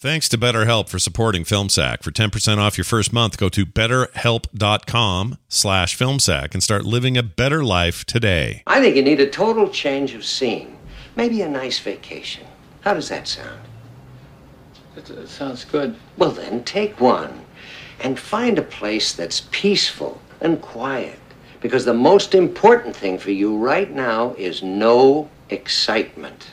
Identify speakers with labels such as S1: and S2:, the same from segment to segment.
S1: Thanks to BetterHelp for supporting FilmSack. For 10% off your first month, go to betterhelp.com slash FilmSack and start living a better life today.
S2: I think you need a total change of scene. Maybe a nice vacation. How does that sound?
S3: That, that sounds good.
S2: Well, then take one and find a place that's peaceful and quiet. Because the most important thing for you right now is no excitement.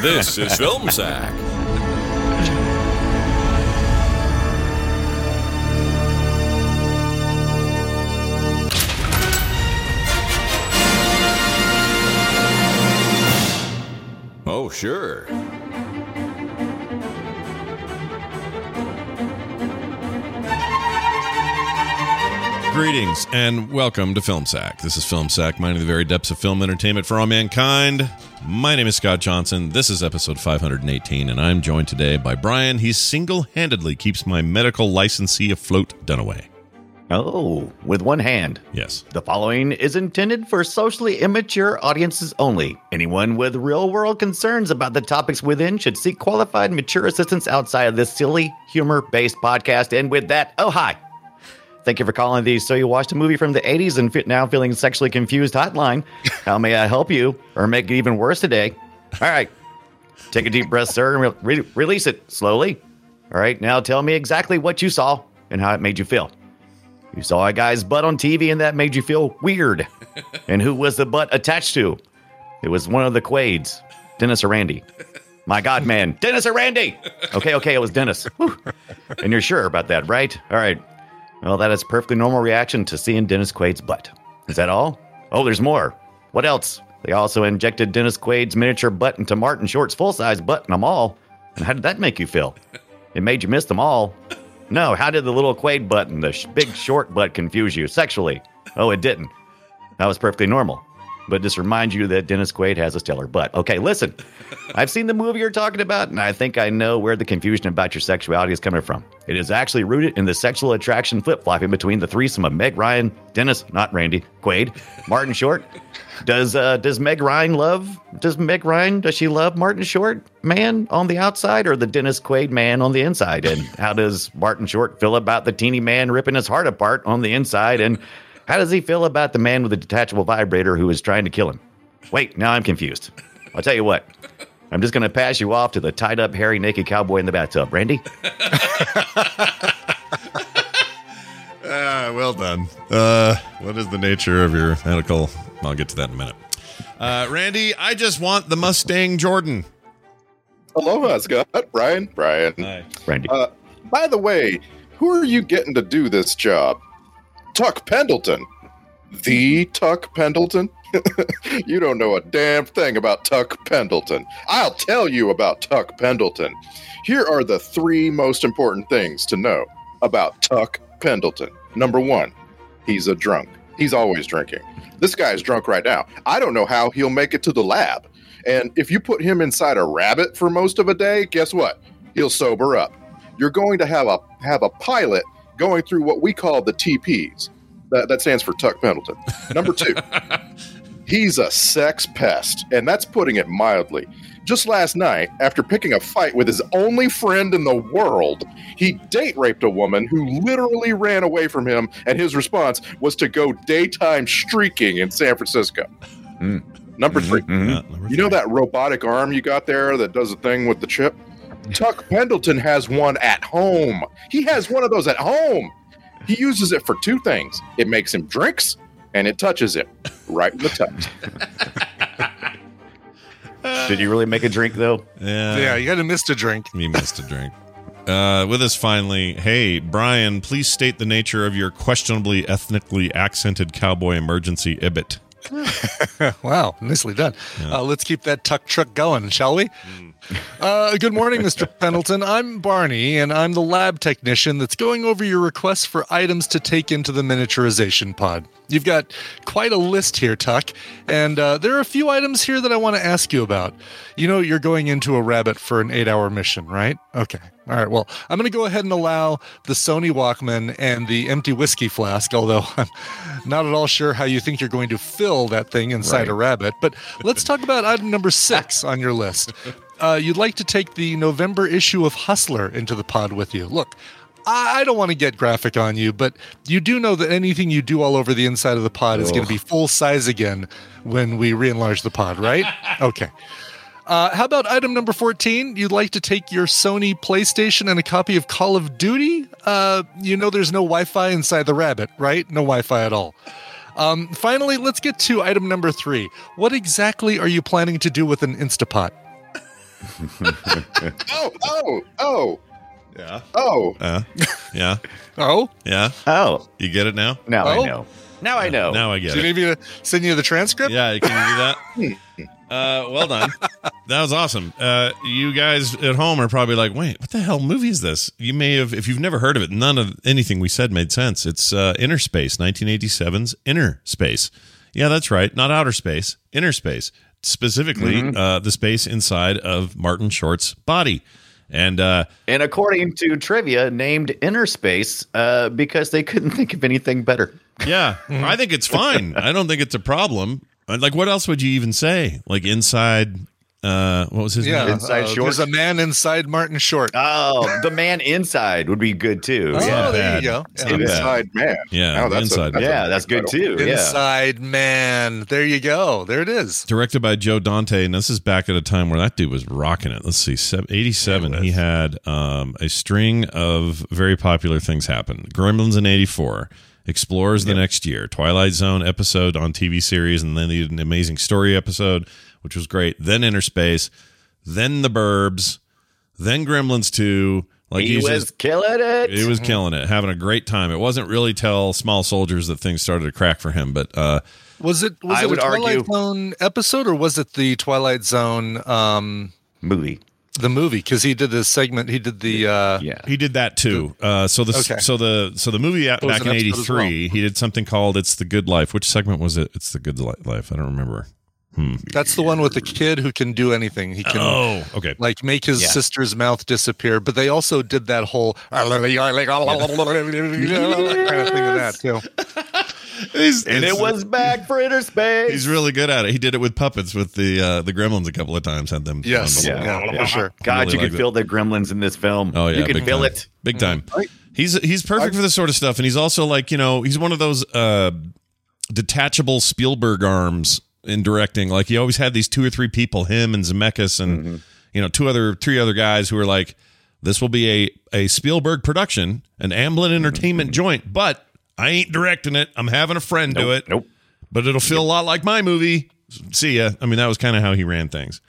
S4: This is Film Sack. Oh, sure.
S1: Greetings and welcome to FilmSack. This is FilmSack, mining the very depths of film entertainment for all mankind. My name is Scott Johnson. This is episode 518, and I'm joined today by Brian. He single-handedly keeps my medical licensee afloat, Dunaway.
S5: Oh, with one hand.
S1: Yes.
S5: The following is intended for socially immature audiences only. Anyone with real world concerns about the topics within should seek qualified mature assistance outside of this silly, humor based podcast. And with that, oh, hi. Thank you for calling the So You Watched a Movie from the 80s and Fit Now Feeling Sexually Confused hotline. How may I help you or make it even worse today? All right. Take a deep breath, sir, and re- re- release it slowly. All right. Now tell me exactly what you saw and how it made you feel. You saw a guy's butt on TV and that made you feel weird. and who was the butt attached to? It was one of the Quades, Dennis or Randy. My God, man, Dennis or Randy? Okay, okay, it was Dennis. Whew. And you're sure about that, right? All right. Well, that is perfectly normal reaction to seeing Dennis Quaid's butt. Is that all? Oh, there's more. What else? They also injected Dennis Quaid's miniature butt into Martin Short's full-size butt in a mall. And how did that make you feel? It made you miss them all. No, how did the little Quaid butt and the sh- big short butt confuse you sexually? Oh, it didn't. That was perfectly normal. But just remind you that Dennis Quaid has a stellar butt. Okay, listen. I've seen the movie you're talking about, and I think I know where the confusion about your sexuality is coming from. It is actually rooted in the sexual attraction flip flopping between the threesome of Meg Ryan, Dennis, not Randy, Quaid, Martin Short. Does uh, does Meg Ryan love? Does Meg Ryan does she love Martin Short man on the outside or the Dennis Quaid man on the inside? And how does Martin Short feel about the teeny man ripping his heart apart on the inside? And how does he feel about the man with the detachable vibrator who is trying to kill him? Wait, now I'm confused. I'll tell you what. I'm just going to pass you off to the tied up, hairy, naked cowboy in the bathtub. Randy?
S1: Ah, well done. Uh, what is the nature of your medical? I'll get to that in a minute. Uh, Randy, I just want the Mustang Jordan.
S6: Aloha, Scott. Brian. Brian.
S5: Randy.
S6: Uh, by the way, who are you getting to do this job? Tuck Pendleton. The Tuck Pendleton? you don't know a damn thing about Tuck Pendleton. I'll tell you about Tuck Pendleton. Here are the three most important things to know about Tuck Pendleton. Number one, he's a drunk. He's always drinking. This guy's drunk right now. I don't know how he'll make it to the lab. And if you put him inside a rabbit for most of a day, guess what? He'll sober up. You're going to have a have a pilot going through what we call the TPs. That, that stands for Tuck Pendleton. Number two, he's a sex pest, and that's putting it mildly. Just last night, after picking a fight with his only friend in the world, he date raped a woman who literally ran away from him, and his response was to go daytime streaking in San Francisco.
S5: Mm.
S6: Number three,
S1: Yeah, number
S6: you know
S1: three.
S6: that robotic arm you got there that does the thing with the chip? Tuck Pendleton has one at home. He has one of those at home. He uses it for two things it makes him drinks and it touches him right in the tux.
S5: Did you really make a drink, though?
S1: Yeah.
S7: yeah, you had to miss a drink.
S1: You missed a drink. Uh, with us finally, hey, Brian, please state the nature of your questionably ethnically accented cowboy emergency ibit.
S7: wow, nicely done. Uh, let's keep that tuck truck going, shall we? Uh, good morning, Mr. Pendleton. I'm Barney, and I'm the lab technician that's going over your requests for items to take into the miniaturization pod. You've got quite a list here, Tuck, and uh, there are a few items here that I want to ask you about. You know, you're going into a rabbit for an eight hour mission, right? Okay. All right. Well, I'm going to go ahead and allow the Sony Walkman and the empty whiskey flask, although I'm not at all sure how you think you're going to fill that thing inside a rabbit. But let's talk about item number six on your list. Uh, you'd like to take the November issue of Hustler into the pod with you. Look, I I don't want to get graphic on you, but you do know that anything you do all over the inside of the pod is going to be full size again when we re enlarge the pod, right? okay. Uh, how about item number 14? You'd like to take your Sony PlayStation and a copy of Call of Duty? Uh, you know there's no Wi Fi inside the rabbit, right? No Wi Fi at all. Um, finally, let's get to item number three. What exactly are you planning to do with an Instapot?
S6: Oh, oh, oh,
S1: Yeah.
S6: oh.
S1: Uh, yeah.
S7: Oh,
S1: Yeah.
S5: Oh,
S1: You get it now?
S5: now I
S7: Oh.
S5: know. Now I know.
S1: Now I
S7: do
S1: get
S7: you
S1: it.
S7: need me to send you the transcript?
S1: Yeah, can you do that? Uh, well done. That was awesome. Uh, you guys at home are probably like, wait, what the hell movie is this? You may have, if you've never heard of it, none of anything we said made sense. It's uh, Inner Space, 1987's Inner Space. Yeah, that's right. Not outer space, inner space. Specifically, uh, the space inside of Martin Short's body. And uh,
S5: And according to trivia, named Inner Space uh, because they couldn't think of anything better.
S1: Yeah, I think it's fine. I don't think it's a problem. And, Like, what else would you even say? Like inside, uh, what was his
S7: Yeah,
S1: name?
S5: Inside
S7: uh,
S5: Short.
S7: There's a man inside Martin Short.
S5: Oh, the man inside would be good too.
S7: oh,
S5: yeah.
S1: not
S7: there
S1: bad.
S7: you go. Yeah.
S1: not bad.
S6: Inside man.
S1: Yeah,
S6: Now that's
S1: Inside
S6: a, that's a-
S5: Yeah, that's good too. Yeah.
S7: Inside man. There you go. There it is.
S1: Directed by Joe Dante, and this is back at a time where that dude was rocking it. Let's see, se- eighty-seven. He had um, a string of very popular things happen. Gremlins in eighty-four, Explorers the next year, Twilight Zone episode on TV series, and then they did an Amazing Story episode, which was great. Then Inner Space, then The Burbs, then Gremlins two. Like
S5: He
S1: he's just-
S5: was killing it.
S1: It was killing it, having a great time. It wasn't really till Small Soldiers that things started to crack for him, but uh,
S7: Was it was
S5: I
S7: it a
S5: would
S7: Twilight
S5: argue-
S7: Zone episode or was it the Twilight Zone um
S5: movie.
S7: the movie? Because he did this segment. He did the uh
S5: Yeah.
S1: he did that too. Uh, so the
S7: Okay.
S1: so the so the movie out
S7: It was
S1: back in
S7: an episode as
S1: '83, he did something called "It's the Good Life." Which segment was it? It's the Good Li- Life. I don't remember.
S7: that's the one with the kid who can do anything. He can
S1: okay.
S7: like make his
S5: Yeah.
S7: sister's mouth disappear. But they also did that whole kind of thing of that too.
S1: He's,
S5: And it was back for inner space.
S1: He's really good at it. He did it with puppets with the uh, the Gremlins a couple of times. Had them.
S7: Yes.
S1: on the-
S7: Yeah. for sure.
S5: God,
S1: Really
S5: you
S1: like
S5: could feel the gremlins in this film.
S1: Oh yeah,
S5: you could
S1: big
S5: feel
S1: time.
S5: it. Mm-hmm.
S1: big time. He's he's perfect for this sort of stuff, and he's also like you know he's one of those uh, detachable Spielberg arms in directing. Like he always had these two or three people, him and Zemeckis, and
S5: Mm-hmm.
S1: you know two other three other guys who were like, this will be a a Spielberg production, an Amblin
S5: Mm-hmm.
S1: Entertainment joint, but I ain't directing it. I'm having a friend do it,
S5: Nope.
S1: but it'll feel a lot like my movie. See ya. I mean, that was kind of how he ran things.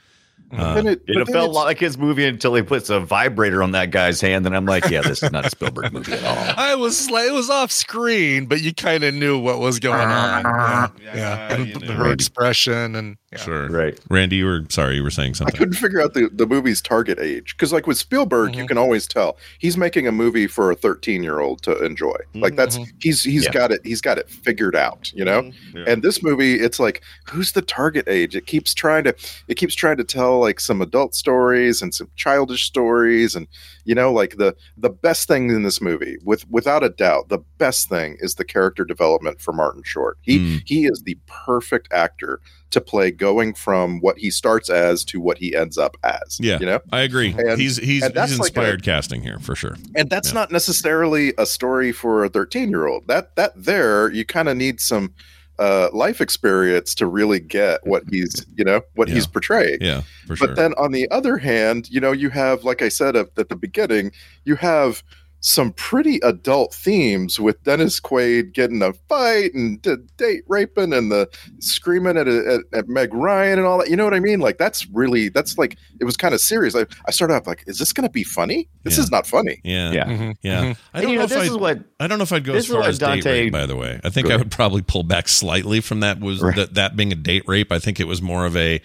S6: But then it,
S5: It
S6: but then
S5: felt
S6: it's-
S5: like his movie until he puts a vibrator on that guy's hand, and I'm like, yeah, this is not a Spielberg movie at all.
S7: I was like, it was off screen, but you kind of knew what was going on. Yeah,
S5: Ah,
S7: yeah.
S1: you
S7: And
S1: knew.
S7: her expression and yeah.
S1: Sure.
S5: Right.
S1: Randy, you were sorry, you were saying
S6: I
S1: something.
S6: couldn't figure out the, the movie's target age because, like with Spielberg, you can always tell he's making a movie for a thirteen year old to enjoy. Like that's he's he's
S5: Yeah.
S6: got it he's got it figured out, you know. And this movie, it's like who's the target age? It keeps trying to it keeps trying to tell like some adult stories and some childish stories, and you know, like the the best thing in this movie, with without a doubt, the best thing is the character development for Martin Short. He
S1: Mm.
S6: he is the perfect actor to play going from what he starts as to what he ends up as.
S1: Yeah.
S6: You know?
S1: I agree.
S6: And-
S1: he's he's
S6: and that's
S1: he's
S6: like
S1: inspired
S6: a-
S1: casting here for sure.
S6: And that's
S1: Yeah.
S6: not necessarily a story for a 13 year old. That that there, you kind of need some uh, life experience to really get what he's, you know, what
S1: Yeah.
S6: he's portraying.
S1: Yeah, for
S6: but
S1: sure.
S6: then on the other hand, you know, you have, like I said at, at the beginning, you have some pretty adult themes with Dennis Quaid getting a fight and d- date raping and the screaming at, at at Meg Ryan and all that. You know what I mean? Like that's really that's like it was kind of serious. I, I started off like, is this going to be funny? This
S1: Yeah.
S6: is not funny.
S1: Yeah.
S5: Yeah.
S7: Mhm.
S1: Yeah. I
S5: And,
S1: don't
S5: you know,
S1: know, if
S5: this
S1: I,
S5: is what
S1: I don't know if I'd go as
S5: this is
S1: far
S5: what
S1: as date
S5: Dante-
S1: rape, by the way. I think I
S5: Good.
S1: would probably pull back slightly from that was
S5: Right.
S1: that, that being a date rape. I think it was more of a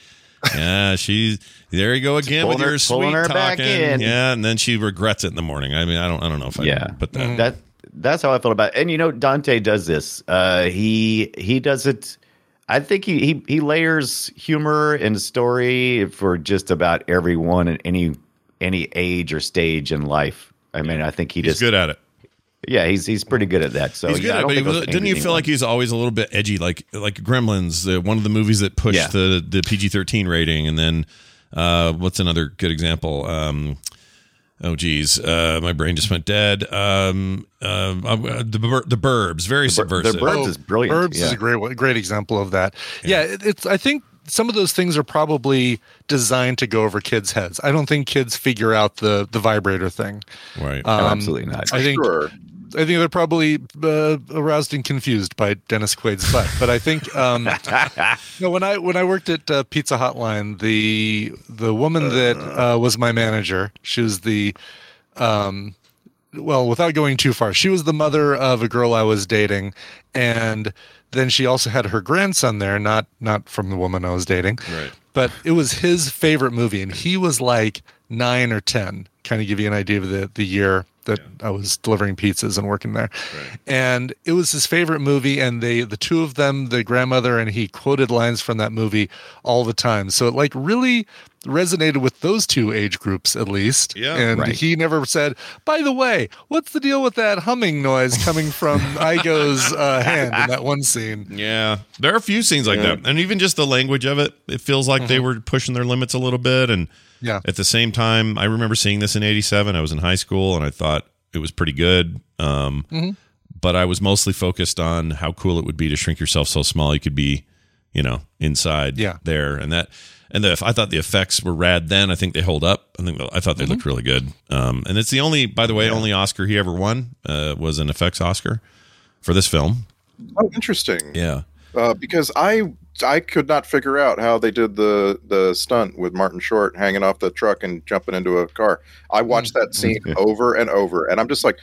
S1: yeah, she's there you go again with
S5: pulling her-
S1: your sweet
S5: pulling her
S1: talking.
S5: back in.
S1: Yeah, and then she regrets it in the morning. I mean, I don't I don't know if I
S5: Yeah.
S1: put that
S5: that that's how I felt about it. And you know, Dante does this. Uh, he he does it. I think he, he he layers humor and story for just about everyone in any any age or stage in life. I mean, I think he
S1: he's
S5: just
S1: good at it.
S5: yeah, he's he's pretty good at that. So
S1: He's
S5: yeah,
S1: good,
S5: I don't
S1: but he
S5: think it
S1: was,
S5: was
S1: didn't you
S5: aimed at
S1: feel like
S5: anyone.
S1: he's always a little bit edgy, like like Gremlins, uh, one of the movies that pushed
S5: Yeah.
S1: the the PG thirteen rating, and then uh, what's another good example? Um, oh geez, uh, my brain just went dead. Um, uh, uh, the Bur- the Burbs, very subversive.
S5: the uh, Burbs is brilliant.
S7: Burbs
S5: yeah.
S7: Oh, is a great one- great example of that. Yeah, it- it's. I think some of those things are probably designed to go over kids' heads. I don't think kids figure out the the vibrator thing.
S1: right?
S5: No,
S7: Um,
S5: absolutely not.
S7: I think
S6: Sure.
S7: I think they're probably uh, aroused and confused by Dennis Quaid's butt. But I think um, no, when I when I worked at uh, Pizza Hotline, the the woman that uh, was my manager, she was the um, well, without going too far, she was the mother of a girl I was dating, and then she also had her grandson there, not not from the woman I was dating,
S1: Right.
S7: but it was his favorite movie, and he was like nine or ten. Kind of give you an idea of the the year that I was delivering pizzas and working there, and it was his favorite movie. And they, the two of them, the grandmother and he, quoted lines from that movie all the time. So it like really resonated with those two age groups at least.
S1: Yeah.
S7: and
S5: Right.
S7: he never said, by the way, what's the deal with that humming noise coming from Igo's uh, hand in that one scene?
S1: Yeah, there are a few scenes like that, and even just the language of it, it feels like
S5: Mm-hmm.
S1: they were pushing their limits a little bit. And
S7: Yeah.
S1: at the same time, I remember seeing this in '87. I was in high school, and I thought it was pretty good. Um, But I was mostly focused on how cool it would be to shrink yourself so small you could be, you know, inside
S7: Yeah.
S1: there, and that. And the, I thought the effects were rad then. I think they hold up. I think I thought they looked really good. Um, and it's the only, by the way, only Oscar he ever won uh, was an effects Oscar for this film.
S6: Oh, interesting.
S1: Yeah.
S6: Uh, because I I could not figure out how they did the the stunt with Martin Short hanging off the truck and jumping into a car. I
S7: Hmm.
S6: watched that scene over and over, and I'm just like,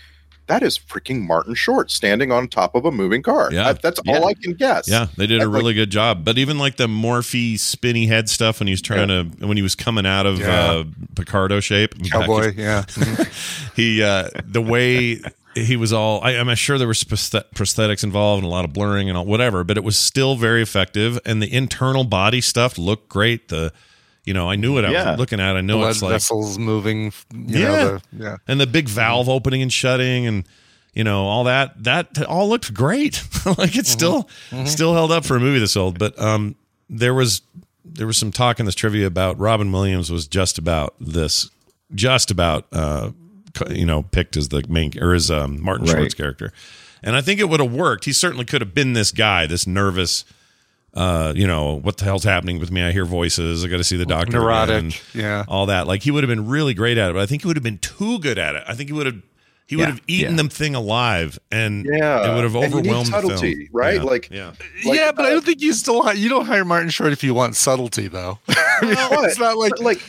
S6: that is freaking Martin Short standing on top of a moving car.
S1: Yeah.
S6: That- that's all I can guess.
S1: Yeah, they did a
S6: That's like-
S1: really good job. But even like the Morphe spinny head stuff when he was trying to when he was coming out of
S7: Yeah.
S1: uh, Picardo shape,
S7: Cowboy, yeah.
S1: he uh, the way he was all. I, I'm sure there were prosthet- prosthetics involved and a lot of blurring and all whatever, but it was still very effective. And the internal body stuff looked great. The you know I knew what I
S5: Yeah.
S1: was looking at. I know
S7: Blood
S1: it's like
S7: vessels moving. f- You yeah.
S1: Yeah.
S7: Know, the, yeah. Mm-hmm.
S1: and the big valve opening and shutting and you know all that that all looked great like
S7: Mm-hmm.
S1: it still still held up for a movie this old but um there was there was some talk in this trivia about robin williams was just about this just about uh co- you know picked as the main or as um, martin
S5: Right.
S1: short's character and i think it would have worked he certainly could have been this guy this nervous uh, you know what the hell's happening with me? I hear voices. I got to see the doctor.
S7: Neurotic,
S1: again
S7: yeah.
S1: all that. Like he would have been really great at it, but I think he would have been too good at it. I think he would have he would
S5: Yeah,
S1: have eaten
S5: yeah.
S1: them thing alive, and
S6: Yeah.
S1: it would have
S6: And you need
S1: overwhelmed the
S6: subtlety,
S1: film.
S6: right?
S1: Yeah,
S6: Like-
S1: yeah,
S6: Like,
S7: yeah, but I don't think you still hi- you don't hire Martin Short if you want subtlety though. I mean,
S6: But-
S7: it's not like
S6: but like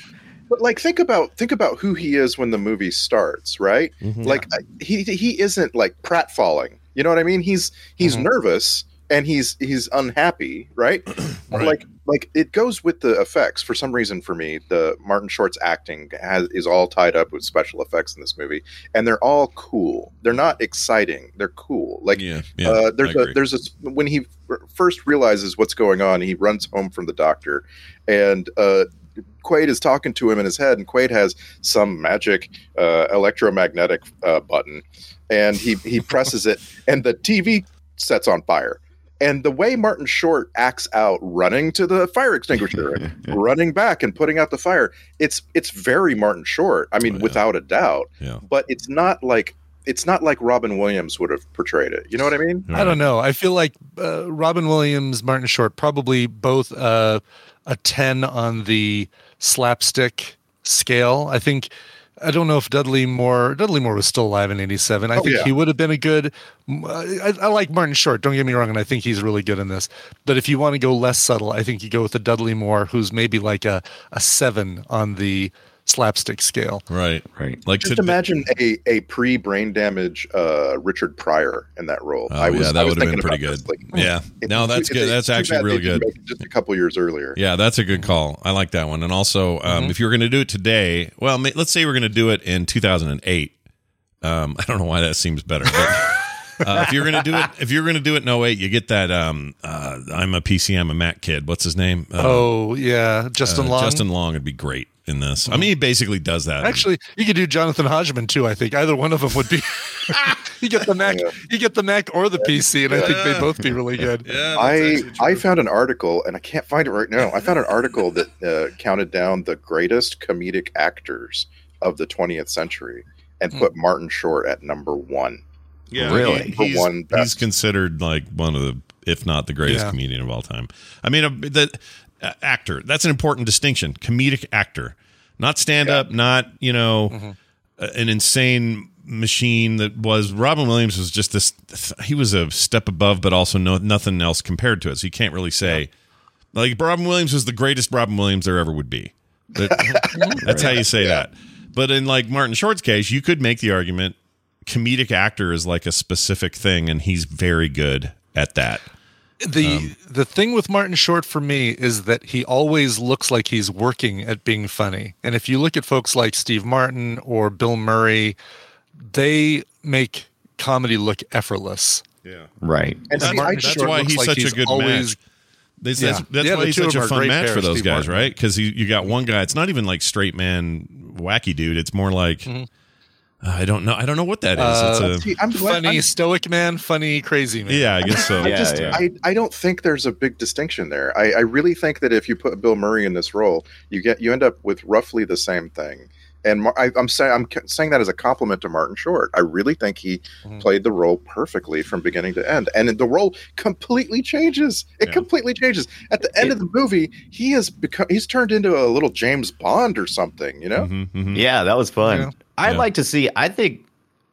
S6: but like think about think about who he is when the movie starts right like I- he he isn't like pratfalling you know what i mean he's he's
S1: Mm-hmm.
S6: nervous and he's he's unhappy right?
S1: Right.
S6: like like it goes with the effects for some reason for me the martin short's acting has is all tied up with special effects in this movie and they're all cool they're not exciting they're cool like
S1: yeah. yeah
S6: uh, there's
S1: I
S6: a
S1: agree.
S6: there's a when he f- first realizes what's going on, he runs home from the doctor, and uh, Quaid is talking to him in his head, and Quaid has some magic uh, electromagnetic uh, button, and he he presses it, and the TV sets on fire. And the way Martin Short acts out running to the fire extinguisher, running back and putting out the fire, it's it's very Martin Short. I mean,
S1: Oh, yeah.
S6: without a doubt.
S1: Yeah.
S6: But it's not like it's not like Robin Williams would have portrayed it. You know what I mean?
S7: I don't know. I feel like uh, Robin Williams, Martin Short, probably both uh, a ten on the slapstick scale. I think I don't know if Dudley Moore Dudley Moore was still alive in '87.
S1: Oh,
S7: I think
S6: yeah.
S7: he would have been a good. uh, I, I like Martin Short. Don't get me wrong, and I think he's really good in this. But if you want to go less subtle, I think you go with a Dudley Moore, who's maybe like a a seven on the slapstick scale.
S1: Right.
S5: Right.
S1: Like
S6: Just
S1: to-
S6: imagine a, a pre brain damage uh, Richard Pryor in that role.
S1: Oh, yeah, that would have been
S6: thinking
S1: pretty
S6: about
S1: good.
S6: this, like,
S1: yeah.
S6: it-
S1: No, that's
S6: it-
S1: good. That's
S6: it's too
S1: actually
S6: bad
S1: really
S6: they didn't
S1: good.
S6: make it Just a couple years earlier.
S1: Yeah, that's a good call. I like that one. And also, um,
S7: Mm-hmm.
S1: if you were going to do it today, well, ma- let's say we're going to do it in 2008. Um, I don't know why that seems better. But, uh, if you're going to do it, if you're going to do it in 08, you get that. Um, uh, I'm a PC, I'm a Mac kid. What's his name? Uh,
S7: oh yeah, Justin
S1: uh,
S7: Long. Mm-hmm.
S1: Justin Long would be great in this. I mean, he basically does that.
S7: Actually, you could do Jonathan Hodgman too. I think either one of them would be. you get the Mac, you get the Mac or the PC, and I think they'd both be really good.
S1: yeah,
S6: I I found an article and I can't find it right now. I found an article that uh, counted down the greatest comedic actors of the 20th century and put Martin Short at number one.
S1: Yeah,
S5: Really?
S1: he- he's,
S6: For one best.
S1: he's considered like one of the, if not the greatest
S7: Yeah.
S1: comedian of all time. I mean, uh, the uh, actor. That's an important distinction. Comedic actor, not stand up, not you know, a- an insane machine that was. Robin Williams was just this. He was a step above, but also no nothing else compared to it. So you can't really say like Robin Williams was the greatest Robin Williams there ever would be. That- that's how you say that. But in like Martin Short's case, you could make the argument comedic actor is like a specific thing, and he's very good at that.
S7: The
S1: Um,
S7: the thing with Martin Short for me is that he always looks like he's working at being funny. And if you look at folks like Steve Martin or Bill Murray, they make comedy look effortless.
S5: Right.
S6: And
S1: That's
S6: see,
S1: Martin
S6: I-
S1: Short. why he's such a good That's, that's-
S7: Yeah.
S1: that's
S7: Yeah,
S1: why
S7: the
S1: he's
S7: two of
S1: such a
S7: them are
S1: fun
S7: great
S1: match
S7: pairs,
S1: for those
S7: Steve
S1: guys,
S7: Martin.
S1: right? Because you, you got one guy. It's not even like straight man wacky dude. It's more like uh, I don't know. I don't know what that is. it's a
S6: see, I'm glad-
S7: funny
S6: I'm-
S7: stoic man, funny crazy man.
S1: yeah, I guess so.
S6: I
S5: Yeah,
S6: just
S5: yeah.
S6: I, I don't think there's a big distinction there. I, I really think that if you put Bill Murray in this role, you get you end up with roughly the same thing. And Mar- I, I'm saying I'm c- saying that as a compliment to Martin Short. I really think he played the role perfectly from beginning to end, and the role completely changes. It
S1: Yeah.
S6: completely changes at the end of the movie. He has become he's turned into a little James Bond or something. You know,
S1: Mhm, mhm.
S5: Yeah, that was fun.
S7: Yeah.
S5: I'd
S1: Yeah.
S5: like to see. I think,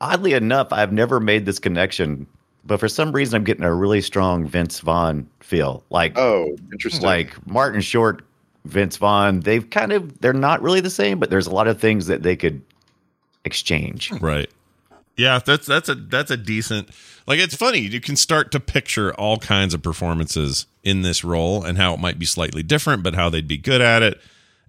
S5: oddly enough, I've never made this connection, but for some reason, I'm getting a really strong Vince Vaughn feel. Like,
S6: oh, interesting.
S5: Mm-hmm. like Martin Short, Vince Vaughn. They've kind of they're not really the same, but there's a lot of things that they could exchange.
S1: Right. Yeah, that's that's a that's a decent like it's funny. You can start to picture all kinds of performances in this role and how it might be slightly different, but how they'd be good at it.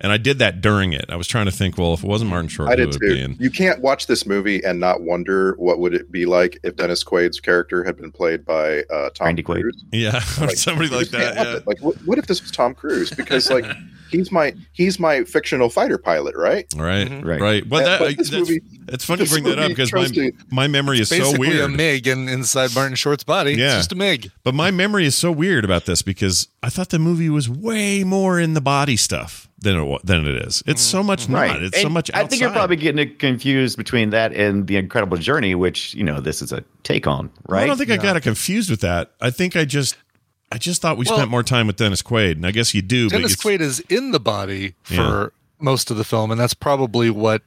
S1: And I did that during it. I was trying to think, well, if it wasn't Martin Short,
S6: I
S1: who
S6: did
S1: would it be?
S6: too.
S1: And
S6: You can't watch this movie and not wonder what would it be like if Dennis Quaid's character had been played by uh, Tom
S5: Randy Quaid.
S6: Cruise.
S1: yeah, or somebody
S6: You
S1: like
S6: just
S1: that.
S6: can't help
S1: Yeah.
S6: it. Like, what, what if this was Tom Cruise? Because like, he's my he's my fictional fighter pilot, right?
S1: Right,
S5: Right.
S1: right, right. But
S6: Yeah,
S1: that,
S6: but this
S1: that's,
S6: movie-
S1: it's funny you
S6: this
S1: bring that up
S6: movie
S1: because my,
S6: tries to-
S1: my memory is so
S7: Basically a
S1: weird.
S7: MiG in, inside Martin Short's body.
S1: Yeah.
S7: It's just a MiG.
S1: But my memory is so weird about this because I thought the movie was way more in the body stuff than it wa- than it is. It's
S6: Mm-hmm.
S1: so much not. It's so
S5: And
S1: much. Outside.
S5: I think you're probably getting it confused between that and the Incredible Journey, which you know this is a take on, right?
S1: I don't think I got it confused with that. I think I just I just thought we
S7: Well-
S1: spent more time with Dennis Quaid, and I guess you do.
S7: Dennis
S1: but it's-
S7: Quaid is in the body for
S1: Yeah.
S7: most of the film, and that's probably what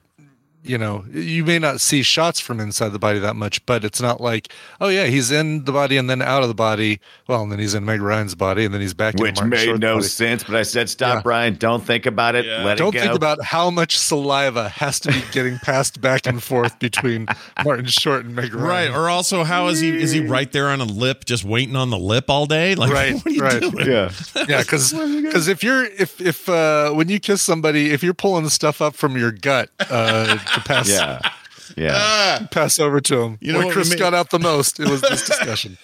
S7: you know. You may not see shots from inside the body that much, but it's not like, oh yeah, he's in the body and then out of the body. Well, and then he's in Meg Ryan's body, and then he's back in
S5: Which
S7: Martin
S5: made
S7: Short's
S5: no
S7: body.
S5: sense, but I said, "Stop, Brian! Don't think about it. Let
S7: Don't
S5: it go."
S7: think about how much saliva has to be getting passed back and forth between Martin Short and Meg
S1: Right,
S7: Ryan.
S1: or also, how is he? Is he right there on a lip, just waiting on the lip all day? Like,
S7: Right,
S1: what are you
S7: right.
S1: doing?
S5: yeah,
S7: yeah because if you're if if uh when you kiss somebody if you're pulling stuff up from your gut uh to pass
S5: yeah, yeah.
S7: pass over to him
S1: You know
S7: Where
S1: what we
S7: chris
S1: made-
S7: got out the most it was this discussion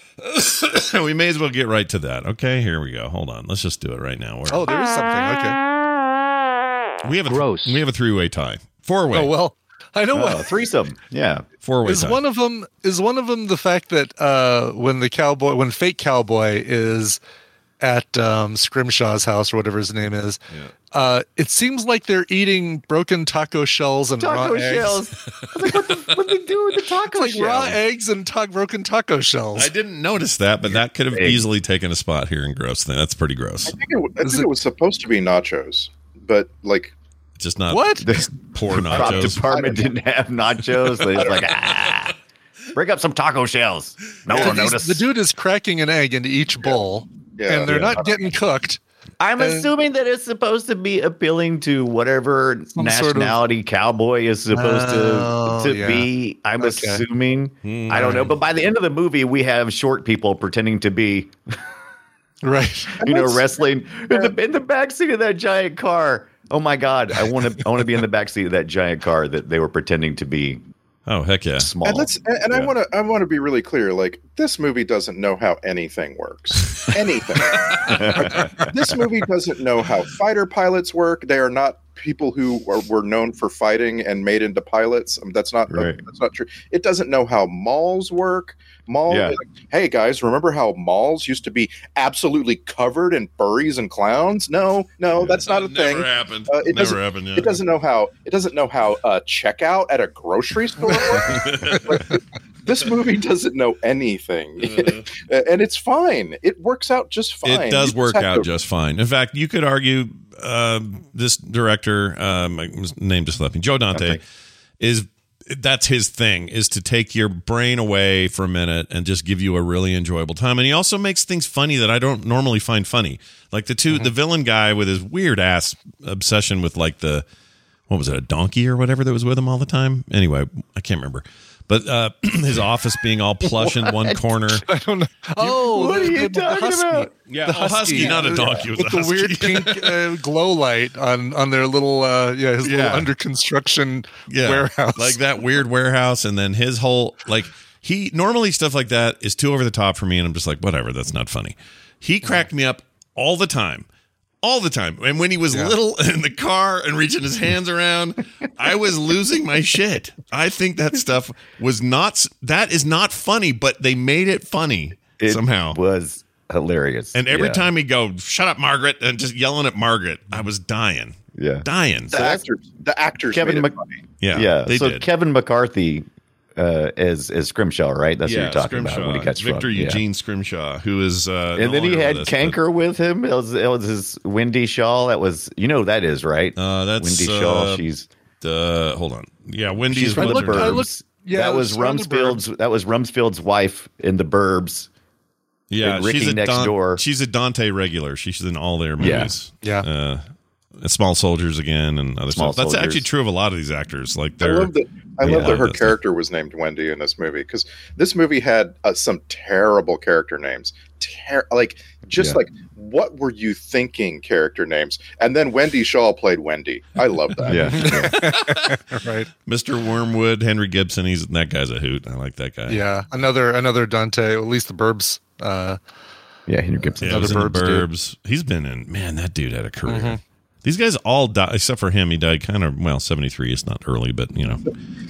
S1: we may as well get right to that. Okay, here we go. Hold on, let's just do it right now. We're,
S7: oh there is
S5: Uh,
S7: something okay
S1: we have a gross. We have a three way tie, four way,
S7: oh well i know
S5: Oh,
S7: what
S5: threesome. Yeah,
S1: four way
S7: is
S1: tie.
S7: one of them is one of them the fact that uh when the cowboy when fake cowboy is at um scrimshaw's house or whatever his name is uh it seems like they're eating broken taco shells and raw
S5: taco
S7: eggs.
S5: shells. I was like, "What the? What they do with the
S7: It's
S5: taco
S7: like raw
S5: shells?"
S7: eggs and ta- broken taco shells.
S1: I didn't notice that, but that could have easily taken a spot here in gross. Then that's pretty gross.
S6: I think it, wa- I
S7: Is
S6: think
S7: it-
S6: it was supposed to be nachos, but like
S1: Just not
S7: What?
S1: just poor
S5: prop
S1: nachos.
S5: department didn't have nachos. They was like, ah, bring up some taco shells. No
S7: So
S5: one
S7: these-
S5: noticed.
S7: The dude is cracking an egg into each bowl,
S6: Yeah.
S7: and they're
S6: Yeah.
S7: not getting cooked.
S5: I'm
S7: uh,
S5: assuming that it's supposed to be appealing to whatever
S7: Some sort of-
S5: nationality cowboy is supposed
S7: Oh,
S5: to to
S7: yeah.
S5: be. I'm
S7: Okay.
S5: assuming. I don't know.
S7: Hmm.
S5: But by the end of the movie, we have short people pretending to be,
S7: Right.
S5: you know, wrestling in the in the backseat of that giant car. Oh my God! I want to I want to be in the backseat of that giant car that they were pretending to be
S1: Oh heck yeah!
S5: small.
S6: And let's and, and I
S5: Yeah.
S6: want to I want to be really clear. Like this movie doesn't know how anything works. anything. this movie doesn't know how fighter pilots work. They are not people who are, were known for fighting and made into pilots. Um, that's not
S5: Right.
S6: that's not true. It doesn't know how malls work. Mall.
S5: Yeah.
S6: like, hey guys, remember how malls used to be absolutely covered in furries and clowns? No, no, that's not a
S1: Never
S6: thing.
S1: Happened.
S6: Uh, it doesn't-
S1: Never happened. Yeah.
S6: It doesn't know how it doesn't know how uh, checkout at a grocery store works this movie doesn't know anything and it's fine it works out just fine
S1: It
S6: You
S1: does
S6: just
S1: work
S6: have
S1: out
S6: to-
S1: just fine. In fact, you could argue um this director, um, his name just left me, Joe Dante, is that's his thing is to take your brain away for a minute and just give you a really enjoyable time. And he also makes things funny that I don't normally find funny, like the
S7: Mm-hmm.
S1: 2 the villain guy with his weird ass obsession with like the what was it, a donkey or whatever that was with him all the time. Anyway, I can't remember. But uh, his office being all plush in one corner.
S7: I don't know. Oh,
S5: What are
S7: the-
S5: you
S7: the- the
S5: talking
S7: husky.
S5: about?
S1: Yeah,
S7: The
S1: a husky,
S7: husky.
S1: not a donkey. It was
S7: With
S1: a
S7: the
S1: husky.
S7: weird pink uh, glow light on on their little uh yeah his
S1: Yeah.
S7: little under construction warehouse
S1: like that weird warehouse, and then his whole like he normally stuff like that is too over the top for me, and I'm just like, whatever, that's not funny. He cracked me up all the time, all the time, and when he was
S7: Yeah.
S1: little in the car and reaching his hands around, I was losing my shit. I think that stuff was not s- that is not funny, but they made it funny
S5: It
S1: somehow.
S5: was hilarious.
S1: And every
S5: Yeah.
S1: time he go, shut up, Margaret, and just yelling at Margaret, I was dying,
S5: yeah.
S1: dying.
S6: the actors the actors
S5: Kevin
S6: made it
S5: Mc-
S6: funny.
S1: Yeah,
S5: yeah.
S1: they
S5: so
S1: did.
S5: Kevin McCarthy uh, is is Scrimshaw, right? That's what you're talking about when he catches
S1: Victor
S5: Frog. Yeah.
S1: Eugene Scrimshaw, who is uh, no
S5: And then
S1: longer
S5: he
S1: with
S5: had
S1: us, but,
S5: canker with him. It was, it was his Wendy Shaw. That was you know who that is right.
S1: Uh, that's
S5: Wendy Shaw.
S1: uh,
S5: She's
S1: uh, hold on, yeah, Wendy's
S5: she's from the
S1: what's her
S7: I
S1: name?
S7: looked-
S5: Burbs.
S7: yeah,
S5: that
S7: it
S5: was
S7: was from the
S5: Rumsfeld's. That was Rumsfeld's wife in the Burbs.
S1: Yeah,
S5: and Ricky
S1: she's a
S5: Next
S1: Don-
S5: Door.
S1: She's a Dante regular. She's in all their
S5: Yeah.
S1: movies.
S7: Yeah.
S1: Uh, and Small Soldiers again, and other
S5: Small
S1: stuff. That's
S5: Soldiers.
S1: actually true of a lot of these actors. Like
S6: I
S1: they're
S6: love that. I love
S1: Yeah.
S6: that her
S1: That's-
S6: character was named Wendy in this movie because this movie had uh, some terrible character names. Ter- like just
S5: Yeah.
S6: like what were you thinking? Character names, and then Wendy Shaw played Wendy. I love that.
S5: Yeah,
S7: right
S1: Mr. Wormwood, Henry Gibson. He's that guy's a hoot. I like that guy.
S7: yeah another another Dante at least the Burbs uh
S5: yeah. Henry Gibson.
S1: Yeah, he was in
S7: Another
S1: the
S7: Burbs dude. Mm-hmm.
S1: Burbs. He's been in. Man, that dude had a career. These guys all died except for him. He died kind of well, seventy three. It's not early, but you know,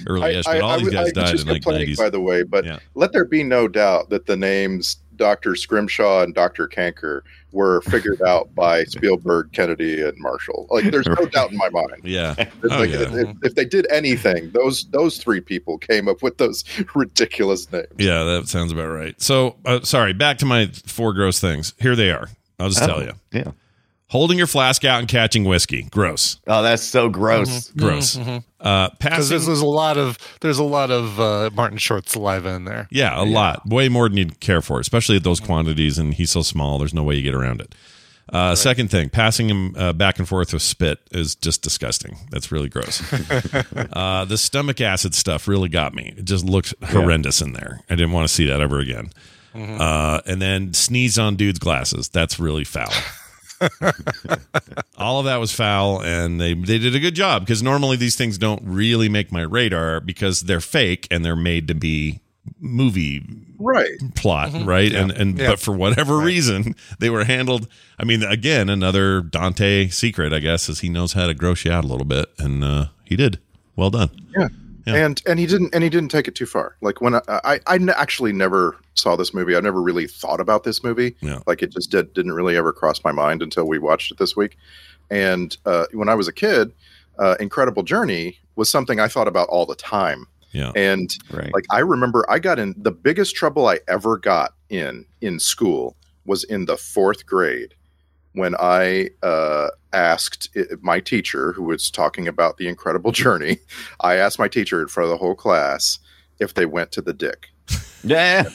S1: early-ish. But all these
S6: w-
S1: guys
S6: was
S1: died
S6: just
S1: in like
S6: complaining,
S1: nineties.
S6: By the way, but
S1: Yeah.
S6: let there be no doubt that the names Doctor Scrimshaw and Doctor Kanker were figured out by Spielberg, Kennedy, and Marshall. Like, there's no doubt in my mind.
S1: Yeah.
S6: It's
S1: Oh,
S6: like,
S1: yeah.
S6: if, if they did anything, those those three people came up with those ridiculous names.
S1: Yeah, that sounds about right. So, uh, sorry, back to my four gross things. Here they are. I'll just
S7: Uh-huh.
S1: tell you.
S5: Yeah.
S1: Holding your flask out and catching whiskey. Gross.
S5: Oh, that's so gross.
S1: Gross.
S7: Mm-hmm.
S1: Uh,
S7: because
S1: passing.
S7: there's, there's a lot of there's a lot of uh Martin Short saliva in there
S1: yeah, a lot. Way more than you'd care for, especially at those quantities. And he's so small, there's no way you get around it. Uh, Second thing, passing him uh, back and forth with spit is just disgusting. That's really gross. uh, the stomach acid stuff really got me. It just looked horrendous in there. I didn't want to see that ever again. Uh, and then sneeze on dude's glasses. That's really foul. All of that was foul, and they they did a good job because normally these things don't really make my radar because they're fake and they're made to be movie
S6: Right.
S1: plot, right? And and
S7: Yeah.
S1: but for whatever reason, they were handled. I mean, again, another Dante secret, I guess, is he knows how to gross you out a little bit, and uh, he did. Well done.
S6: Yeah.
S1: Yeah.
S6: And and he didn't and he didn't take it too far. Like when I, I I n- actually never saw this movie. I never really thought about this movie.
S1: Yeah.
S6: Like it just did, didn't really ever cross my mind until we watched it this week. And uh, when I was a kid, uh, Incredible Journey was something I thought about all the time.
S1: Yeah.
S6: And
S5: Right.
S6: like I remember, I got in the biggest trouble I ever got in in school was in the fourth grade when I uh, asked i- my teacher, who was talking about the incredible journey, I asked my teacher in front of the whole class if they went to the dick.
S5: Yeah.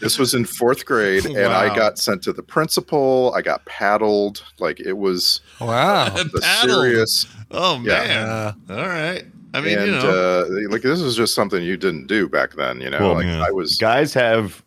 S6: This was in fourth grade, and I
S1: Wow.
S6: got sent to the principal. I got paddled. Like it was
S7: Wow.
S6: the
S1: Paddled.
S6: serious.
S1: Oh
S6: Yeah.
S1: man! All right. I mean,
S6: and
S1: you know,
S6: uh, like this was just something you didn't do back then. You know,
S5: Well,
S6: like
S1: yeah.
S6: I was
S5: Guys have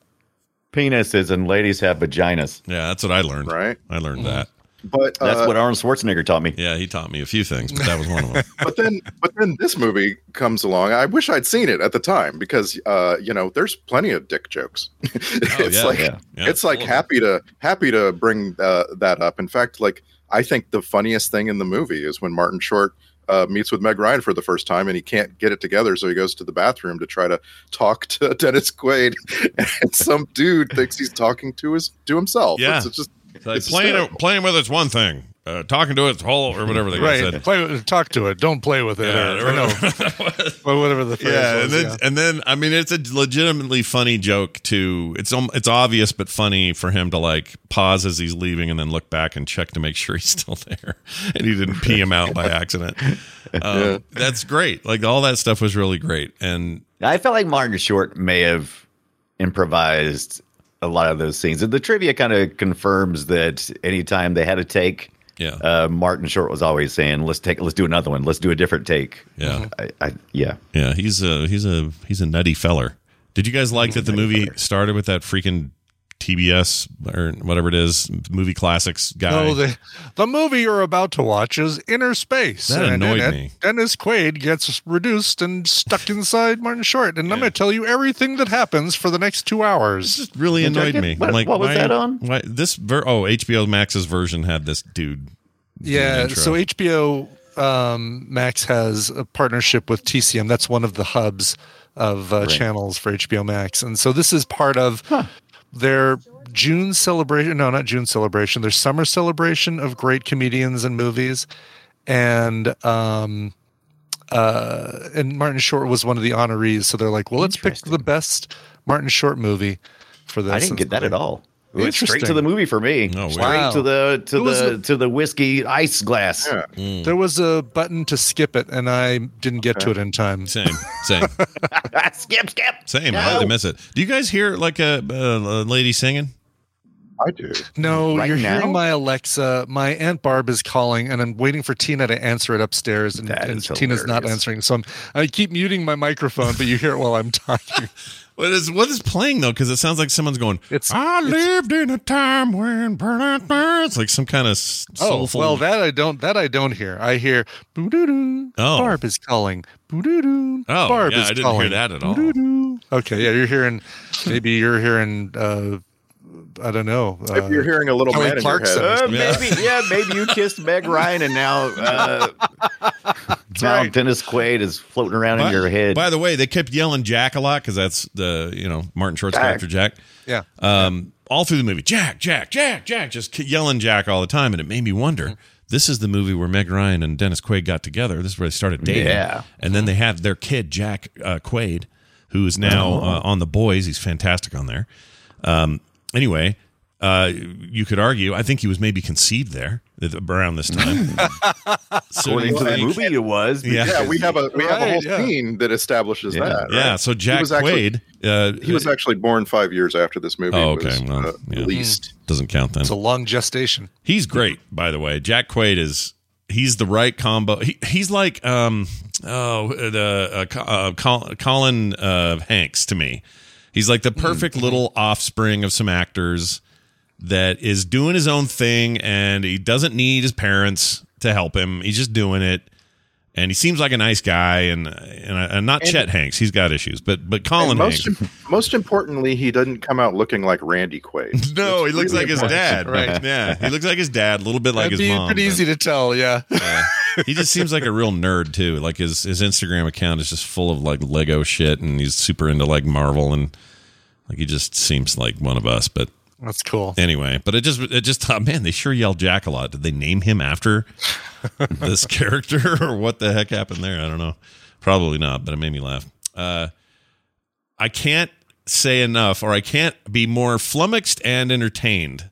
S5: penises and ladies have vaginas.
S1: yeah, that's what I learned.
S6: right,
S1: I learned that.
S6: but
S5: That's
S6: uh,
S5: what Arnold Schwarzenegger taught me.
S1: Yeah, he taught me a few things, but that was one of them.
S6: but then but then this movie comes along. I wish I'd seen it at the time because uh, you know there's plenty of dick jokes. it's
S1: Oh, yeah,
S6: like
S5: yeah,
S1: yeah.
S6: it's like
S1: Full of
S6: happy to happy to bring uh, that up. In fact, like I think the funniest thing in the movie is when Martin Short. Uh, meets with Meg Ryan for the first time, and he can't get it together, so he goes to the bathroom to try to talk to Dennis Quaid, and some dude thinks he's talking to his to himself.
S1: Yeah.
S6: It's- it's just
S1: It's like
S6: It's
S1: playing
S6: hysterical.
S1: playing with it's one thing. Uh, talking to it's whole or whatever they
S7: Right.
S1: said.
S7: Play, with- talk to it. Don't play with it.
S1: Yeah,
S7: or, or no. or whatever the phrase
S1: yeah,
S7: was.
S1: and then
S7: yeah.
S1: and then I mean it's a legitimately funny joke too. It's um, it's obvious but funny for him to like pause as he's leaving and then look back and check to make sure he's still there and he didn't pee him out by accident. Um, That's great. Like all that stuff was really great. And
S5: I felt like Martin Short may have improvised a lot of those scenes. And the trivia kind of confirms that anytime they had a take,
S1: yeah,
S5: uh, Martin Short was always saying, "Let's take, let's do another one. Let's do a different take."
S7: mm-hmm.
S1: yeah,
S5: I, I yeah.
S1: yeah. He's a he's a he's a nutty feller. Did you guys like
S7: Mm-hmm.
S1: that the movie started with that freaking TBS or whatever it is movie classics guy?
S7: No, the, the movie you're about to watch is Inner Space.
S1: That
S7: and
S1: annoyed
S7: in it,
S1: me.
S7: Dennis Quaid gets reduced and stuck inside Martin Short. And I'm going to tell you everything that happens for the next two hours.
S1: just really annoyed
S5: Jacket?
S1: me.
S5: What-
S1: I'm like,
S5: what was
S1: why-
S5: that on?
S1: Why this? Ver- oh, HBO Max's version had this dude.
S7: Yeah.
S1: intro.
S7: So HBO um, Max has a partnership with TCM. That's one of the hubs of uh, channels for HBO Max. And so this is part of their June celebration. No, not June celebration. Their summer celebration of great comedians and movies. And um, uh, and Martin Short was one of the honorees. So they're like, well, let's pick the best Martin Short movie for this.
S5: I didn't get that at all. It went straight to
S7: Interesting.
S5: the movie for me.
S1: Oh,
S5: straight
S1: wow.
S5: to the to
S7: It was
S5: the
S7: a-
S5: to the whiskey ice glass.
S6: Yeah.
S7: There was a button to skip it, and I didn't get to it in time.
S1: Same, same,
S5: Ah, skip, skip.
S1: same. I had to miss it. Do you guys hear like a, a lady singing?
S6: I do.
S7: No,
S5: Right
S7: you're
S5: now?
S7: hearing my Alexa. My aunt Barb is calling, and I'm waiting for Tina to answer it upstairs, and,
S5: That
S7: and
S5: is
S7: Tina's not
S5: hilarious.
S7: answering. So I'm, I keep muting my microphone, but you hear it while I'm talking.
S1: What is what is playing though? Because it sounds like someone's going.
S7: It's-
S1: I
S7: it's-
S1: lived in a time when it's like some kind of s-
S7: oh
S1: soulful.
S7: well, that I don't. That I don't hear. I hear boo doo doo.
S1: Oh.
S7: Barb is calling. Boo doo doo.
S1: Oh,
S7: Barb
S1: yeah,
S7: is
S1: I didn't hear
S7: calling.
S1: that at all.
S7: Boo-doo-doo. Okay, yeah, you're hearing. Maybe you're hearing. uh I don't know. Uh,
S6: if you're hearing a little
S7: Kelly
S6: man
S7: Clarkson.
S6: in your
S5: Uh,
S6: head,
S1: Yeah.
S5: Maybe, yeah, maybe you kissed Meg Ryan, and now uh, now
S7: right.
S5: Dennis Quaid is floating around
S1: by,
S5: in your head.
S1: By the way, they kept yelling Jack a lot because that's the you know Martin Short's
S5: Jack.
S1: character Jack.
S7: uh, yeah.
S1: um, all through the movie, Jack, Jack, Jack, Jack, just keep yelling Jack all the time, and it made me wonder. This is the movie where Meg Ryan and Dennis Quaid got together. This is where they started dating,
S5: Yeah.
S1: and then they have their kid Jack uh, Quaid, who is now uh, on the Boys. He's fantastic on there. Um, anyway, uh, you could argue. I think he was maybe conceived there at- around this time. So do you
S5: According to the
S1: think-
S5: movie, it was.
S1: Yeah.
S6: yeah, we have a we have a
S7: Right,
S6: whole
S7: yeah.
S6: scene that establishes
S5: Yeah.
S6: that. right?
S1: yeah. So Jack
S6: was actually-
S1: Quaid, uh,
S6: he was actually born five years after this movie
S1: Oh, okay,
S6: was
S1: well,
S6: uh,
S1: yeah. Hmm.
S6: released.
S1: doesn't count then.
S7: It's a long gestation.
S1: He's great, by the way. Jack Quaid is he's the right combo. He, he's like um oh the uh, Co- uh, Col- Colin uh, Hanks to me. He's like the perfect little offspring of some actors that is doing his own thing and he doesn't need his parents to help him. He's just doing it. And he seems like a nice guy, and and, and not Chet Hanks. He's got issues, but but Colin
S6: And most
S1: Hanks.
S6: im- most importantly, he doesn't come out looking like Randy Quaid.
S1: no, he looks like his dad.
S7: Right.
S1: Yeah, he looks like his dad, a little bit like
S7: That'd
S1: his
S7: be
S1: mom.
S7: pretty
S1: but-
S7: easy to tell. Yeah.
S1: he just seems like a real nerd too. Like his his Instagram account is just full of like Lego shit, and he's super into like Marvel, and like he just seems like one of us. But
S7: That's cool.
S1: anyway, but it just it just thought, man, they sure yell Jack a lot. Did they name him after this character, or what the heck happened there? I don't know. Probably not, but it made me laugh. Uh, I can't say enough, or I can't be more flummoxed and entertained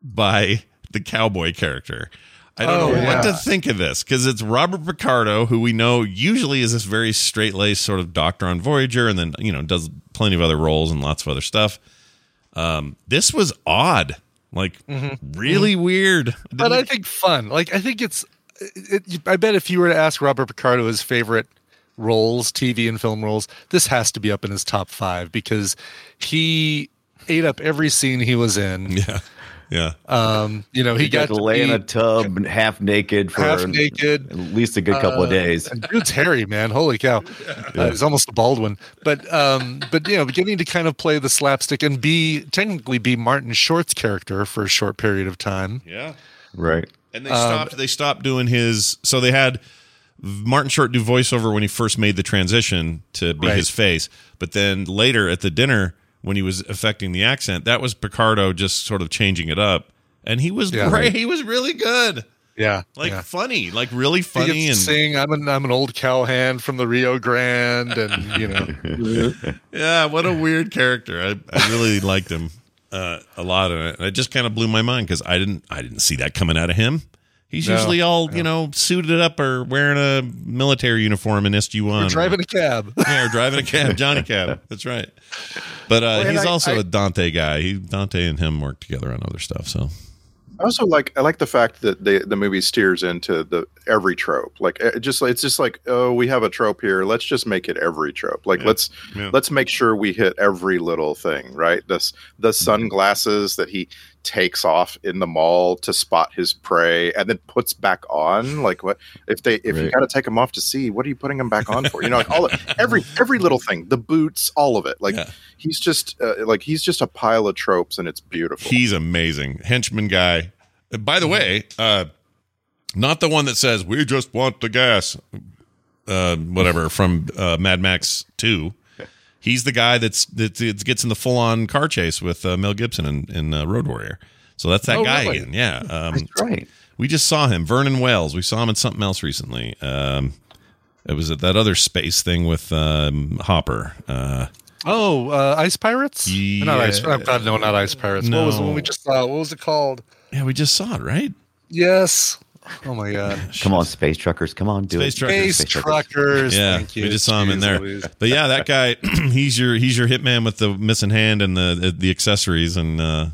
S1: by the cowboy character. I don't know
S7: Oh, yeah.
S1: what to think of this because it's Robert Picardo, who we know usually is this very straight laced sort of doctor on Voyager and then, you know, does plenty of other roles and lots of other stuff. Um, this was odd, like really weird. Didn't
S7: Mm-hmm. but I
S1: it-
S7: think fun. Like I think it's. It, it- I bet if you were to ask Robert Picardo his favorite roles, TV and film roles, this has to be up in his top five because he ate up every scene he was in.
S1: yeah. Yeah.
S7: Um, you know, he,
S5: He
S7: got
S5: got to lay in a
S7: be-
S5: tub and half naked for
S7: Half naked,
S5: at least a good couple of days.
S7: And dude's hairy, man. Holy cow. Uh, he's almost a bald one. But um, but you know, beginning to kind of play the slapstick and be technically be Martin Short's character for a short period of time.
S1: yeah.
S5: Right.
S1: And they
S7: uh,
S1: stopped. They stopped doing his. So they had Martin Short do voiceover when he first made the transition to be
S7: Right.
S1: his face, but then later at the dinner when he was affecting the accent, that was Picardo just sort of changing it up, and he was
S7: Yeah.
S1: great. He was really good,
S7: Yeah.
S1: like
S7: yeah.
S1: funny, like really
S7: He
S1: funny, and
S7: gets to sing I'm an I'm an old cowhand from the Rio Grande and you know
S1: yeah, what a weird character. I, I really liked him uh, a lot, and it just kind of blew my mind because I didn't I didn't see that coming out of him. He's
S7: No,
S1: usually all you know suited up or wearing a military uniform in SG
S7: we're
S1: one,
S7: driving a cab.
S1: Yeah, or driving a cab, Johnny Cab. That's right. But uh,
S7: and
S1: he's
S7: I-
S1: also a
S7: I-
S1: Dante guy. He Dante and him work together on other stuff. So
S6: I also like I like the fact that the the movie steers into the every trope. Like it just it's just like oh we have a trope here. Let's just make it every trope. Like
S1: Yeah.
S6: let's
S1: Yeah.
S6: let's make sure we hit every little thing. Right. This the
S1: Mm-hmm.
S6: sunglasses that he takes off in the mall to spot his prey and then puts back on. Like what if they if you
S5: Right.
S6: got to take them off to see what are you putting them back on for? You know like all of, every every little thing. The boots, all of it. Like
S1: Yeah.
S6: he's just uh, like he's just a pile of tropes and it's beautiful.
S1: he's amazing, henchman guy. Uh, By the way, uh, not the one that says we just want the gas, uh, whatever from uh, Mad Max Two. He's the guy that's that that gets in the full on car chase with uh, Mel Gibson in, in uh, Road Warrior. So that's that
S7: Oh,
S1: guy
S7: really?
S1: again. Yeah, um,
S5: That's right.
S1: We just saw him, Vernon Wells. We saw him in something else recently. Um, it was at that other space thing with um, Hopper. Uh,
S7: Oh, uh, Ice Pirates? Not Ice
S1: Yeah.
S7: oh, God, no, not Ice Pirates. What was the one we
S1: No.
S7: just saw? What was it called?
S1: yeah, we just saw it, right?
S7: Yes. Oh my god.
S5: Come on, space truckers. Come on, do
S1: Space
S5: it.
S1: truckers.
S7: Space truckers.
S1: Yeah,
S7: Thank you.
S1: we just saw him in
S7: Jeez
S1: there.
S7: Louise.
S1: But yeah, that guy, he's your he's your hitman with the missing hand and the the, the accessories, and uh,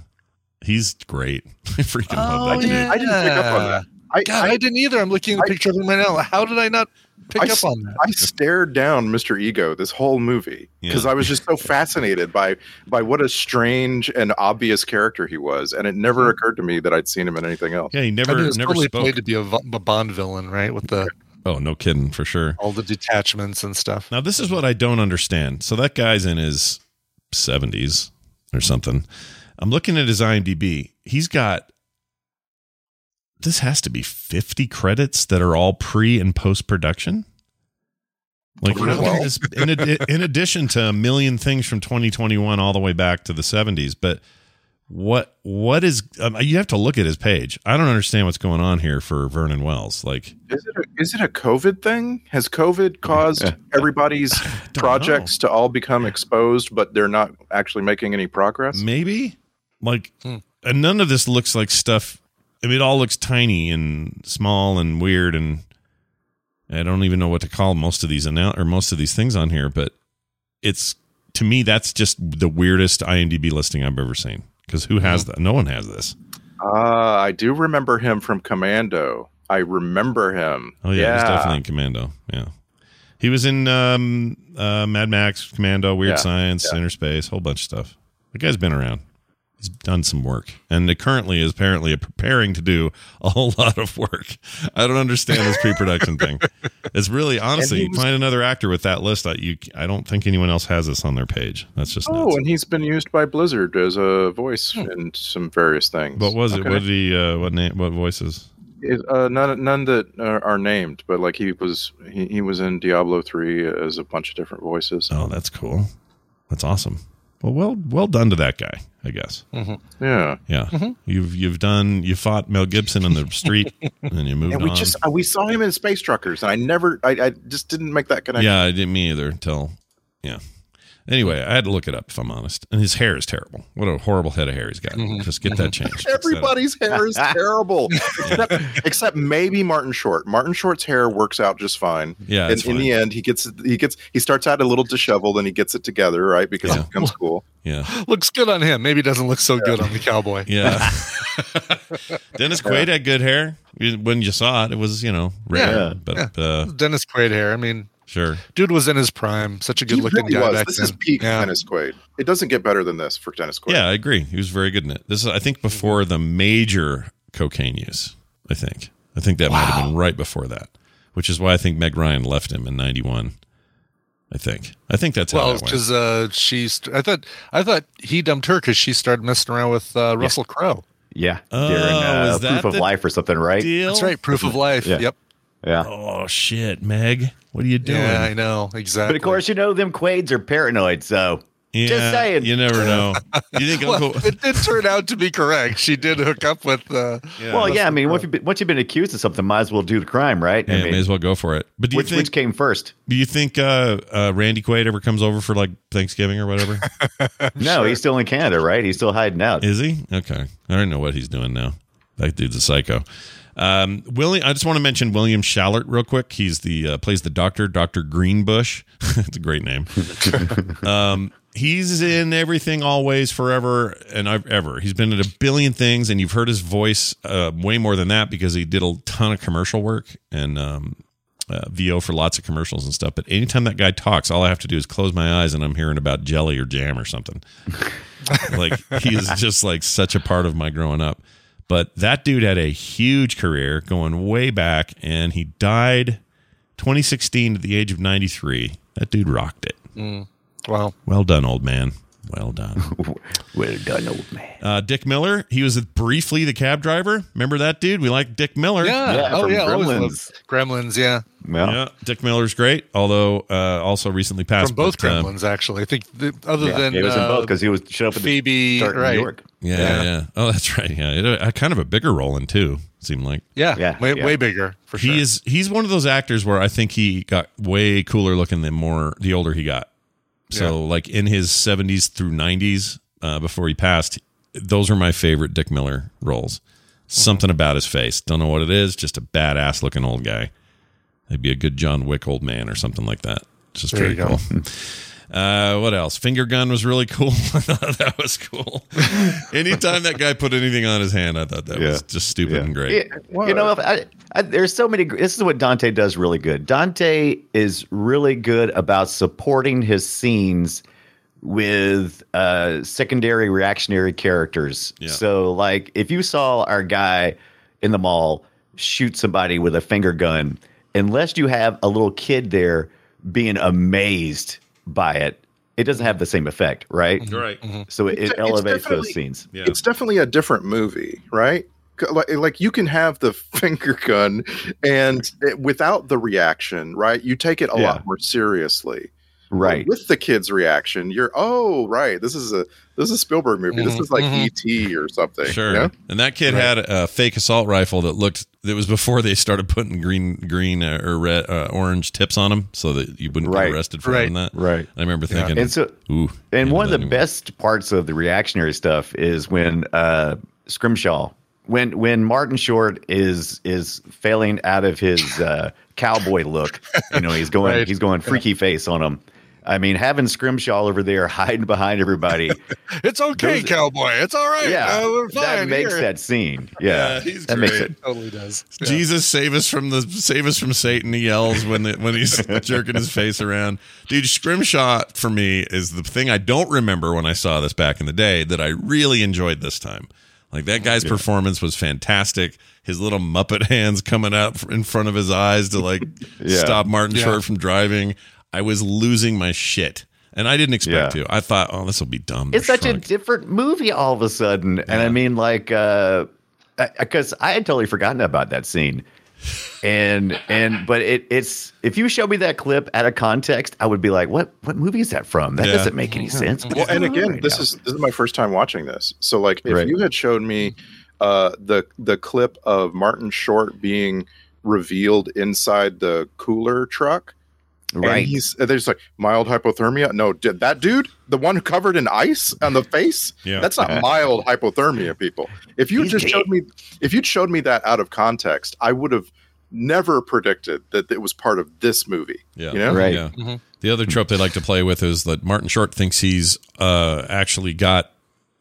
S1: he's great. I freaking
S7: Oh,
S1: love that dude.
S6: I didn't pick up on that. I,
S7: God, I, didn't either. I'm looking at a picture of him right now. How did I not pick
S6: I
S7: up
S6: s-
S7: on that?
S6: I stared down Mr. Ego this whole movie because
S1: Yeah.
S6: I was just so fascinated by by what a strange and obvious character he was, and it never occurred to me that I'd seen him in anything else.
S1: Yeah, he
S7: I
S1: never
S7: mean, it's
S1: never
S7: totally
S1: spoke.
S7: played to be a, vo- a Bond villain, right? With the
S1: oh, no kidding, for sure.
S7: all the detachments and stuff.
S1: Now, this is what I don't understand. So that guy's in his 70s or something. I'm looking at his IMDb. He's got this has to be 50 credits that are all pre and post production. Like how can
S6: Well.
S1: this- in, ad- in addition to a million things from 2021 all the way back to the 70s, but what what is um, you have to look at his page. I don't understand what's going on here for Vernon Wells. Like
S6: Is it a, is it a COVID thing? Has COVID caused everybody's
S1: know.
S6: projects to all become exposed, but they're not actually making any progress?
S1: Maybe. Like,
S7: Hmm.
S1: and none of this looks like stuff. I mean, it all looks tiny and small and weird, and I don't even know what to call most of these annou- or most of these things on here. But it's to me that's just the weirdest IMDb listing I've ever seen. Because who has that? No one has this.
S6: Ah, I do remember him from Commando. I remember him.
S1: Oh yeah, he was definitely in Commando. Yeah, he was in um, uh, Mad Max, Commando, Weird
S6: Yeah,
S1: Science, Inner Space, whole bunch of stuff. The guy's been around. He's done some work, and it currently is apparently preparing to do a whole lot of work. I don't understand this pre-production thing. It's really honestly
S6: he was-
S1: find another actor with that list. I you, I don't think anyone else has this on their page. That's just
S6: Oh,
S1: nuts. Hmm.
S6: and he's been used by Blizzard as a voice in some various things.
S1: What was it?
S6: Okay.
S1: What did he? Uh, what name? What voices?
S6: It, uh, none, none that are, are named, but like he was, he, he was in Diablo three as a bunch of different voices.
S1: Oh, that's cool. That's awesome. Well, well, well done to that guy. I guess.
S6: Yeah,
S1: Yeah,
S6: Mm-hmm.
S1: you've you've done you fought Mel Gibson on the street and you moved
S6: and we
S1: on.
S6: just uh, we saw him in Space Truckers, and I never, I, I just didn't make that connection.
S1: yeah, I didn't me either until yeah. Anyway, I had to look it up if I'm honest. And his hair is terrible. What a horrible head of hair he's got.
S6: Mm-hmm.
S1: Just get that changed. Fix that up.
S6: Everybody's hair is terrible, except, except maybe Martin Short. Martin Short's hair works out just fine.
S1: Yeah,
S6: and
S1: it's
S6: in the end, he gets he gets he starts out a little disheveled and he gets it together, right? Because
S1: Yeah.
S6: it becomes cool.
S1: Yeah.
S7: Looks good on him. Maybe doesn't look so good on the cowboy.
S1: Yeah. Dennis Quaid had good hair. When you saw it, it was, you know, rare.
S5: Yeah.
S1: But uh
S7: Dennis Quaid hair. I mean,
S1: sure.
S7: dude was in his prime. Such a good
S6: He
S7: looking
S6: really
S7: guy
S6: was.
S7: back
S6: This
S7: then.
S6: is peak
S7: yeah.
S6: Dennis Quaid. It doesn't get better than this for Dennis Quaid.
S1: Yeah, I agree. He was very good in it. This is I think before the major cocaine use, I think. I think that might have been right before that. Which is why I think Meg Ryan left him in ninety one. I think. I think that's how
S7: Well,
S1: that went.
S7: because uh, she, st- I thought, I thought he dumped her because she started messing around with uh, Russell Crowe.
S5: Yeah.
S1: Oh,
S5: During uh,
S1: is that
S5: proof of
S1: the
S5: life or something, right?
S1: Deal?
S7: That's right, proof of life.
S5: Yeah.
S7: Yep.
S5: Yeah.
S1: Oh shit, Meg. What are you doing?
S7: Yeah, I know exactly.
S5: But of course, you know them Quades are paranoid, so
S1: Yeah,
S5: Just saying.
S1: You never know. You think
S7: well,
S1: Uncle
S7: it did turn out to be correct. She did hook up with. Uh,
S5: well, yeah. I mean, once you've, been, once you've been accused of something, might as well do the crime, right?
S1: Yeah,
S5: I mean,
S1: may as well go for it. But do you
S5: which,
S1: think
S5: which came first?
S1: do you think uh, uh, Randy Quaid ever comes over for like Thanksgiving or whatever?
S5: No, he's still in Canada, right? He's still hiding out.
S1: Is he? Okay. I don't know what he's doing now. That dude's a psycho. Um, William, I just want to mention William Shallert real quick. He's the uh, plays the doctor, Doctor Greenbush. it's a great name. um, he's in everything, always, forever, and I've ever. He's been in a billion things, and you've heard his voice uh, way more than that because he did a ton of commercial work and um, uh, VO for lots of commercials and stuff. But anytime that guy talks, all I have to do is close my eyes, and I'm hearing about jelly or jam or something like he is just like such a part of my growing up but that dude had a huge career going way back and he died 2016 at the age of 93 that dude rocked it
S7: well,
S1: well done old man well done
S5: Well done, old man.
S1: uh, dick miller he was briefly the cab driver remember that dude we like dick miller
S7: yeah. oh
S5: from
S7: yeah, always
S5: Gremlins.
S7: loved Gremlins. Yeah,
S5: Well,
S1: Yeah, dick miller's great although uh, also recently passed
S7: from both
S1: but, um,
S7: Gremlins actually. I think the, other
S5: uh, yeah,
S7: than
S5: he was in
S7: uh,
S5: both because he was showed up at the
S7: Phoebe,
S5: start in
S7: right.
S5: New York.
S1: yeah, yeah
S7: Yeah.
S1: oh that's right yeah it, uh, kind of a bigger role in two seemed like
S7: yeah,
S5: Yeah,
S7: way,
S5: yeah.
S7: way bigger for sure.
S1: He is he's one of those actors where I think he got way cooler looking the more the older he got. So like in his 70s through 90s uh, before he passed, those are my favorite Dick Miller roles.
S7: Mm-hmm.
S1: Something about his face, don't know what it is, just a badass looking old guy. He'd be a good John Wick old man or something like that. It's Just
S7: There
S1: very
S7: you go.
S1: cool. Uh, what else? Finger gun was really cool. I thought that was cool. Anytime that guy put anything on his hand, I thought that
S5: Yeah.
S1: was just stupid
S5: Yeah.
S1: and great.
S5: Yeah, you know, if I, I, there's so many. gr- This is what Dante does really good. Dante is really good about supporting his scenes with uh, secondary reactionary characters.
S1: Yeah.
S5: So, like, if you saw our guy in the mall shoot somebody with a finger gun, unless you have a little kid there being amazed by it, it doesn't have the same effect, right?
S1: Right.
S5: So it,
S6: It's
S5: it
S6: de- it's
S5: elevates those
S6: definitely-
S5: scenes.
S1: Yeah.
S6: It's definitely a different movie, right? C- Like, like you can have the finger gun and it, without the reaction, right? You take it a
S5: Yeah.
S6: lot more seriously.
S5: Right.
S6: With the kid's reaction, you're oh right, this is a this is a Spielberg movie. This
S7: Mhm,
S6: is like
S7: mhm.
S6: E.T. or something. you
S1: Sure.
S6: know?
S1: And that kid had a fake assault rifle that looked. That was before they started putting green, green uh, or red, uh, orange tips on them, so that you wouldn't
S5: Right.
S1: get arrested for
S7: Right.
S1: doing that.
S5: Right.
S1: I remember thinking,
S5: And so
S1: "Ooh."
S5: And
S1: yeah,
S5: one of the
S1: that-
S5: best parts of the reactionary stuff is when uh, Scrimshaw, when when Martin Short is is failing out of his uh, cowboy look, you know, he's going
S7: Right.
S5: he's going freaky face on him. I mean, having Scrimshaw over there hiding behind everybody,
S7: It's okay,
S5: Those-
S7: cowboy. It's all right.
S5: yeah,
S7: Uh, we're
S5: that
S7: fine
S5: makes
S7: here.
S5: that scene. Yeah,
S1: Yeah, he's
S5: that makes
S1: great.
S5: it.
S7: totally does. Yeah.
S1: Jesus save us from the save us from Satan. He yells when the, when he's jerking his face around. Dude, Scrimshaw for me is the thing I don't remember when I saw this back in the day that I really enjoyed this time. Like that guy's performance was fantastic. His little Muppet hands coming out in front of his eyes to like
S5: Yeah.
S1: stop Martin
S7: Yeah.
S1: Short from driving. I was losing my shit, and I didn't expect
S5: Yeah.
S1: to. I thought, oh, this will be dumb.
S5: it's
S1: They're
S5: such a
S1: shrunk.
S5: different movie all of a sudden. And I mean, like, because uh, I- 'cause I had totally forgotten about that scene. And and but it it's if you show me that clip out of context, I would be like, what what movie is that from? That
S1: Yeah.
S5: doesn't make any sense. What's
S6: Well, and
S5: going on
S6: again,
S5: right
S6: this
S5: now?
S6: is this is my first time watching this. So like if
S5: Right.
S6: you had shown me uh the the clip of Martin Short being revealed inside the cooler truck,
S5: Right.
S6: And he's and there's like mild hypothermia. No, d- that dude, the one covered in ice on the face,
S1: Yeah.
S6: that's not mild hypothermia, people. If you
S5: He's
S6: just
S5: gay.
S6: showed me, if you'd showed me that out of context, I would have never predicted that it was part of this movie.
S1: Yeah.
S6: You know?
S5: Right.
S1: Yeah.
S7: Mhm.
S1: The other trope they like to play with is that Martin Short thinks he's uh, actually got,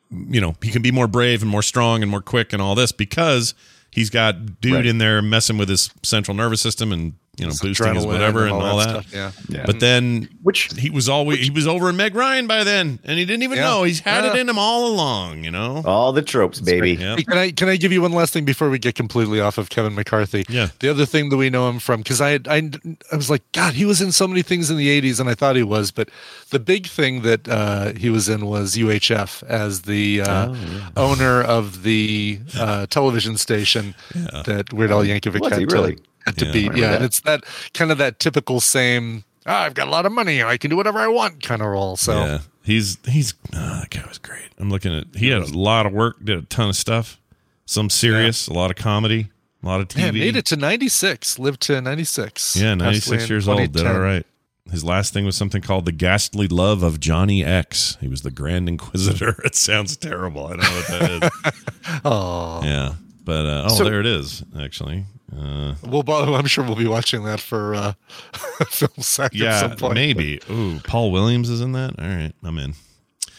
S1: you know, he can be more brave and more strong and more quick and all this because he's got dude
S5: Right.
S1: in there messing with his central nervous system and you know boosting his
S7: Adrenaline
S1: whatever and all, that.
S7: stuff, Yeah.
S5: Yeah.
S1: But then
S6: Which
S1: he was always he was over in Meg Ryan by then, and he didn't even
S7: Yeah.
S1: know he's had it
S7: Yeah.
S1: in him all along. You know.
S5: All the tropes, baby.
S1: Yeah.
S7: Hey, Can I can I give you one last thing before we get completely off of Kevin McCarthy?
S1: Yeah.
S7: The other thing that we know him from because I, had- I I was like God, he was in so many things in the '80s, and I thought he was, but the big thing that uh, he was in was UHF as the
S1: Oh,
S7: uh, owner of the uh, television station that Weird Al Yankovic
S5: Was he
S7: had to,
S5: really?
S7: had to
S1: Yeah.
S7: beat.
S5: remember
S7: Yeah, and
S5: that.
S7: it's that kind of that typical same. "Ah, I've got a lot of money. I can do whatever I want kind of role. So
S1: Yeah. He's he's oh, that guy was great. I'm looking at he had a lot of work, did a ton of stuff, some serious, a lot of comedy, a lot of TV.
S7: Man, made it to 96, lived to 96.
S1: Yeah,
S7: Passed
S1: 96
S7: away in
S1: years old. Did
S7: 2010.
S1: all right. His last thing was something called The Ghastly Love of Johnny X. He was the Grand Inquisitor. It sounds terrible. I don't know what that is.
S7: Oh,
S1: yeah. But, uh, oh,
S6: So-
S1: there it is, actually. Uh,
S7: we'll. bo- I'm sure we'll be watching that for uh, film sack at
S1: yeah,
S7: some point.
S1: maybe. Ooh, Paul Williams is in that? All right, I'm in.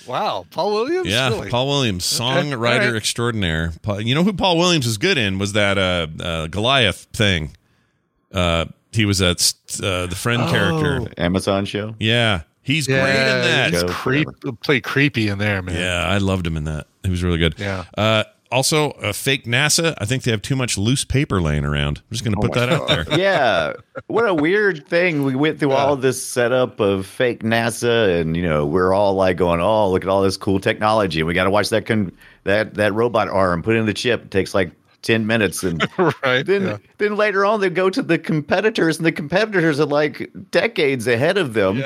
S7: Wow, Paul Williams.
S1: Yeah,
S7: really?
S1: Paul Williams,
S7: Okay,
S1: songwriter
S7: all right.
S1: extraordinaire. Paul, you know who Paul Williams was good in was that uh, uh, Goliath thing. Uh, he was that st- uh, the friend character.
S5: Amazon show.
S1: Yeah, he's great in that.
S7: He's
S5: Go
S7: creep, play creepy in there, man.
S1: Yeah, I loved him in that. He was really good.
S7: Yeah.
S1: Uh, also, uh, fake NASA. I think they have too much loose paper laying around. I'm just going to put
S6: my
S1: that out there.
S5: yeah. What a weird thing. We went through all this setup of fake NASA and you know, we're all like going, Oh, look at all this cool technology. We gotta watch that con- that that robot arm put in the chip. It takes like ten minutes and
S7: right.
S5: then
S7: yeah.
S5: then later on they go to the competitors and the competitors are like decades ahead of them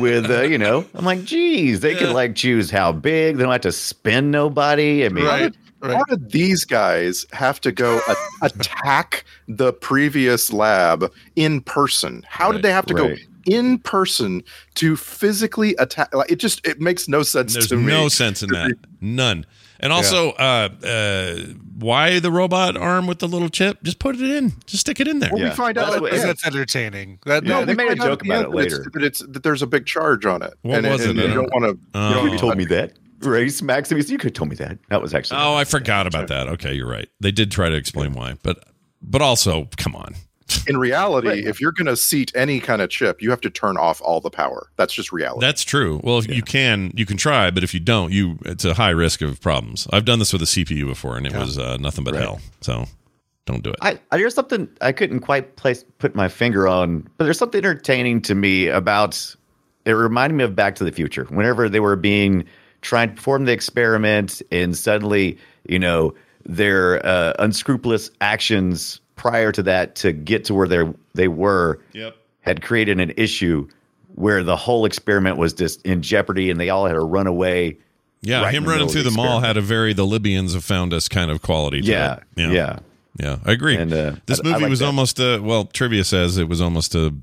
S5: with uh, you know i'm like geez they can like choose how big they don't have to spin nobody i mean
S7: Right.
S6: how
S7: Right.
S6: did these guys have to go a- attack the previous lab in person? How
S1: Right,
S6: did they have to
S5: right.
S6: go in person to physically attack? Like, it just it makes no sense
S1: There's
S6: to me.
S1: no sense in that. None. And also, uh, uh, why the robot arm with the little chip? Just put it in. Just stick it in there.
S6: Well,
S5: Yeah.
S6: we find
S5: That's
S6: out.
S5: what-
S6: at the end-
S7: That's entertaining. That,
S5: Yeah,
S7: no,
S5: they
S6: we
S5: made a
S6: find out
S5: joke
S6: at the
S5: about
S6: end
S5: it
S6: that it's-
S5: later.
S6: That it's that there's a big charge on it.
S1: What
S6: and,
S1: was
S6: and
S1: it? I
S6: You
S1: don't-
S6: don't want to.
S1: Oh.
S5: you told me that ray smacks him. He said, you could have told me that that was actually
S1: Oh, I forgot about that. Okay, you're right. They did try to explain why, but but also, come on.
S6: In reality, if you're going to seat any kind of chip, you have to turn off all the power. That's just reality.
S1: That's true. Well, if you can you can try, but if you don't, you it's a high risk of problems. I've done this with a CPU before, and it was uh, nothing but hell. So don't do it.
S5: I, I there's something I couldn't quite place put my finger on, but there's something entertaining to me about it reminded me of Back to the Future. Whenever they were being trying to perform the experiment and suddenly, you know, their uh, unscrupulous actions prior to that to get to where they they were
S1: Yep.
S5: had created an issue where the whole experiment was just in jeopardy and they all had to run away.
S1: Yeah,
S5: right in
S1: him
S5: the
S1: running
S5: middle of
S1: through the
S5: the
S1: mall
S5: experiment.
S1: had a very the Libyans have found us kind of quality. to
S5: Yeah.
S1: it.
S5: Yeah.
S1: yeah, I agree.
S5: And, uh,
S1: this
S5: I- I
S1: movie
S5: like
S1: was
S5: that.
S1: almost a well trivia says it was almost a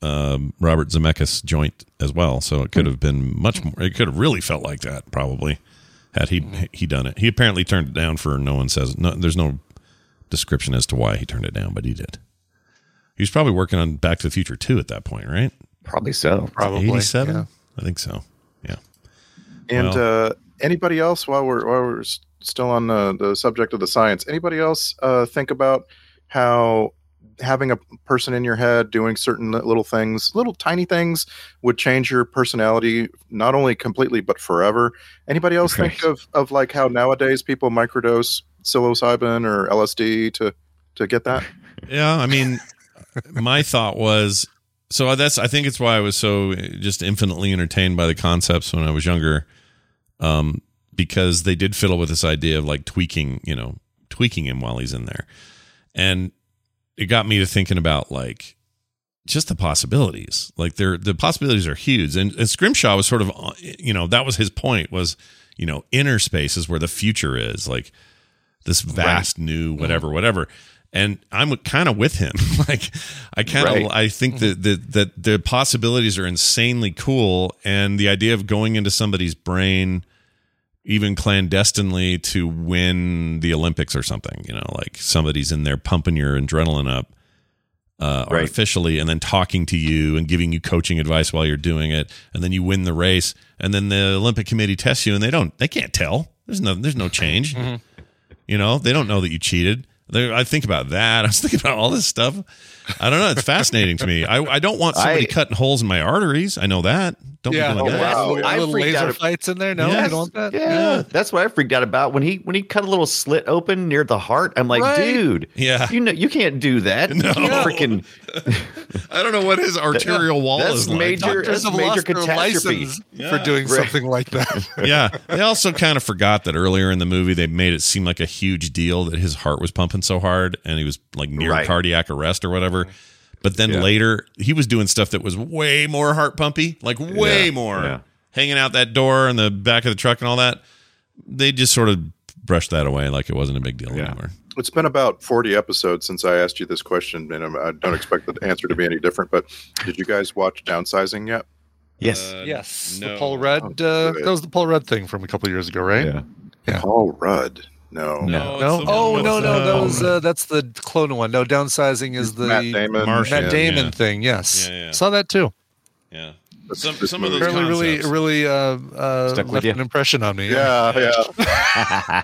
S1: um, Robert Zemeckis joint as well, so it could
S5: Hmm.
S1: have been much more. It could have really felt like that probably had he he done it. He apparently turned it down for no one says no. There's no description as to why he turned it down, but he did. He was probably working on Back to the Future too at that point, right?
S5: Probably so.
S7: probably
S1: Eighty-seven,
S7: yeah.
S1: I think so. Yeah.
S6: And
S1: Well-
S6: uh, anybody else, while we're while we're s- still on the, the subject of the science, anybody else uh, think about how having a person in your head doing certain li- little things, little tiny things, would change your personality not only completely but forever? Anybody else think
S5: Right.
S6: of of like how nowadays people microdose psilocybin or LSD to to get that?
S1: Yeah, I mean, my thought was so that's I think it's why I was so just infinitely entertained by the concepts when I was younger, um, because they did fiddle with this idea of like tweaking, you know, tweaking him while he's in there, and it got me to thinking about like just the possibilities. Like there, the possibilities are huge, and, and Scrimshaw was sort of uh, you know that was his point was you know inner space is where the future is like this vast new whatever whatever and I'm kind of with him. like I kind of
S5: Right.
S1: I think that, that that the possibilities are insanely cool, and the idea of going into somebody's brain, even clandestinely, to win the Olympics or something. You know, like somebody's in there pumping your adrenaline up. Uh,
S5: Right.
S1: artificially and then talking to you and giving you coaching advice while you're doing it and then you win the race and then the olympic committee tests you and they don't they can't tell there's no there's no change
S5: Mm-hmm.
S1: You know, they don't know that you cheated. They, I think about that. I was thinking about all this stuff. I don't know. It's fascinating to me. I, I don't want somebody
S5: I-
S1: cutting holes in my arteries. I know that. Don't
S7: Yeah.
S1: be doing
S7: Oh,
S1: that.
S7: wow.
S5: I
S7: Little
S5: freaked
S7: laser
S5: out.
S7: fights in there. No, you
S1: Yes.
S7: don't want that.
S5: Yeah, that's what I freaked out about when he when he cut a little slit open near the heart. I'm like,
S7: Right.
S5: dude,
S1: Yeah.
S5: you know you can't do that.
S1: No.
S5: You freaking
S1: I don't know what his arterial wall
S5: that's
S1: is like.
S5: major-
S7: Doctors
S5: That's
S7: have
S5: major
S7: lost their
S5: catastrophe.
S7: license for
S1: Yeah.
S7: doing
S5: Right.
S7: something like that.
S1: yeah. They also kind of forgot that earlier in the movie they made it seem like a huge deal that his heart was pumping so hard and he was like near
S5: Right.
S1: cardiac arrest or whatever. But then
S5: Yeah.
S1: later he was doing stuff that was way more heart pumpy, like way
S5: Yeah,
S1: more.
S5: yeah.
S1: Hanging out that door and the back of the truck and all that. They just sort of brushed that away like it wasn't a big deal
S5: Yeah.
S1: anymore.
S6: It's been about 40 episodes since I asked you this question, and I'm, I don't expect the answer to be any different. But did you guys watch Downsizing yet?
S5: yes.
S1: Uh,
S7: yes.
S1: no.
S7: The Paul Rudd.
S6: Oh,
S7: Uh,
S6: good.
S7: that was the Paul Rudd thing from a couple years ago, right?
S5: yeah.
S6: Paul Rudd. No.
S5: No.
S1: it's
S7: No.
S1: the
S7: Oh
S1: one
S7: no,
S1: with,
S7: no,
S1: uh,
S7: that was uh, that's the clone one. No, downsizing is the
S6: Matt Damon.
S1: Martian.
S7: Matt Damon
S1: Yeah.
S7: thing. Yes,
S1: Yeah, yeah.
S7: saw that too.
S1: yeah.
S6: This-
S1: Some-
S6: this
S1: some of
S6: movie.
S1: those-
S7: Apparently, really,
S1: concepts.
S7: really uh, uh,
S5: Stuck with
S7: left
S5: you.
S7: an impression on me.
S6: Yeah, yeah.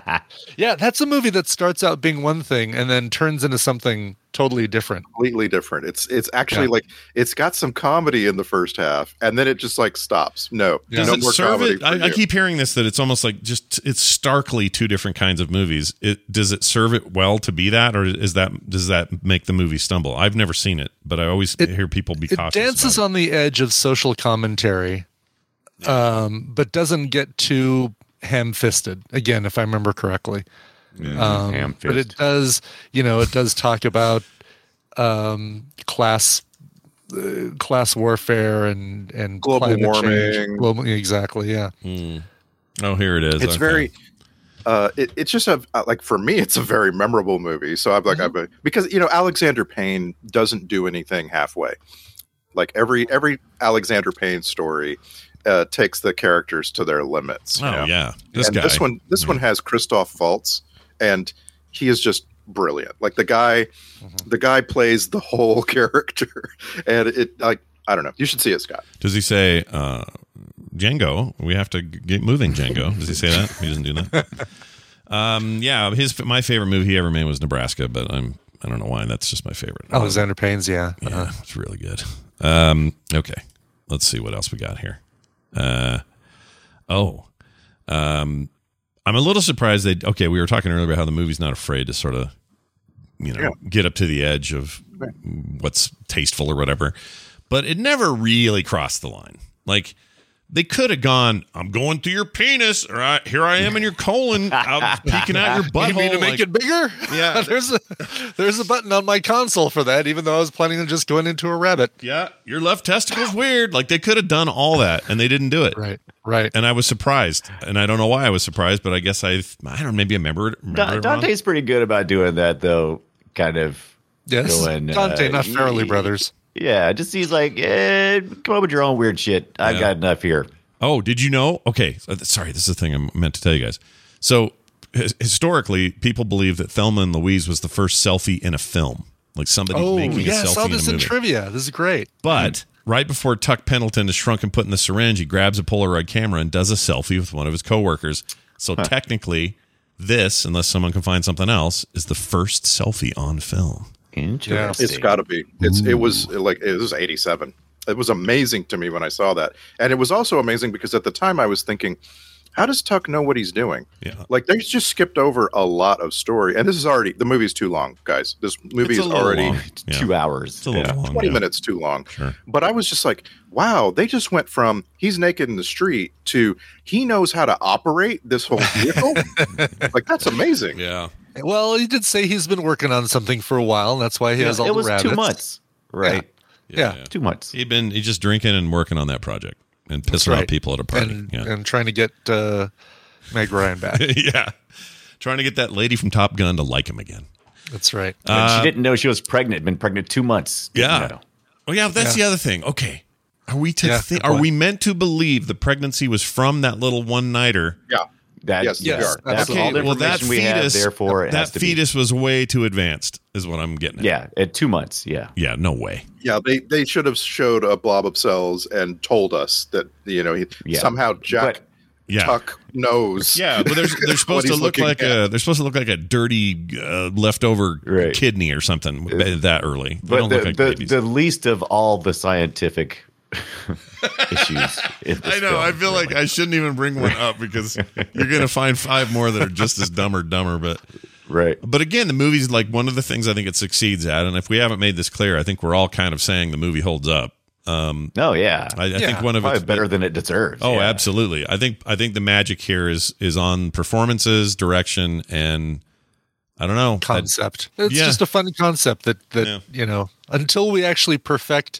S1: Uh,
S7: yeah, that's a movie that starts out being one thing and then turns into something totally different.
S6: Completely different. It's it's actually
S7: Yeah.
S6: like it's got some comedy in the first half, and then it just like stops. No,
S7: Yeah.
S6: no
S1: Does
S6: more
S1: it serve
S6: comedy.
S1: it?
S6: for
S1: I, I
S6: you.
S1: keep hearing this that it's almost like just it's starkly two different kinds of movies. It does it serve it well to be that, or is that does that make the movie stumble? I've never seen it, but I always
S7: It-
S1: hear people be
S7: It
S1: cautious.
S7: dances
S1: about
S7: on the edge of social commentary, um, but doesn't get too ham-fisted. Again, if I remember correctly. Um, but it
S5: Ham-fist.
S7: does, you know, it does talk about um, class uh, class warfare and and
S6: Global
S7: climate change.
S6: warming.
S7: Global, exactly, yeah.
S1: it. Mm. Oh, here it is.
S6: It's
S1: Okay.
S6: very. Uh, it, it's just a uh, like for me, it's a very memorable movie. So I'm like, I'm a- because you know Alexander Payne doesn't do anything halfway. Like every every Alexander Payne story uh, takes the characters to their limits.
S1: Oh
S6: you know?
S1: yeah, this
S6: and
S1: guy. Mm-hmm.
S6: this one this one has Christoph Waltz and he is just brilliant. Like the guy
S1: Mm-hmm.
S6: the guy plays the whole character and it like I don't know. You should see it, Scott.
S1: Does he say uh, Django? We have to g- get moving, Django. Does he say that? He doesn't do that. Um, yeah, his my favorite movie he ever made was Nebraska, but I'm I don't know why. That's just my favorite.
S7: Alexander Payne's, yeah.
S1: Uh-huh. Yeah,
S7: Uh-huh.
S1: Uh, it's really good. Um, okay, let's see what else we got here. Uh, oh, um, I'm a little surprised they. Okay, we were talking earlier about how the movie's not afraid to sort of, you know, get up to the edge of what's tasteful or whatever, but it never really crossed the line. Like they could have gone, "I'm going through your penis," or I, "Here I am in your colon, out peeking out your butthole."
S7: You mean to make
S1: like-
S7: it bigger?
S1: Yeah.
S7: there's a there's a button on my console for that. Even though I was planning on just going into a rabbit.
S1: yeah, your left testicle's weird. Like they could have done all that, and they didn't do it.
S7: Right, right.
S1: and I was surprised, and I don't know why I was surprised, but I guess I I don't know, maybe I remembered. remember
S5: Da-
S1: it wrong.
S5: Dante's pretty good about doing that though. Kind of
S7: Yes,
S5: Going, uh,
S7: Dante, not Farrelly
S5: ye-
S7: Brothers.
S5: yeah, just he's like, eh, come up with your own weird shit. I've
S1: Yeah.
S5: got enough here.
S1: Oh, did you know? Okay, uh, th- sorry, this is the thing I meant to tell you guys. So his- historically, people believe that Thelma and Louise was the first selfie in a film, like somebody
S7: Oh,
S1: making
S7: yeah, I
S1: a selfie
S7: saw
S1: in a
S7: this
S1: movie.
S7: in trivia. This is great.
S1: but right before Tuck Pendleton is shrunk and put in the syringe, he grabs a Polaroid camera and does a selfie with one of his coworkers. So technically, this, unless someone can find something else, is the first selfie on film.
S5: Interesting.
S6: It's got to be. It's it was like it was 87. It was amazing to me when I saw that. And it was also amazing because at the time I was thinking how does Tuck know what he's doing?
S1: Yeah.
S6: Like they just skipped over a lot of story and this is already the movie's too long, guys. This movie
S1: It's a
S6: is
S1: little
S6: already
S1: long. Yeah.
S5: two hours.
S1: It's a little
S5: Yeah.
S1: long.
S6: 20
S1: yeah.
S6: minutes too long.
S1: Sure.
S6: But I was just like, wow, they just went from he's naked in the street to he knows how to operate this whole vehicle. like, that's amazing.
S1: Yeah.
S7: Well, he did say he's been working on something for a while, and that's why he has all
S5: it
S7: the
S5: was
S7: rabbits.
S5: two months, right?
S7: Yeah.
S5: Two months.
S1: He'd been he just drinking and working on that project and pissing off
S7: right.
S1: people at a party.
S7: and
S1: yeah.
S7: and trying to get uh, Meg Ryan back.
S1: yeah. Trying to get that lady from Top Gun to like him again.
S7: That's right.
S5: And she didn't know she was pregnant. Been pregnant two months.
S1: Uh,
S5: Didn't
S1: Yeah.
S5: know.
S1: Well, Oh, yeah, that's the other thing. Okay. Are we to
S7: Yeah,
S1: thi-
S7: good
S1: are
S7: point.
S1: we meant to believe the pregnancy was from that little one nighter?
S6: Yeah.
S5: That,
S6: Yes,
S5: yes,
S7: we
S5: yes,
S7: are.
S5: that's
S7: Okay,
S5: all the
S1: well,
S5: information
S1: that
S5: we have.
S1: fetus,
S5: Therefore, it has
S1: that
S5: to
S1: fetus was way too advanced, is what I'm getting at.
S5: Be, yeah, at two months. Yeah,
S1: Yeah, no way.
S6: Yeah, they, they should have showed a blob of cells and told us that, you know, he,
S5: Yeah.
S6: somehow Jack
S1: Yeah.
S6: Tuck knows.
S1: Yeah, but they're, they're supposed to
S6: he's
S1: look
S6: looking
S1: like
S6: at.
S1: a they're supposed to look like a dirty uh, leftover
S5: Right. Uh,
S1: kidney or something that early. They
S5: but
S1: don't
S5: the,
S1: look like
S5: the,
S1: babies.
S5: the least of all the scientific issues. in this
S1: I know.
S5: film,
S1: I feel like
S5: really.
S1: I shouldn't even bring one up because you're going to find five more that are just as dumb or dumber. But
S5: right.
S1: but again, the movie's like one of the things I think it succeeds at. And if we haven't made this clear, I think we're all kind of saying the movie holds up. Um,
S5: No, yeah,
S1: I, I think
S7: Yeah,
S1: one of
S5: probably
S1: its
S5: better than it deserves.
S1: Oh,
S5: yeah.
S1: absolutely. I think I think the magic here is is on performances, direction, and I don't know. I-
S7: Concept. It's
S1: Yeah.
S7: just a fun concept that that
S1: Yeah.
S7: you know until we actually perfect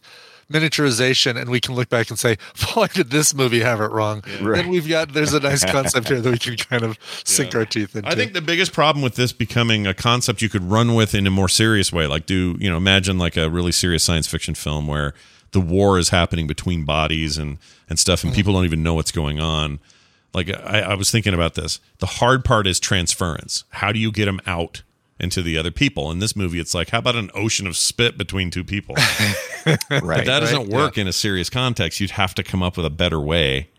S7: miniaturization and we can look back and say why did this movie have it wrong
S5: Right.
S7: then we've got there's a nice concept here that we can kind of sink our teeth into
S1: I think the biggest problem with this becoming a concept you could run with in a more serious way, like do you know, imagine like a really serious science fiction film where the war is happening between bodies and and stuff, and people don't even know what's going on. Like I, I was thinking about this. The hard part is transference. How do you get them out into the other people? In this movie, it's like how about an ocean of spit between two people?
S5: right.
S1: that doesn't work in a serious context. You'd have to come up with a better way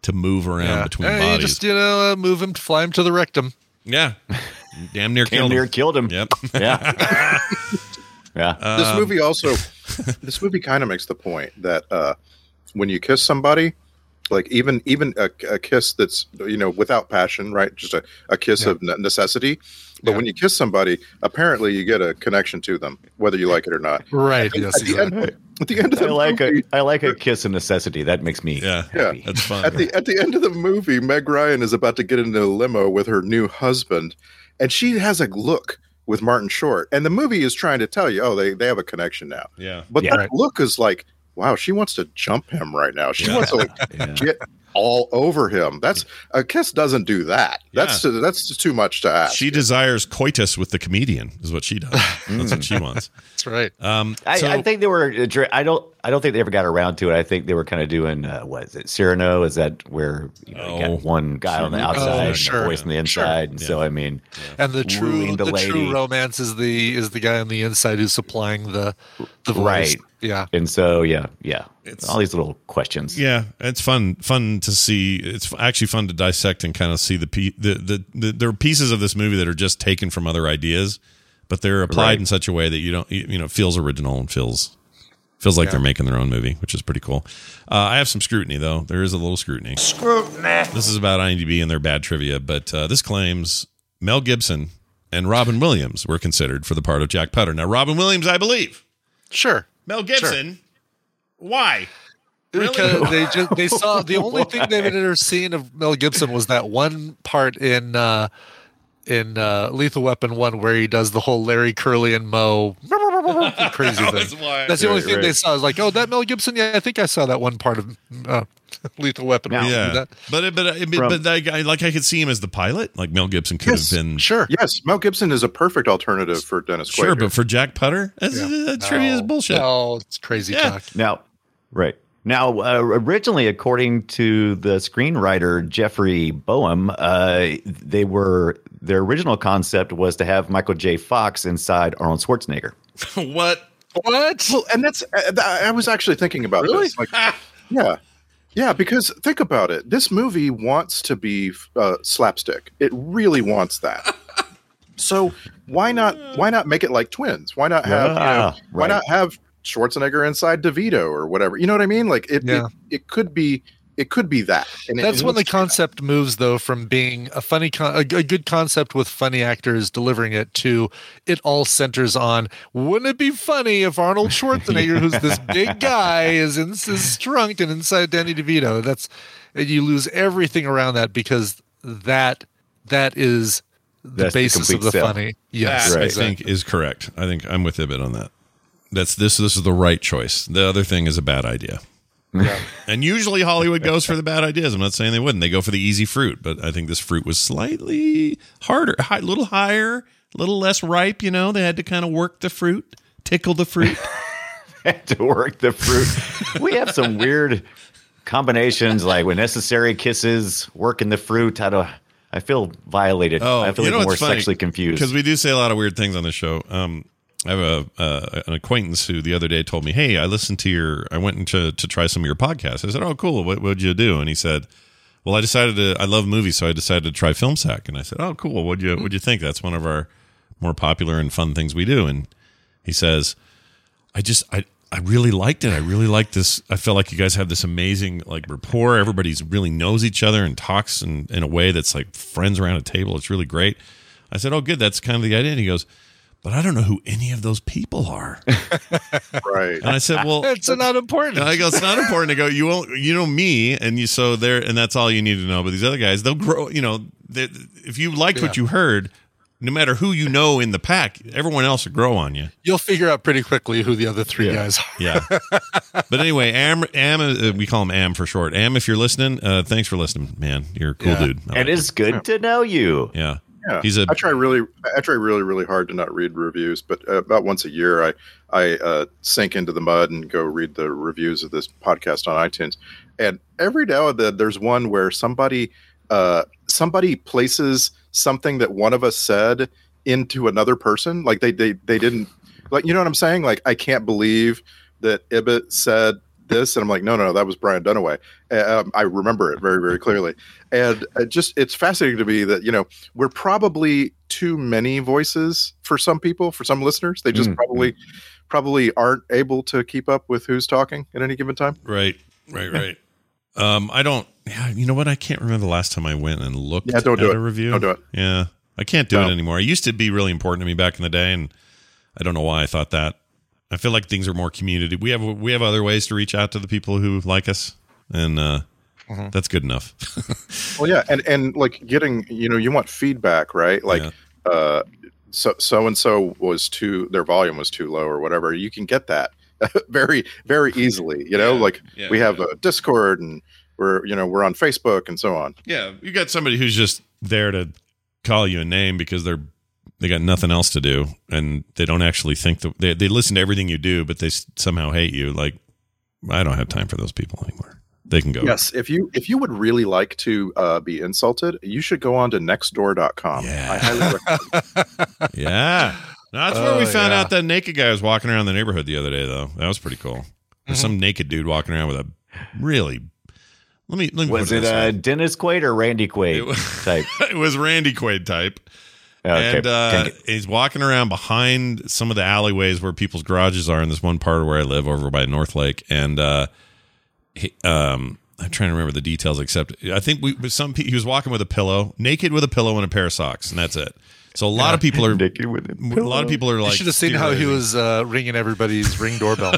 S1: to move around
S7: Yeah.
S1: between
S7: Eh, you
S1: bodies.
S7: just you know uh, move him fly him to the rectum
S1: yeah, damn near
S5: Damn
S1: killed
S5: near
S1: him.
S5: killed him.
S1: Yep.
S5: Yeah. yeah.
S6: this movie also this movie kind of makes the point that uh when you kiss somebody like even even a, a kiss that's you know without passion right just a, a kiss of ne- necessity but when you kiss somebody apparently you get a connection to them whether you like it or not
S7: right
S6: And
S7: yes
S6: at, the end, at the end of
S5: I
S6: the
S5: like a
S6: movie,
S5: I like a kiss of necessity. That makes me
S1: Yeah.
S5: happy.
S1: That's fun.
S6: at the at the end of the movie meg ryan is about to get into a limo with her new husband and she has a look with martin short and the movie is trying to tell you oh they they have a connection now
S1: yeah.
S6: But
S5: Yeah.
S6: that
S7: Right.
S6: look is like, wow, she wants to jump him right now. She
S1: Yeah.
S6: wants to like
S5: Yeah.
S6: get all over him. That's a kiss doesn't do that. That's that's just too much to ask.
S1: She desires coitus with the comedian, is what she does. That's what she wants.
S7: that's right
S1: Um,
S5: I,
S1: so-
S5: I think they were. addre- I don't. I don't think they ever got around to it. I think they were kind of doing uh, what is it? Cyrano is that where you, know, you
S1: Oh.
S5: got one guy on the
S1: Cyrano.
S5: outside,
S7: Oh,
S5: and
S7: sure.
S5: a voice on the
S7: Sure.
S5: inside. And So
S1: Yeah.
S5: I mean,
S7: and the true
S5: Ruined the
S7: the,
S5: lady.
S7: true romance is the is the guy on the inside who's supplying the the voice
S5: Right.
S7: yeah
S5: and so yeah, yeah.
S1: It's-
S5: All these little questions.
S1: yeah, it's fun. Fun to see. It's actually fun to dissect and kind of see the pe- the, the the there are pieces of this movie that are just taken from other ideas, but they're applied
S5: Right.
S1: in such a way that you don't you, you know it feels original and feels feels like they're making their own movie, which is pretty cool. Uh, I have some scrutiny though. There is a little scrutiny. This is about IMDb and their bad trivia, but uh, this claims Mel Gibson and Robin Williams were considered for the part of Jack Putter. Now, Robin Williams, I believe.
S7: sure
S1: Mel Gibson. Why?
S7: Because they just they saw the only thing they've ever seen of Mel Gibson was that one part in uh in uh Lethal Weapon One where he does the whole Larry Curly and Mo crazy
S1: That's
S7: thing.
S1: why.
S7: That's the only
S5: Right,
S7: thing they
S5: right.
S7: saw. I was like, oh, that Mel Gibson. Yeah, I think I saw that one part of uh, Lethal Weapon.
S5: Now-
S7: One.
S1: yeah,
S7: That-
S1: but it- but it- but,
S5: From-
S1: but that guy, like I could see him as the pilot. Like Mel Gibson could
S7: Yes,
S1: have been
S7: sure.
S6: yes, Mel Gibson is a perfect alternative for Dennis
S1: sure,
S6: Quaid.
S1: but for Jack Putter, that's,
S7: Yeah.
S1: that trivia is bullshit.
S7: No, it's crazy
S1: Yeah.
S7: talk.
S5: Now, right. Now, uh, originally, according to the screenwriter Jeffrey Boehm, uh, they were their original concept was to have Michael J. Fox inside Arnold Schwarzenegger.
S1: what?
S7: What?
S6: Well, and that's uh, th- I was actually thinking about
S7: Really?
S6: this. Like, yeah, yeah. Because think about it. This movie wants to be uh, slapstick. It really wants that. so why not? Why not make it like twins? Why not have? you know,
S5: Yeah,
S6: Why
S5: right.
S6: not have Schwarzenegger inside DeVito or whatever? You know what I mean? Like it.
S7: Yeah.
S6: It, it could be. It could be that. And it-
S7: That's
S6: it
S7: when the
S6: looks-
S7: concept moves, though, from being a funny, con- a, a good concept with funny actors delivering it to it all centers on. Wouldn't it be funny if Arnold Schwarzenegger, who's this big guy, is in is drunk and inside Danny DeVito? That's and you lose everything around that because that that is the
S5: That's the
S7: basis of
S5: complete
S7: the
S5: sell.
S7: funny. Yes,
S1: That, I
S5: Right.
S1: think is correct. I think I'm with Ibit on that. That's this. This is the right choice. The other thing is a bad idea. and usually Hollywood goes for the bad ideas. I'm not saying they wouldn't. They go for the easy fruit, but I think this fruit was slightly harder, a little higher a little less ripe, you know. They had to kind of work the fruit, tickle the fruit.
S5: to work the fruit. we have some weird combinations, like when necessary kisses, working the fruit. I don't. I feel violated.
S1: Oh,
S5: I feel even more sexually confused.
S1: because we do say a lot of weird things on the show. Um, I have a uh, an acquaintance who the other day told me, "Hey, I listened to your. I went into to try some of your podcasts." I said, "Oh, cool. What would you do?" And he said, "Well, I decided to. I love movies, so I decided to try Film Sack." And I said, "Oh, cool. What you What you think? That's one of our more popular and fun things we do." And he says, I just I I really liked it. I really liked this. I felt like you guys have this amazing like rapport. Everybody's really knows each other and talks in, in a way that's like friends around a table. It's really great. I said, Oh good, that's kind of the idea. And he goes, But I don't know who any of those people are. And
S6: Right.
S1: I said, Well
S7: It's not important.
S1: and I go, it's not important to go. You won't, you know me, and you so there, and that's all you need to know. But these other guys, they'll grow. You know, they, if you liked what you heard, no matter who you know in the pack, everyone else will grow on you.
S7: You'll figure out pretty quickly who the other three guys are.
S1: Yeah. but anyway, Am, Am, uh, we call him Am for short. Am, if you're listening, uh, thanks for listening, man. You're a cool
S7: Yeah.
S1: dude. I like
S5: and it's good to know you.
S1: him. yeah.
S6: Yeah,
S1: He's a-
S6: I try really. I try really, really hard to not read reviews, but uh, about once a year, I I uh, sink into the mud and go read the reviews of this podcast on iTunes. And every now and then, there's one where somebody uh, somebody places something that one of us said into another person. Like they they they didn't like you know what I'm saying. Like I can't believe that Ibbot said this, and I'm like, no, no, no that was Brian Dunaway. Um, I remember it very, very clearly, and it just it's fascinating to me that you know we're probably too many voices for some people, for some listeners. They just
S5: Mm.
S6: probably probably aren't able to keep up with who's talking at any given time.
S1: Right. Right. Right. um, I don't, yeah, you know what? I can't remember the last time I went and looked
S6: Yeah, don't do
S1: at
S6: it.
S1: a review.
S6: Don't do it.
S1: Yeah. I can't do
S6: No.
S1: it anymore. It used to be really important to me back in the day. And I don't know why I thought that. I feel like things are more community. We have, we have other ways to reach out to the people who like us. And, uh,
S6: Mm-hmm.
S1: That's good enough.
S6: Well, yeah, and and like getting you know you want feedback, right? Like uh, so so and so was too their volume was too low or whatever. You can get that very very easily. You know, like
S1: yeah,
S6: we have a Discord and we're you know we're on Facebook and so on.
S1: Yeah, you got somebody who's just there to call you a name because they're they got nothing else to do and they don't actually think that they they listen to everything you do, but they s- somehow hate you. Like I don't have time for those people anymore. They can go.
S6: Yes, if you if you would really like to uh, be insulted, you should go on to nextdoor.com.
S1: Yeah.
S6: I highly recommend.
S1: Yeah. No, that's where we
S7: Oh,
S1: found
S7: yeah.
S1: out that naked guy was walking around the neighborhood the other day, though. That was pretty cool. There's some naked dude walking around with a really. Let me let me.
S5: Was
S1: put
S5: it
S1: this
S5: uh,
S1: way.
S5: Dennis Quaid or Randy Quaid
S1: It was-
S5: type?
S1: It was Randy Quaid type.
S5: Okay,
S1: and uh,
S5: dang it.
S1: he's walking around behind some of the alleyways where people's garages are in this one part of where I live over by North Lake. And uh, he, um, I'm trying to remember the details, except I think we with some pe- he was walking with a pillow, naked with a pillow and a pair of socks, and that's it. So a lot of people are
S5: Naked with
S1: a lot of people are like
S7: you should have seen how he
S1: theorizing.
S7: was uh, ringing everybody's ring doorbell.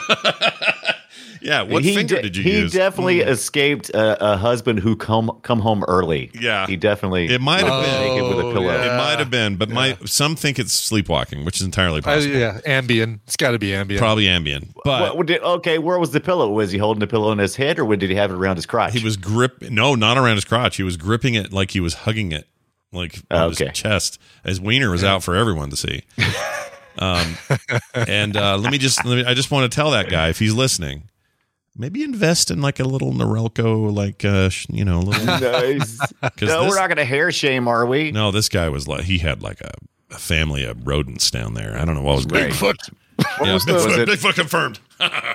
S1: Yeah, what
S5: he
S1: finger
S5: de-
S1: did you
S5: he
S1: use? Hmm.
S5: definitely escaped a, a husband who come come home early.
S1: Yeah.
S5: he definitely
S1: It might have
S5: was
S1: been.
S5: naked with a
S7: Oh,
S5: pillow.
S1: it
S7: yeah.
S1: might have been, but my some think it's sleepwalking, which is entirely
S7: I,
S1: possible.
S7: Uh, yeah, Ambien. It's got to be Ambien.
S1: Probably ambient, but
S5: What- what did- okay, where was the pillow? Was he holding the pillow in his head, or did he have it around his crotch?
S1: He was grip no, not around his crotch. He was gripping it like he was hugging it, like on
S5: Oh, okay.
S1: his chest. His wiener was out for everyone to see. um, and uh, let me just let me, I just want to tell that guy if he's listening, maybe invest in like a little Norelco, like uh, sh- you know, little
S5: Nice.
S1: because
S5: no,
S1: this,
S5: we're not going to hair shame, are we?
S1: no, this guy was like he had like a, a family of rodents down there. I don't know what was going.
S5: Right.
S1: Yeah,
S6: was the-
S1: Bigfoot,
S5: was it-
S1: Bigfoot confirmed.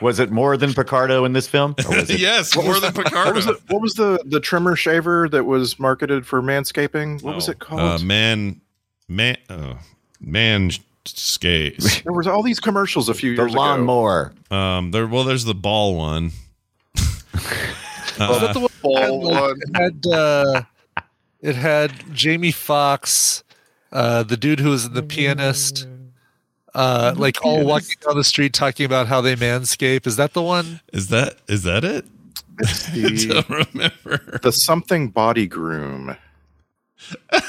S5: Was it more than Picardo in this film? Or was it-
S1: yes, more than Picardo.
S6: What was the what was the the trimmer shaver that was marketed for manscaping? What was
S1: Oh.
S6: it called?
S1: Uh, man, man, oh, man. Skate.
S6: there was all these commercials a few
S5: The
S6: years ago.
S5: lawnmower.
S1: Um, there. Well, there's the ball one. Uh,
S7: Is that the one
S6: Ball one.
S7: it had uh, it had Jamie Foxx, uh, the dude who was the pianist, uh, like all walking down the street talking about how they manscape. Is that the one?
S1: Is that is that it? I
S6: The,
S1: don't remember.
S6: the something body groom.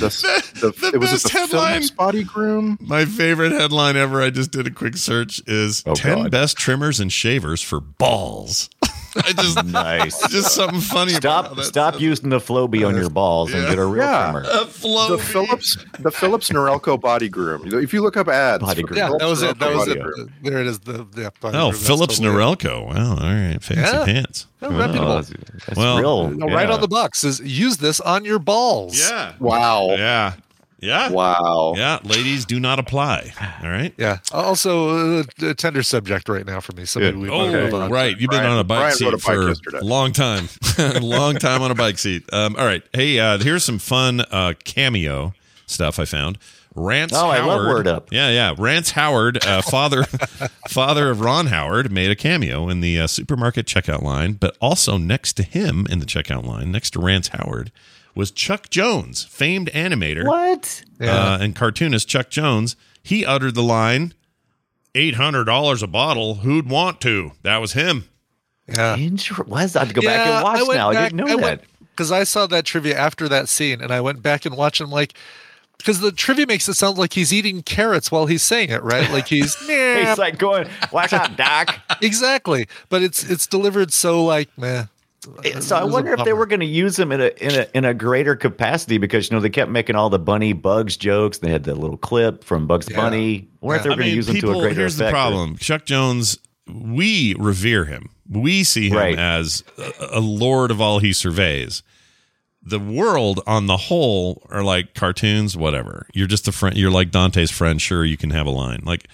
S6: The, the,
S1: the
S6: it was
S1: best
S6: it the
S1: headline-
S6: Philips body groom.
S1: My favorite headline ever. I just did a quick search. Is
S5: Oh,
S1: 10
S5: God.
S1: best trimmers and shavers for balls. I just
S5: Nice.
S1: just something funny. about
S5: Stop!
S1: that.
S5: Stop using the Flowbee
S1: Uh,
S5: on your balls and get a real
S6: Yeah.
S5: trimmer.
S1: A flow.
S6: the Phillips, the Philips Norelco body groom. You know, If you look up ads,
S5: Body
S6: for
S5: groom.
S7: Yeah, that was it. That
S6: Norelco
S7: was
S6: body
S7: it.
S6: groom.
S7: There it is. The, the
S1: Oh, Phillips
S7: Norell.
S1: Norelco. Wow. All right. Fancy
S7: Yeah.
S1: pants.
S7: No,
S1: Wow.
S7: reputable.
S5: that's that's
S1: Well,
S5: real.
S7: No, Right
S5: yeah.
S7: on the box is use this on your balls.
S1: Yeah.
S6: Wow.
S1: Yeah. Yeah.
S6: Wow.
S1: Yeah. Ladies do not apply. All right.
S7: Yeah. Also, uh, a tender subject right now for me. Somebody
S5: Good.
S7: we
S1: Oh,
S7: might move on.
S1: right. You've been
S6: Brian-
S1: on a bike
S6: Brian
S1: seat
S6: rode a bike
S1: for
S6: yesterday.
S1: a long time. long time on a bike seat. Um, all right. Hey, uh, here's some fun uh, cameo stuff I found. Rance
S5: Oh, I
S1: Howard.
S5: love Word Up.
S1: Yeah, yeah. Rance Howard, uh, father father of Ron Howard, made a cameo in the uh, supermarket checkout line, but also next to him in the checkout line, next to Rance Howard, was Chuck Jones, famed animator
S5: What?
S7: Yeah.
S1: uh, and cartoonist Chuck Jones, he uttered the line, $800 a bottle, who'd want to? That was him.
S7: yeah.
S5: Intro- Why does I have to go back and watch now? I didn't know that.
S7: Because I saw that trivia after that scene and I went back and watched and I'm like, because the trivia makes it sound like he's eating carrots while he's saying it, right? Like he's, yeah,
S5: He's like going, watch out, Doc.
S7: exactly. But it's it's delivered so like, meh.
S5: So I
S7: It was a
S5: wonder if they
S7: bummer.
S5: were going to use him in a in a in a greater capacity because you know they kept making all the Bunny Bugs jokes. They had the little clip from Bugs
S7: Yeah.
S5: Bunny. I wonder if
S7: Yeah.
S5: they were going to use him to a greater
S1: here's
S5: effect.
S1: the problem. Chuck Jones, we revere him. We see him
S5: Right.
S1: as a, a lord of all he surveys. The world on the whole are like cartoons, whatever. You're just a friend. You're like Dante's friend. Sure, you can have a line. Like,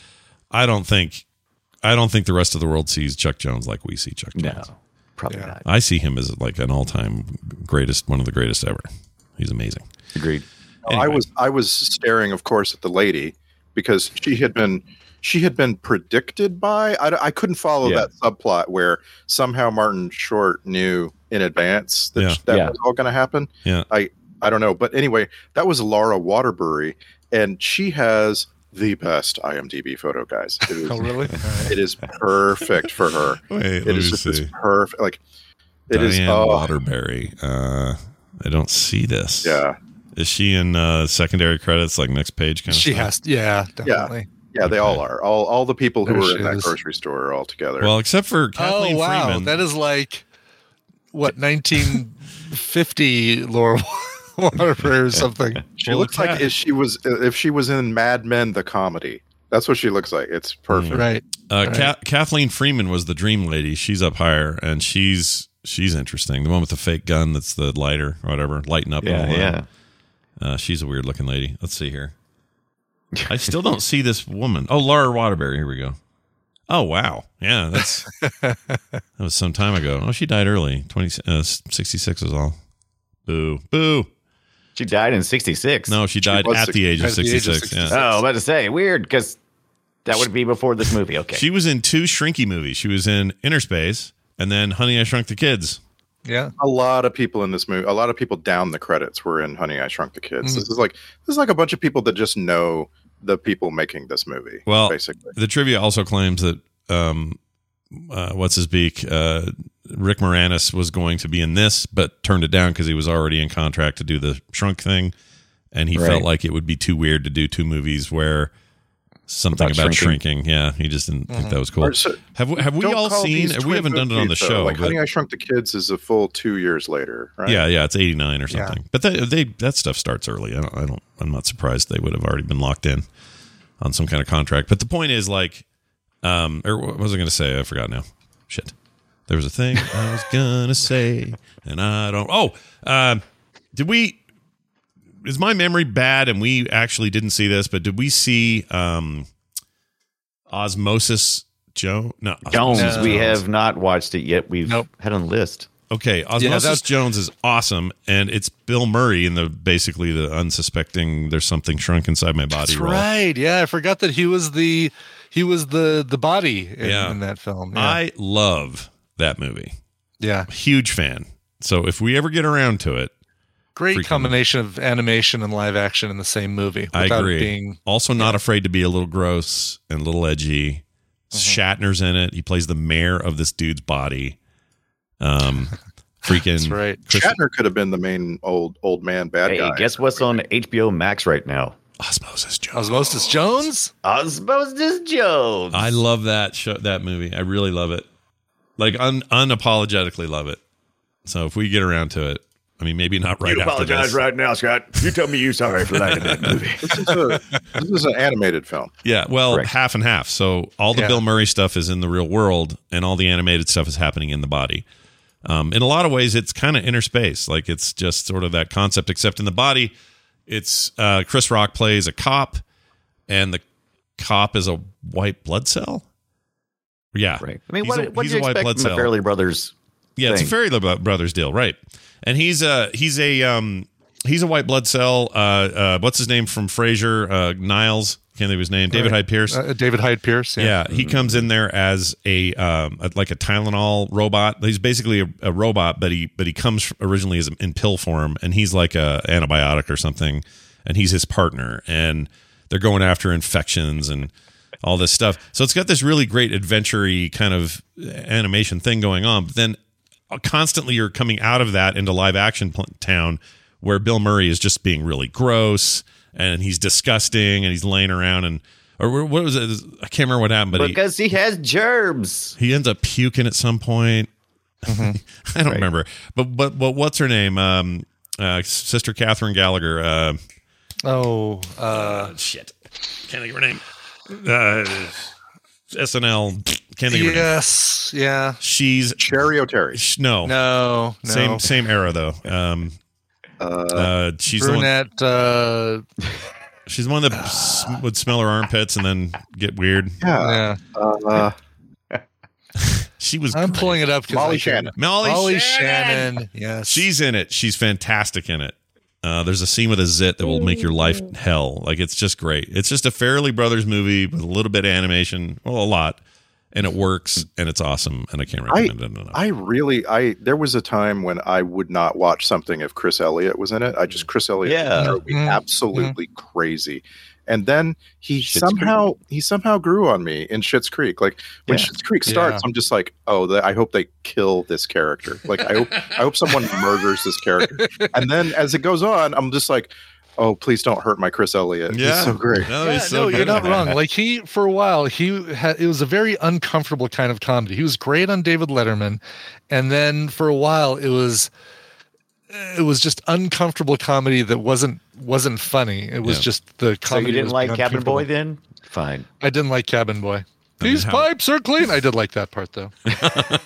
S1: I don't think, I don't think the rest of the world sees Chuck Jones like we see Chuck Jones.
S5: No, probably not.
S1: I see him as like an all-time greatest, one of the greatest ever. He's amazing.
S5: Agreed.
S1: Anyway.
S6: I was I was staring, of course, at the lady because she had been she had been predicted by. I, d- I couldn't follow
S5: Yeah.
S6: that subplot where somehow Martin Short knew in advance that
S1: Yeah.
S6: that
S5: Yeah.
S6: was all going to happen.
S1: Yeah.
S6: I I don't know, but anyway, that was Laura Waterbury, and she has the best IMDb photo, guys. It is,
S7: Oh, really? All right.
S6: it is perfect for her.
S1: Wait,
S6: It is just this perfect, like it
S1: Diane
S6: is. oh,
S1: Waterbury. Uh, I don't see this.
S6: yeah,
S1: Is she in uh, secondary credits, like next page kind of
S7: She
S1: stuff?
S7: has, yeah, definitely.
S6: yeah, they all are. All all the people who
S7: There
S6: were
S7: she
S6: in that
S7: is.
S6: grocery store are all together.
S1: Well, except for Kathleen
S7: oh, wow.
S1: Freeman.
S7: That is like, what, 1950 Laura Waterbury or something.
S6: She
S1: Well,
S6: looks
S1: look
S6: like
S1: at-
S6: if she was if she was in Mad Men the comedy. That's what she looks like. It's
S1: Hmm.
S6: perfect.
S7: Right.
S1: uh, Ka- Kathleen Freeman was the dream lady. She's up higher, and she's she's interesting. The one with the fake gun that's the lighter or whatever, lighting up. and
S5: Yeah,
S1: all that.
S5: yeah.
S1: Uh, she's a weird looking lady. Let's see here. I still don't see this woman. Oh, Laura Waterbury. Here we go. Oh wow, yeah, that's that was some time ago. Oh, she died early. Twenty uh, sixty six was all. Boo, boo.
S5: She died in '66.
S1: No, she died
S6: was
S1: at the age of
S7: at the age
S1: sixty
S7: of
S1: six.
S5: Oh,
S1: Yeah.
S5: I'm about to say weird because that would be before this movie. Okay.
S1: She was in two Shrinky movies. She was in Inner Space and then Honey I Shrunk the Kids.
S7: Yeah.
S6: A lot of people in this movie, a lot of people down the credits were in Honey I Shrunk the Kids.
S1: Hmm.
S6: This is like this is like a bunch of people that just know the people making this movie.
S1: Well,
S6: basically,
S1: The trivia also claims that um, uh, what's his beak, uh, Rick Moranis was going to be in this, but turned it down because he was already in contract to do the shrunk thing, and he
S5: Right.
S1: felt like it would be too weird to do two movies where something about,
S5: About
S1: shrinking. Yeah, he just didn't think that was cool.
S6: Or Mm-hmm. so-
S1: have we, have we
S6: don't
S1: all
S6: call
S1: seen?
S6: these
S1: We
S6: twin
S1: haven't done it on the
S6: movies, though.
S1: show.
S6: Like
S1: but-
S6: Honey I Shrunk the Kids is a full two years later, right?
S1: Yeah, yeah, it's eighty nine or
S7: Yeah.
S1: something. But they, they that stuff starts early. I don't, I don't. I'm not surprised they would have already been locked in on some kind of contract. But the point is, like, um, or what was I going to say? I forgot now. Shit, there was a thing I was gonna say, and I don't. Oh, um, did we? Is my memory bad? And we actually didn't see this, but did we see um, Osmosis Joe? No,
S5: Jones.
S1: Osmosis
S5: We
S1: Jones.
S5: have not watched it yet. We've
S7: Nope.
S5: had on the list.
S1: Okay, Osmosis
S7: that's-
S1: Jones is awesome, and it's Bill Murray in the basically the unsuspecting. There's something shrunk inside my body.
S7: That's
S1: role.
S7: right. Yeah, I forgot that he was the he was the the body in,
S1: Yeah.
S7: in that film. Yeah.
S1: I love that movie.
S7: yeah.
S1: Huge fan. So if we ever get around to it,
S7: Great
S1: Freaking-
S7: combination of animation and live action in the same movie.
S1: I
S7: without it
S1: agree.
S7: Being,
S1: also not afraid to be a little gross and a little edgy.
S7: Mm-hmm.
S1: Shatner's in it. He plays the mayor of this dude's body. Um, freaking
S7: that's right.
S1: Mm. Chris-
S6: Shatner could have been the main old old man bad
S5: Hey,
S6: guy.
S5: guess what's on HBO Max right now?
S1: Osmosis Jones.
S7: Osmosis Jones.
S5: Osmosis Jones.
S1: I love that show, that movie. I really love it. Like un- unapologetically love it. So if we get around to it, I mean, maybe not right
S8: you
S1: after
S8: apologize
S1: this.
S8: right now, Scott. You tell me you're sorry for liking that movie.
S6: This is, a, this is an animated film.
S1: Yeah, well,
S5: Correct.
S1: half and half. So all the
S7: Yeah.
S1: Bill Murray stuff is in the real world, and all the animated stuff is happening in the body. Um, in a lot of ways, it's kind of interspaced. Like it's just sort of that concept, except in the body, it's uh, Chris Rock plays a cop, and the cop is a white blood cell. Yeah,
S5: Right. I mean,
S1: He's
S5: what,
S1: a-
S5: what
S1: he's
S5: do
S1: a
S5: you
S1: white
S5: expect
S1: blood
S5: from
S1: cell.
S5: the Fairley Brothers?
S1: Yeah, it's a
S5: thing.
S1: Ferry Lo- Brothers deal, right? And he's a he's a um he's a white blood cell. Uh, uh what's his name from Frasier? Uh, Niles. Can't think of his name. David Hyde Pierce.
S7: Uh, David Hyde Pierce.
S1: yeah. he comes in there as a um a- like a Tylenol robot. He's basically a, a robot, but he but he comes originally as in pill form, and he's like a antibiotic or something, and he's his partner, and they're going after infections and all this stuff. So it's got this really great adventure-y kind of animation thing going on. But then uh, constantly you're coming out of that into live action pl- town where Bill Murray is just being really gross and he's disgusting and he's laying around and or wh- what was it? I can't remember what happened, but he,
S5: Because he has germs.
S1: he ends up puking at some point. I don't
S5: Right.
S1: remember, but but but what's her name? Um, uh, Sister Catherine Gallagher. Uh,
S7: Oh, uh,
S1: shit, can't think of her name. Uh, SNL. Can't think of her name.
S7: yes. Yeah.
S1: She's
S6: Cherry O'Terry.
S1: sh- no,
S7: No. No.
S1: same same era though. Um, uh, she's the one.
S7: brunette. Uh,
S1: She's the one that
S7: Ah.
S1: s- would smell her armpits and then get weird.
S6: Yeah.
S7: yeah.
S6: Uh,
S1: She was.
S7: I'm
S1: great.
S7: pulling it up. 'cause
S6: Molly
S7: I can-
S6: Shannon.
S1: Molly,
S7: Molly
S1: Shannon.
S7: Shannon. Yes.
S1: She's in it. She's fantastic in it. Uh, there's a scene with a zit that will make your life hell. Like it's just great. It's just a Fairly Brothers movie with a little bit of animation, well, a lot, and it works and it's awesome. And I can't recommend it enough.
S6: I really, I there was a time when I would not watch something if Chris Elliott was in it. I just Chris Elliott
S5: Yeah.
S6: drove me
S7: Mhm.
S6: absolutely crazy. And then he
S5: Schitt's
S6: somehow he somehow grew on me in Schitt's Creek. Like when
S5: Yeah.
S6: Schitt's Creek starts,
S7: Yeah.
S6: I'm just like, oh, th- I hope they kill this character. Like I hope I hope someone murders this character. And then as it goes on, I'm just like, oh, please don't hurt my Chris Elliott. Yeah,
S1: Yeah.
S6: He's so great.
S1: No,
S7: Yeah,
S1: he's so
S7: no,
S1: good
S7: you're not
S1: in that.
S7: wrong. Like he, for a while, he had it was a very uncomfortable kind of comedy. He was great on David Letterman, and then for a while it was, it was just uncomfortable comedy that wasn't wasn't funny. It was
S1: Yeah.
S7: just the
S5: So
S7: comedy.
S5: you didn't
S7: was
S5: like Cabin
S7: uncomfortable.
S5: Boy then? Fine.
S7: I didn't like Cabin Boy.
S1: mean,
S7: These
S1: how-
S7: pipes are clean. I did like that part though.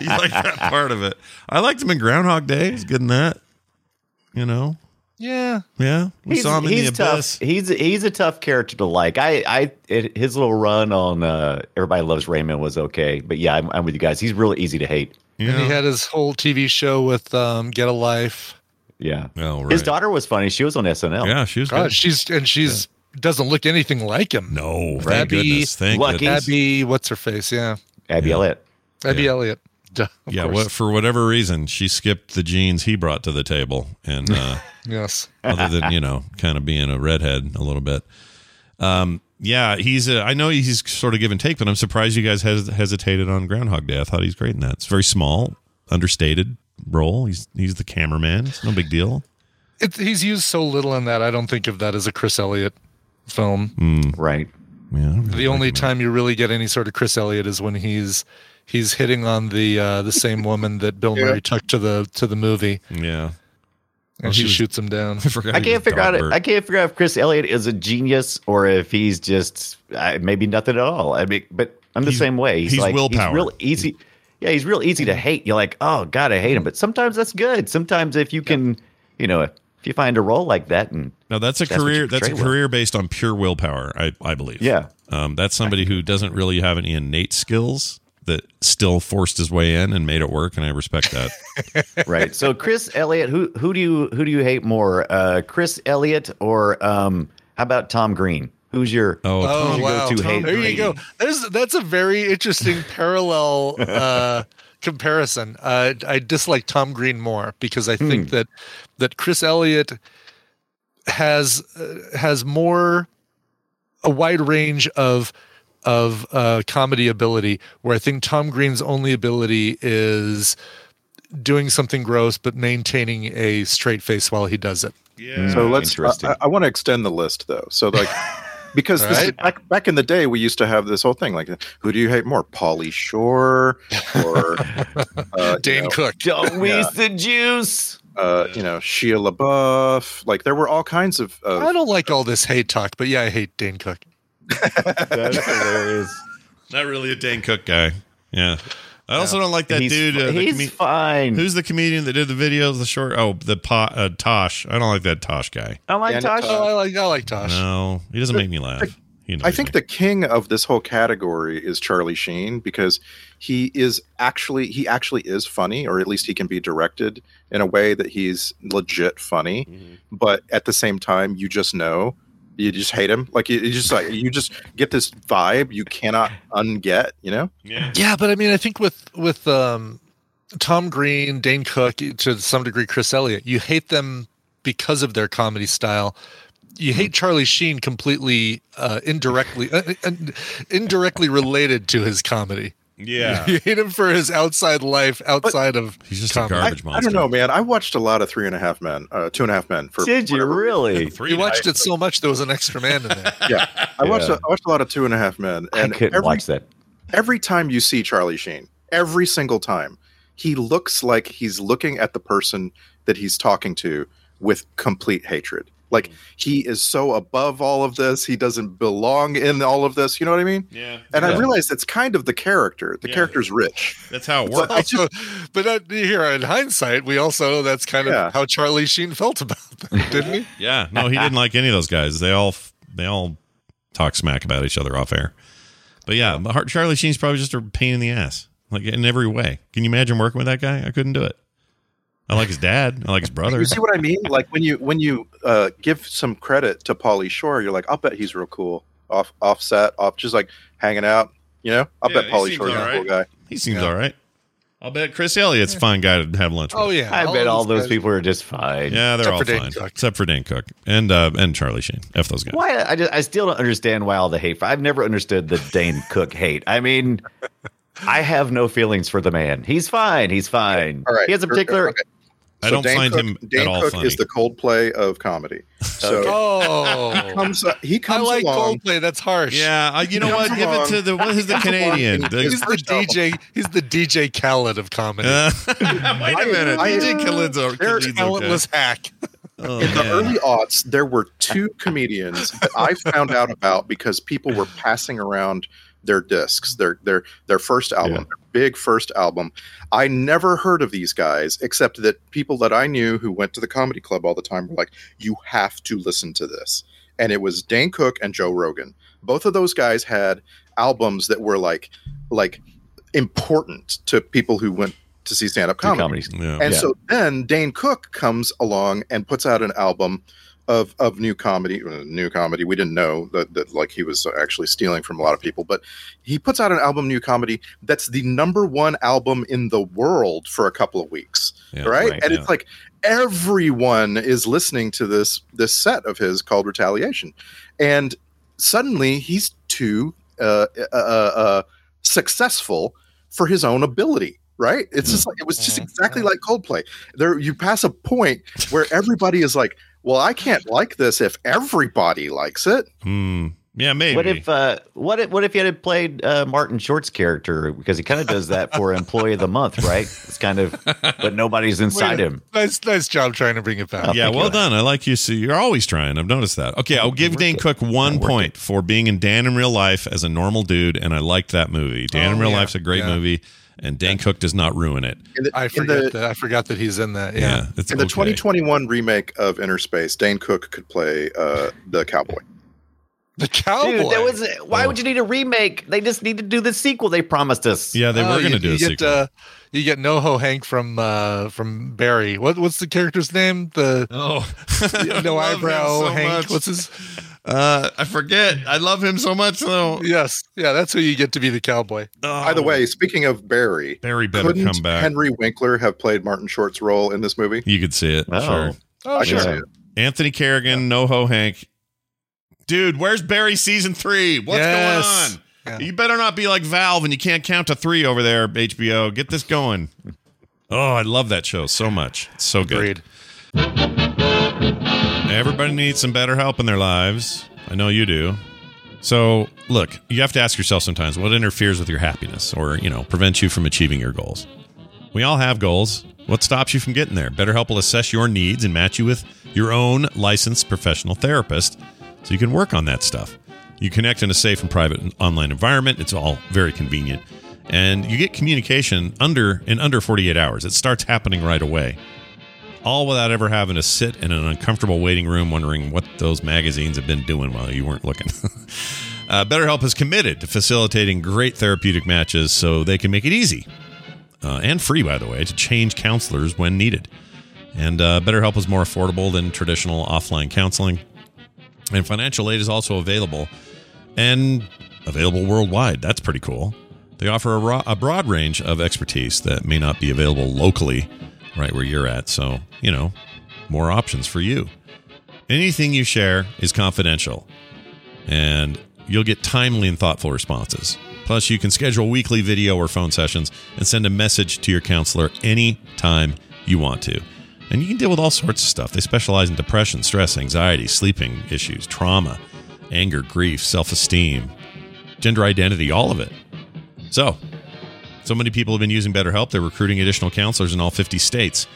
S1: you like that part of it. I liked him in Groundhog Day. He's good in that. You know,
S7: Yeah,
S1: yeah. We saw him in the
S5: tough.
S1: abyss.
S5: He's he's a tough character to like. I I it, his little run on uh, Everybody Loves Raymond was okay, but yeah, I'm, I'm with you guys. He's really easy to hate.
S1: Yeah.
S7: and he had his whole TV show with um, Get a Life.
S5: Yeah,
S1: Oh, right.
S5: his daughter was funny. She was on SNL.
S1: Yeah, she was
S7: God,
S1: good.
S7: she's and she's doesn't look anything like him.
S1: no, thank
S7: That'd be
S1: goodness. Thank
S5: lucky.
S1: goodness.
S7: Abby, what's her face? Yeah.
S5: Abby
S1: Yeah.
S5: Elliott.
S7: Abby
S1: Yeah.
S7: Elliott. Duh, of
S1: yeah,
S7: course.
S1: what, for whatever reason, she skipped the genes he brought to the table, and uh,
S7: Yes.
S1: other than you know, kind of being a redhead a little bit. Um, yeah, he's. A, I know he's sort of give and take, but I'm surprised you guys hes- hesitated on Groundhog Day. I thought he's great in that. It's a very small, understated role. He's he's the cameraman. It's no big deal.
S7: It, he's used so little in that. I don't think of that as a Chris Elliott film.
S1: Mm-hmm.
S5: Right.
S1: Yeah, I don't really
S7: The only
S1: like him.
S7: time you really get any sort of Chris Elliott is when he's he's hitting on the uh, the same woman that Bill Murray took to the to the movie,
S1: Yeah,
S7: and
S1: Well, he
S7: she
S1: Oh, was-
S7: shoots him down.
S1: forgot
S5: I
S1: he
S5: can't
S1: was
S5: figure out.
S1: Dogbert.
S5: I can't figure out if Chris Elliott is a genius or if he's just uh, maybe nothing at all. I mean, but I'm the
S1: He's-
S5: same way.
S1: he's
S5: like
S1: willpower.
S5: He's real easy. yeah, he's real easy to hate. You're like, oh god, I hate him. But sometimes that's good. Sometimes if you can, you know, if you find a role like that, and
S1: Now that's a
S5: That's what
S1: career.
S5: you
S1: That's a
S5: portray well.
S1: career based on pure willpower. I I believe.
S5: Yeah.
S1: Um, that's somebody who doesn't really have any innate skills that still forced his way in and made it work, and I respect that.
S5: right. So Chris Elliott, who who do you who do you hate more, uh, Chris Elliott or um, how about Tom Green? Who's your
S1: Oh,
S5: who's your go-to hate?
S7: there you
S5: Green?
S7: go. There's, that's a very interesting parallel uh, comparison. Uh, I dislike Tom Green more because I think that that Chris Elliott has uh, has more a wide range of of uh, comedy ability, where I think Tom Green's only ability is doing something gross but maintaining a straight face while he does it.
S1: mm.
S6: So let's.
S5: Interesting.
S6: I, I want to extend the list though. So like, Because this is
S7: Right.
S6: back back in the day, we used to have this whole thing like, who do you hate more, Polly Shore or uh, you
S7: Dane
S6: know,
S7: Cook.
S5: Don't
S6: waste
S5: the juice.
S6: uh, you know Sheila LaBeouf? Like there were all kinds of. of
S7: I don't like all this hate talk, but yeah, I hate Dane Cook.
S5: That's hilarious.
S1: Not really a Dane Cook guy. Yeah. I also don't like that
S5: he's
S1: dude. Uh, the
S5: he's
S1: comed-
S5: fine.
S1: who's the comedian that did the videos? The short. Oh, the po- uh, Tosh. I don't like that Tosh guy.
S5: I like
S6: Yeah,
S5: Tosh.
S6: no,
S7: Oh, I like I like Tosh.
S1: No, he doesn't make me laugh. You know
S6: I think the king of this whole category is Charlie Sheen because he is actually he actually is funny, or at least he can be directed in a way that he's legit funny.
S5: Mm-hmm.
S6: But at the same time, you just know you just hate him. Like you, you just like you just get this vibe you cannot unget. You know,
S1: Yeah.
S7: Yeah, but I mean, I think with with um, Tom Green, Dane Cook, to some degree, Chris Elliott, you hate them because of their comedy style. You hate
S1: Hmm.
S7: Charlie Sheen completely uh, indirectly, uh, uh, indirectly related to his comedy.
S1: Yeah.
S7: You hate him for his outside life, outside of
S1: He's just a
S7: comedy.
S6: I,
S1: garbage
S6: I
S1: monster.
S6: don't know, man. I watched a lot of Three and a Half Men, uh, Two and a Half Men. For
S5: Did you
S6: whatever reason.
S5: really?
S1: Three
S7: You watched it so much there was an extra man in there.
S6: I watched
S5: Yeah.
S6: a, I watched a lot of Two and a Half Men, and
S5: I couldn't
S6: every
S5: watch that.
S6: every time you see Charlie Sheen, every single time, he looks like he's looking at the person that he's talking to with complete hatred.
S1: Mm.
S6: Like he is so above all of this, he doesn't belong in all of this. You know what I mean?
S1: Yeah.
S6: And
S5: Yeah.
S6: I realize that's kind of the character. The
S1: Yeah.
S6: character's rich.
S1: That's how it
S6: But
S1: works.
S6: I
S7: Also, but that, here in hindsight, we also know that's kind of
S6: Yeah.
S7: how Charlie Sheen felt about them, didn't he?
S1: Yeah. No, he didn't like any of those guys. They all they all talk smack about each other off air. But yeah, my heart- Charlie Sheen's probably just a pain in the ass, like in every way. Can you imagine working with that guy? I couldn't do it. I like his dad. I like his brother.
S6: You see what I mean? Like when you when you uh, give some credit to Paulie Shore, you're like, I'll bet he's real cool. Off offset, off just like hanging out. You know, I'll
S1: Yeah,
S6: bet
S1: he
S6: Paulie
S1: seems
S6: Shore's
S1: all
S6: a cool
S1: right.
S6: guy.
S1: He seems all right. I'll bet Chris Elliott's a fine guy to have lunch with.
S7: Oh yeah,
S5: I bet
S7: of
S5: all
S7: these
S5: those
S7: guys-
S5: people are just fine.
S1: Yeah, they're
S7: Except
S1: all
S7: for Dan
S1: fine.
S7: Cook.
S1: Except for Dan Cook and uh, and Charlie Sheen. F those guys.
S5: Why? I, just, I still don't understand why all the hate. I've never understood the Dane Cook hate. I mean, I have no feelings for the man. He's fine. He's fine.
S6: All right.
S5: He has a particular.
S6: Okay.
S1: I
S6: So
S1: don't
S6: Dane
S1: find
S6: Cook-
S1: him
S6: Dane
S1: at all
S6: Cook
S1: funny.
S6: is the Coldplay of comedy. So
S7: Oh,
S6: comes, he
S7: I
S6: comes
S7: like
S6: along.
S7: Coldplay. That's harsh.
S1: yeah, I, you know
S6: Come
S1: what? Give it
S6: along.
S1: to the what is the Canadian?
S6: along.
S1: The-
S7: he's the
S6: First album.
S7: DJ. He's the DJ Khaled of comedy.
S1: Uh, wait a minute.
S6: I-
S1: DJ Khaled's o-
S7: They're
S1: Khaled's okay.
S7: talentless hack.
S1: Oh,
S6: In the
S1: man.
S6: early aughts, there were two comedians that I found out about because people were passing around their discs, their their their first album,
S1: Yeah.
S6: their big first album. I never heard of these guys except that people that I knew who went to the comedy club all the time were like, "You have to listen to this." And it was Dane Cook and Joe Rogan. Both of those guys had albums that were like like important to people who went to see stand-up
S5: Two
S6: comedy.
S5: comedies.
S1: Yeah.
S6: And
S5: Yeah.
S6: so then Dane Cook comes along and puts out an album of of new comedy, uh, new comedy. We didn't know that, that like he was actually stealing from a lot of people, but he puts out an album, new comedy, that's the number one album in the world for a couple of weeks,
S1: Yeah,
S6: right?
S5: right,
S6: And
S1: yeah.
S6: it's like everyone is listening to this this set of his called Retaliation, and suddenly he's too uh, uh, uh, uh, successful for his own ability. Right? It's just like it was
S7: Mm-hmm.
S6: just exactly like Coldplay. There, you pass a point where everybody is like, "Well, I can't like this if everybody likes it."
S1: Hmm. Yeah, maybe.
S5: What if uh, what if what if you had played uh, Martin Short's character because he kind of does that for Employee of the Month, right? It's kind of, but nobody's inside him.
S7: Nice, nice job trying to bring it back.
S1: yeah,
S5: Thank
S1: well
S5: you.
S1: done. I like you. See, you're always trying. I've noticed that. Okay, I'll give Dane Cook one point for being in Dan in Real Life as a normal dude, and I liked that movie. Dan in
S7: Oh,
S1: Real
S7: yeah,
S1: Life's a great
S7: yeah.
S1: movie, and Dan Cook does not ruin it.
S6: In the,
S7: I
S6: in
S7: forgot
S6: the-
S7: that. I forgot that he's in that.
S1: Yeah,
S7: Yeah.
S1: it's
S6: in the
S1: okay.
S6: 2021 remake of Inner Space, Dane Cook could play uh, the cowboy.
S7: The cowboy.
S5: Dude, that was why
S1: Oh.
S5: would you need a remake? They just need to do the sequel they promised us.
S1: Yeah, they
S7: Oh,
S1: were going to
S7: you-
S1: do a
S7: you get,
S1: sequel.
S7: Uh, you get NoHo Hank from uh, from Barry. What what's the character's name? The
S1: oh,
S7: no eyebrow Hank. What's his?
S1: Uh, I forget. I love him so much though. Oh,
S7: Yes, yeah, that's who you get to be the cowboy.
S6: By the way, speaking of Barry,
S1: Barry better
S6: couldn't
S1: come back.
S6: Henry Winkler have played Martin Short's role in this movie?
S1: you could see it.
S5: Oh.
S1: Sure.
S7: Oh,
S6: I can
S5: sure.
S6: see it.
S1: Anthony Kerrigan, No Ho Hank. Dude, where's Barry season three? What's
S7: Yes.
S1: going on? You better not be like Valve and you can't count to three over there, HBO. Get this going. Oh, I love that show so much. It's so good.
S7: Agreed.
S1: Everybody needs some better help in their lives. I know you do. So, look, you have to ask yourself sometimes what interferes with your happiness or, you know, prevents you from achieving your goals. We all have goals. What stops you from getting there? BetterHelp will assess your needs and match you with your own licensed professional therapist so you can work on that stuff. You connect in a safe and private online environment. It's all very convenient. And you get communication under in under 48 hours. It starts happening right away. All without ever having to sit in an uncomfortable waiting room wondering what those magazines have been doing while you weren't looking. uh, BetterHelp is committed to facilitating great therapeutic matches so they can make it easy uh, and free, by the way, to change counselors when needed. And uh, BetterHelp is more affordable than traditional offline counseling. And financial aid is also available and available worldwide. That's pretty cool. They offer a, ro- a broad range of expertise that may not be available locally, right where you're at. So, you know, more options for you. Anything you share is confidential, and you'll get timely and thoughtful responses. Plus, you can schedule weekly video or phone sessions and send a message to your counselor anytime you want to. And you can deal with all sorts of stuff. They specialize in depression, stress, anxiety, sleeping issues, trauma, anger, grief, self esteem, gender identity, all of it. So, so many people have been using BetterHelp. They're recruiting additional counselors in all 50 states.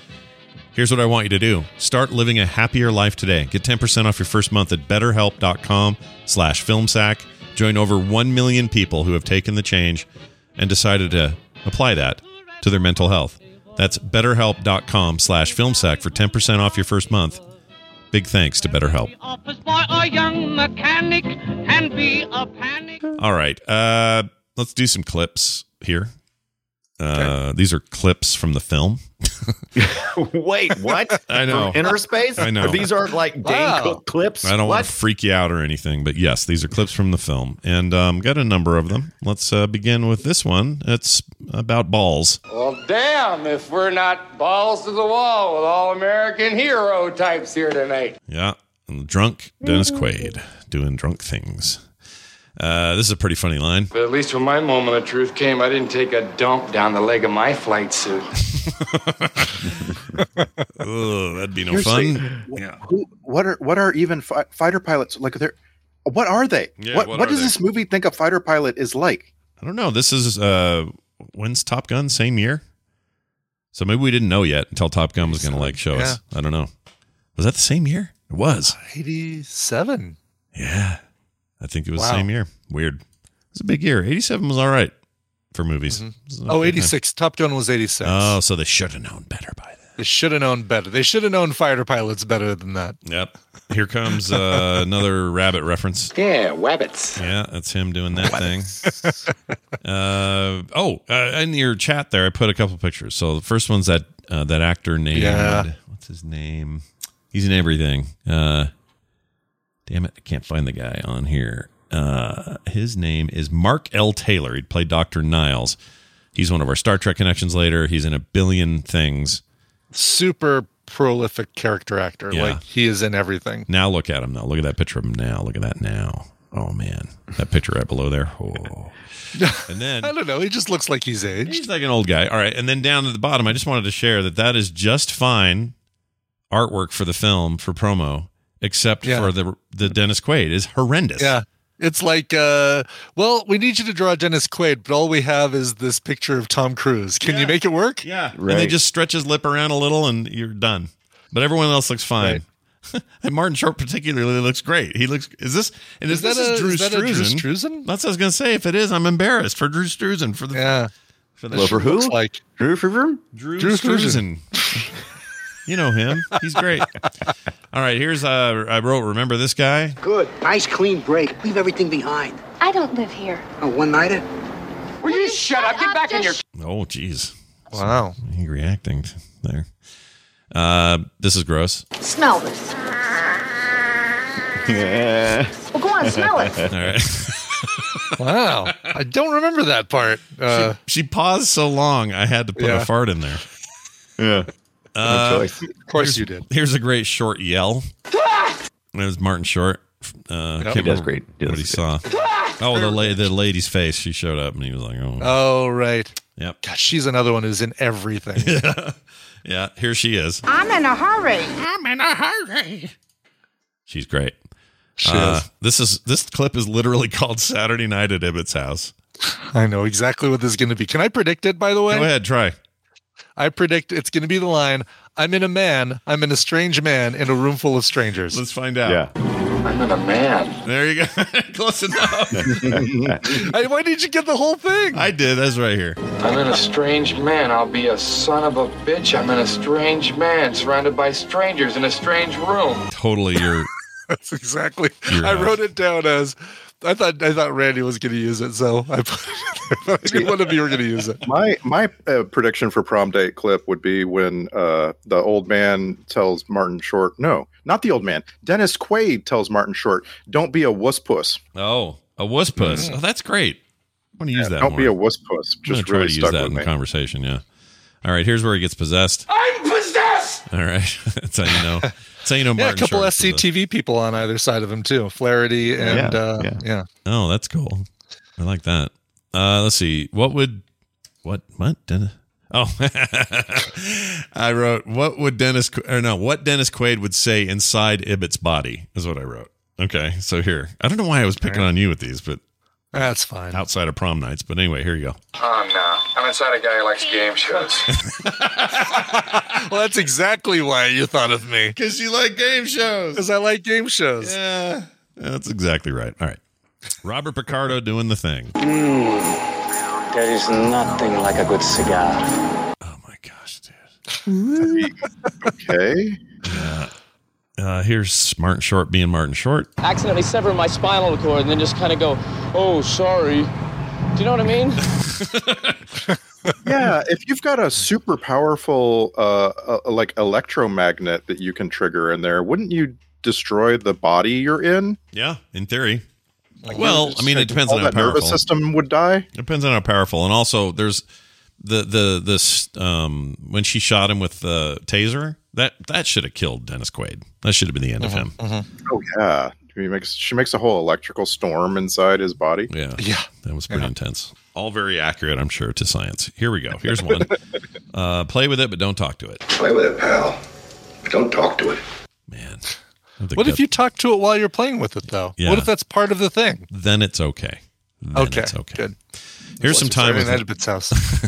S1: Here's what I want you to do. Start living a happier life today. Get 10% off your first month at betterhelp.com slash filmsack. Join over 1 million people who have taken the change and decided to apply that to their mental health. That's betterhelp.com slash filmsack for 10% off your first month. Big thanks to BetterHelp.
S9: office boy or young mechanic can be a panic.
S1: All right. Uh, let's do some clips here. Uh, These are clips from the film.
S5: Wait, what?
S1: I know.
S5: From Inner space?
S1: I know.
S5: These aren't like Dane
S7: Wow.
S5: Cook clips.
S1: I don't
S5: what?
S1: want to freak you out or anything, but yes, these are clips from the film, and um, got a number of them. Let's uh, begin with this one. It's about balls.
S10: Well, damn, if we're not balls to the wall with all American hero types here tonight.
S1: Yeah, and drunk Dennis Quaid doing drunk things. Uh, this is a pretty funny line.
S10: But at least when my moment of truth came, I didn't take a dump down the leg of my flight suit.
S1: Ugh, that'd be no
S6: You're
S1: fun.
S6: saying- Who, what are what are even fi- fighter pilots like? They're what are they?
S1: Yeah,
S6: what
S1: what
S6: what,
S1: are
S6: does
S1: they?
S6: this movie think a fighter pilot is like?
S1: I don't know. This is uh, when's Top Gun? Same year. So maybe we didn't know yet until Top Gun was going to like show us. I don't know. Was that the same year? It was.
S7: 87.
S1: Yeah. I think it was
S7: Wow.
S1: the same year. Weird. It was a big year. 87 was all right for movies. It was a
S7: Oh,
S1: good
S7: 86. Top Gun was 86.
S1: time. Oh, so they should have known better by then.
S7: They should have known better. They should have known fighter pilots better than that.
S1: Yep. Here comes uh, another rabbit reference.
S10: Yeah, wabbits.
S1: Yeah, that's him doing that thing. Uh, oh, uh, in your chat there, I put a couple pictures. So the first one's that uh, that actor named
S7: Yeah.
S1: what's his name? He's in everything. Uh, damn it, I can't find the guy on here. Uh, his name is Mark L. Taylor. He'd play Doctor Niles. He's one of our Star Trek connections. Later, he's in a billion things.
S7: Super prolific character actor.
S1: Yeah.
S7: Like he is in everything.
S1: Now look at him. Now look at that picture of him. Now look at that. Now, oh man, that picture right below there. Oh. And then
S7: I don't know. He just looks like he's aged.
S1: He's like an old guy. All right. And then down at the bottom, I just wanted to share that that is just fine artwork for the film for promo, except
S7: Yeah.
S1: for the the Dennis Quaid is horrendous.
S7: Yeah. It's like, uh, well, we need you to draw Dennis Quaid, but all we have is this picture of Tom Cruise. Can you make it work?
S1: Yeah.
S6: Right.
S1: And they just stretch his lip around a little and you're done. But everyone else looks fine.
S7: Right.
S1: and Martin Short particularly looks great. He looks is this and is,
S7: Is that
S1: this
S7: a-
S1: is Drew
S7: is that a Drew
S1: Struzan.
S7: Struzan?
S1: That's what I was gonna say. If it is, I'm embarrassed for Drew Struzan for the
S7: Yeah.
S1: for the
S5: Well, for who?
S7: Looks like
S5: Drew Struzan?
S1: Drew,
S7: Drew
S1: Struzan.
S7: Struzan.
S1: you know him. He's great. All right, here's uh, I wrote. Remember this guy?
S9: Good, nice clean break. Leave everything behind.
S11: I don't live here.
S9: A one nighter.
S10: Will you shut up? Get back in your
S1: Oh, jeez,
S7: wow.
S1: he reacting there. Uh, this is gross.
S11: Smell this. well, go on, smell it.
S1: All right,
S7: Wow. I don't remember that part. Uh,
S1: she paused so long, I had to put
S7: Yeah.
S1: a fart in there.
S5: Yeah.
S1: Uh,
S5: choice.
S7: of course you did.
S1: Here's a great short yell. It was Martin Short. Uh, can't
S7: Yep. He
S5: does
S1: remember
S5: great. He does
S1: what he saw. Oh, the la- the lady's face. She showed up, and he was like, "Oh,
S7: Oh, right.
S1: yep,
S7: God, she's another one who's in everything.
S1: yeah." Here she is.
S11: I'm in a hurry.
S1: She's great.
S7: She is.
S1: Uh, This is this clip is literally called Saturday Night at Ibbott's house.
S7: I know exactly what this is going to be. Can I predict it, by the way?
S1: Go ahead, try.
S7: I predict it's going to be the line I'm in a man, I'm in a strange man in a room full of strangers.
S1: Let's find out. Yeah.
S10: I'm in a man.
S1: There you go. Close enough.
S7: Hey, why did you get the whole thing?
S1: I did. That's right here.
S10: I'm in a strange man. I'll be a son of a bitch. I'm in a strange man surrounded by strangers in a strange room.
S1: Totally your
S7: That's exactly.
S1: Your
S7: I
S1: house.
S7: wrote it down as I thought. I thought Randy was going to use it, so I put it there. I didn't want to be were going to use it.
S6: My my uh, prediction for prom date clip would be when uh, the old man tells Martin Short, no, not the old man. Dennis Quaid tells Martin Short, "Don't be a wuss puss.
S1: Oh, a wuss puss. Oh, that's great. I want to use that.
S6: Don't be a
S1: more.
S6: wuss puss."
S1: I'm gonna
S6: Just
S1: try to
S6: really
S1: use
S6: stuck
S1: that
S6: with
S1: in
S6: me.
S1: conversation. Yeah. All right. Here's where he gets possessed.
S10: I'm possessed!
S1: All right. that's how you know. That's how you know.
S7: Yeah, a
S1: Martin
S7: couple
S1: Short's possessed.
S7: SCTV people on either side of him too, Flaherty and
S5: Yeah,
S7: uh,
S5: yeah.
S7: yeah.
S1: Oh, that's cool. I like that. Uh, let's see. What would what what Dennis? Oh, I wrote what would Dennis Qu- or no what Dennis Quaid would say inside Ibbott's body is what I wrote. Okay, so here I don't know why I was picking on you with these, but
S7: That's fine.
S1: outside of prom nights. But anyway, here you go.
S10: Oh, no. I'm inside a guy who likes game shows.
S7: Well, that's exactly why you thought of me
S1: Because you like game shows.
S7: because I like game shows.
S1: Yeah, that's exactly right. All right, Robert Picardo doing the thing.
S12: There is nothing like a good cigar.
S1: Oh my gosh, dude.
S6: Okay.
S1: Uh, here's Martin Short being Martin Short.
S12: Accidentally sever my spinal cord and then just kind of go, oh, sorry. Do you know what I mean?
S6: yeah, if you've got a super powerful uh, uh like electromagnet that you can trigger in there, wouldn't you destroy the body you're in?
S1: Yeah, in theory. well, I mean, it depends
S6: All
S1: on how
S6: that nervous
S1: powerful.
S6: system would die.
S1: Depends on how powerful, and also there's the the this um when she shot him with the taser that that should have killed Dennis Quaid. That should have been the end
S7: Uh-huh,
S1: of him.
S6: Oh yeah. She makes she makes a whole electrical storm inside his body.
S1: Yeah,
S7: Yeah.
S1: that was pretty intense. All very accurate, I'm sure, to science. Here we go. Here's one. uh, play with it, but don't talk to it.
S2: Play with it, pal. But don't talk to it.
S1: Man, I don't think
S7: What if
S1: that-
S7: you talk to it while you're playing with it though?
S1: Yeah.
S7: What if that's part of the thing?
S1: Then it's okay. Then
S7: Okay,
S1: it's okay.
S7: good.
S1: Here's some time
S7: Sorry,
S1: with
S7: in Edip's house.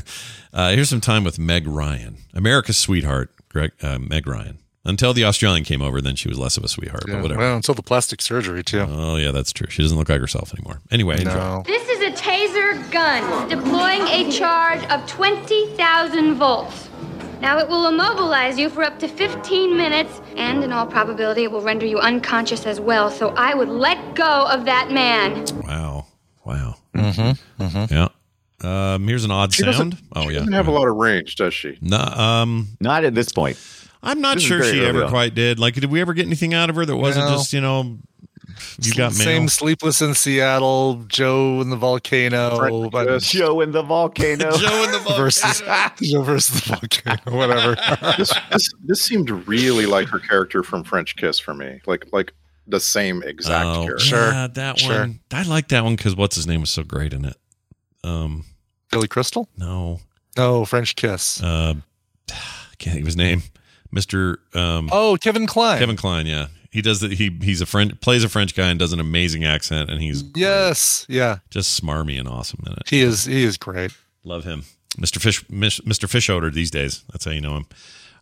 S1: Uh, here's some time with Meg Ryan, America's sweetheart, Greg, uh, Meg Ryan. Until the Australian came over, then she was less of a sweetheart.
S7: Yeah,
S1: But whatever.
S7: Well, until the plastic surgery too.
S1: oh yeah, that's true. She doesn't look like herself anymore. Anyway, enjoy.
S7: no.
S11: This is a taser gun deploying a charge of 20,000 volts. Now it will immobilize you for up to 15 minutes, and in all probability, it will render you unconscious as well. So I would let go of that man.
S1: wow, wow. Yeah. Um, here's an odd
S6: She doesn't-
S1: sound. Oh
S6: she
S1: yeah.
S6: doesn't have a lot of range, does she?
S1: No, um,
S5: Not at this point.
S1: I'm not
S5: This is
S1: sure
S5: very
S1: she
S5: early
S1: ever
S5: on.
S1: quite did. Like, did we ever get anything out of her that wasn't
S7: No.
S1: just you know, you got mail?
S7: Same sleepless in Seattle, Joe and the volcano, but
S6: Yes.
S5: Joe in the volcano.
S1: Joe in the volcano.
S7: versus Joe versus the volcano, whatever.
S6: this, this this seemed really like her character from French Kiss for me. Like like the same exact
S1: Oh,
S6: character.
S7: Sure.
S1: yeah, that
S7: Sure.
S1: one. I like that one because what's his name was so great in it. Um,
S7: Billy Crystal?
S1: no,
S7: No, French Kiss.
S1: uh, I can't think of his name. Mister um,
S7: Oh, Kevin Klein.
S1: Kevin Klein. Yeah, he does that. He he's a French plays a French guy and does an amazing accent, and he's
S7: Mm. Yes, yeah,
S1: just smarmy and awesome in it.
S7: he is. He is great.
S1: Love him, Mister Fish, Mis- Mister Fish Odor. These days, that's how you know him.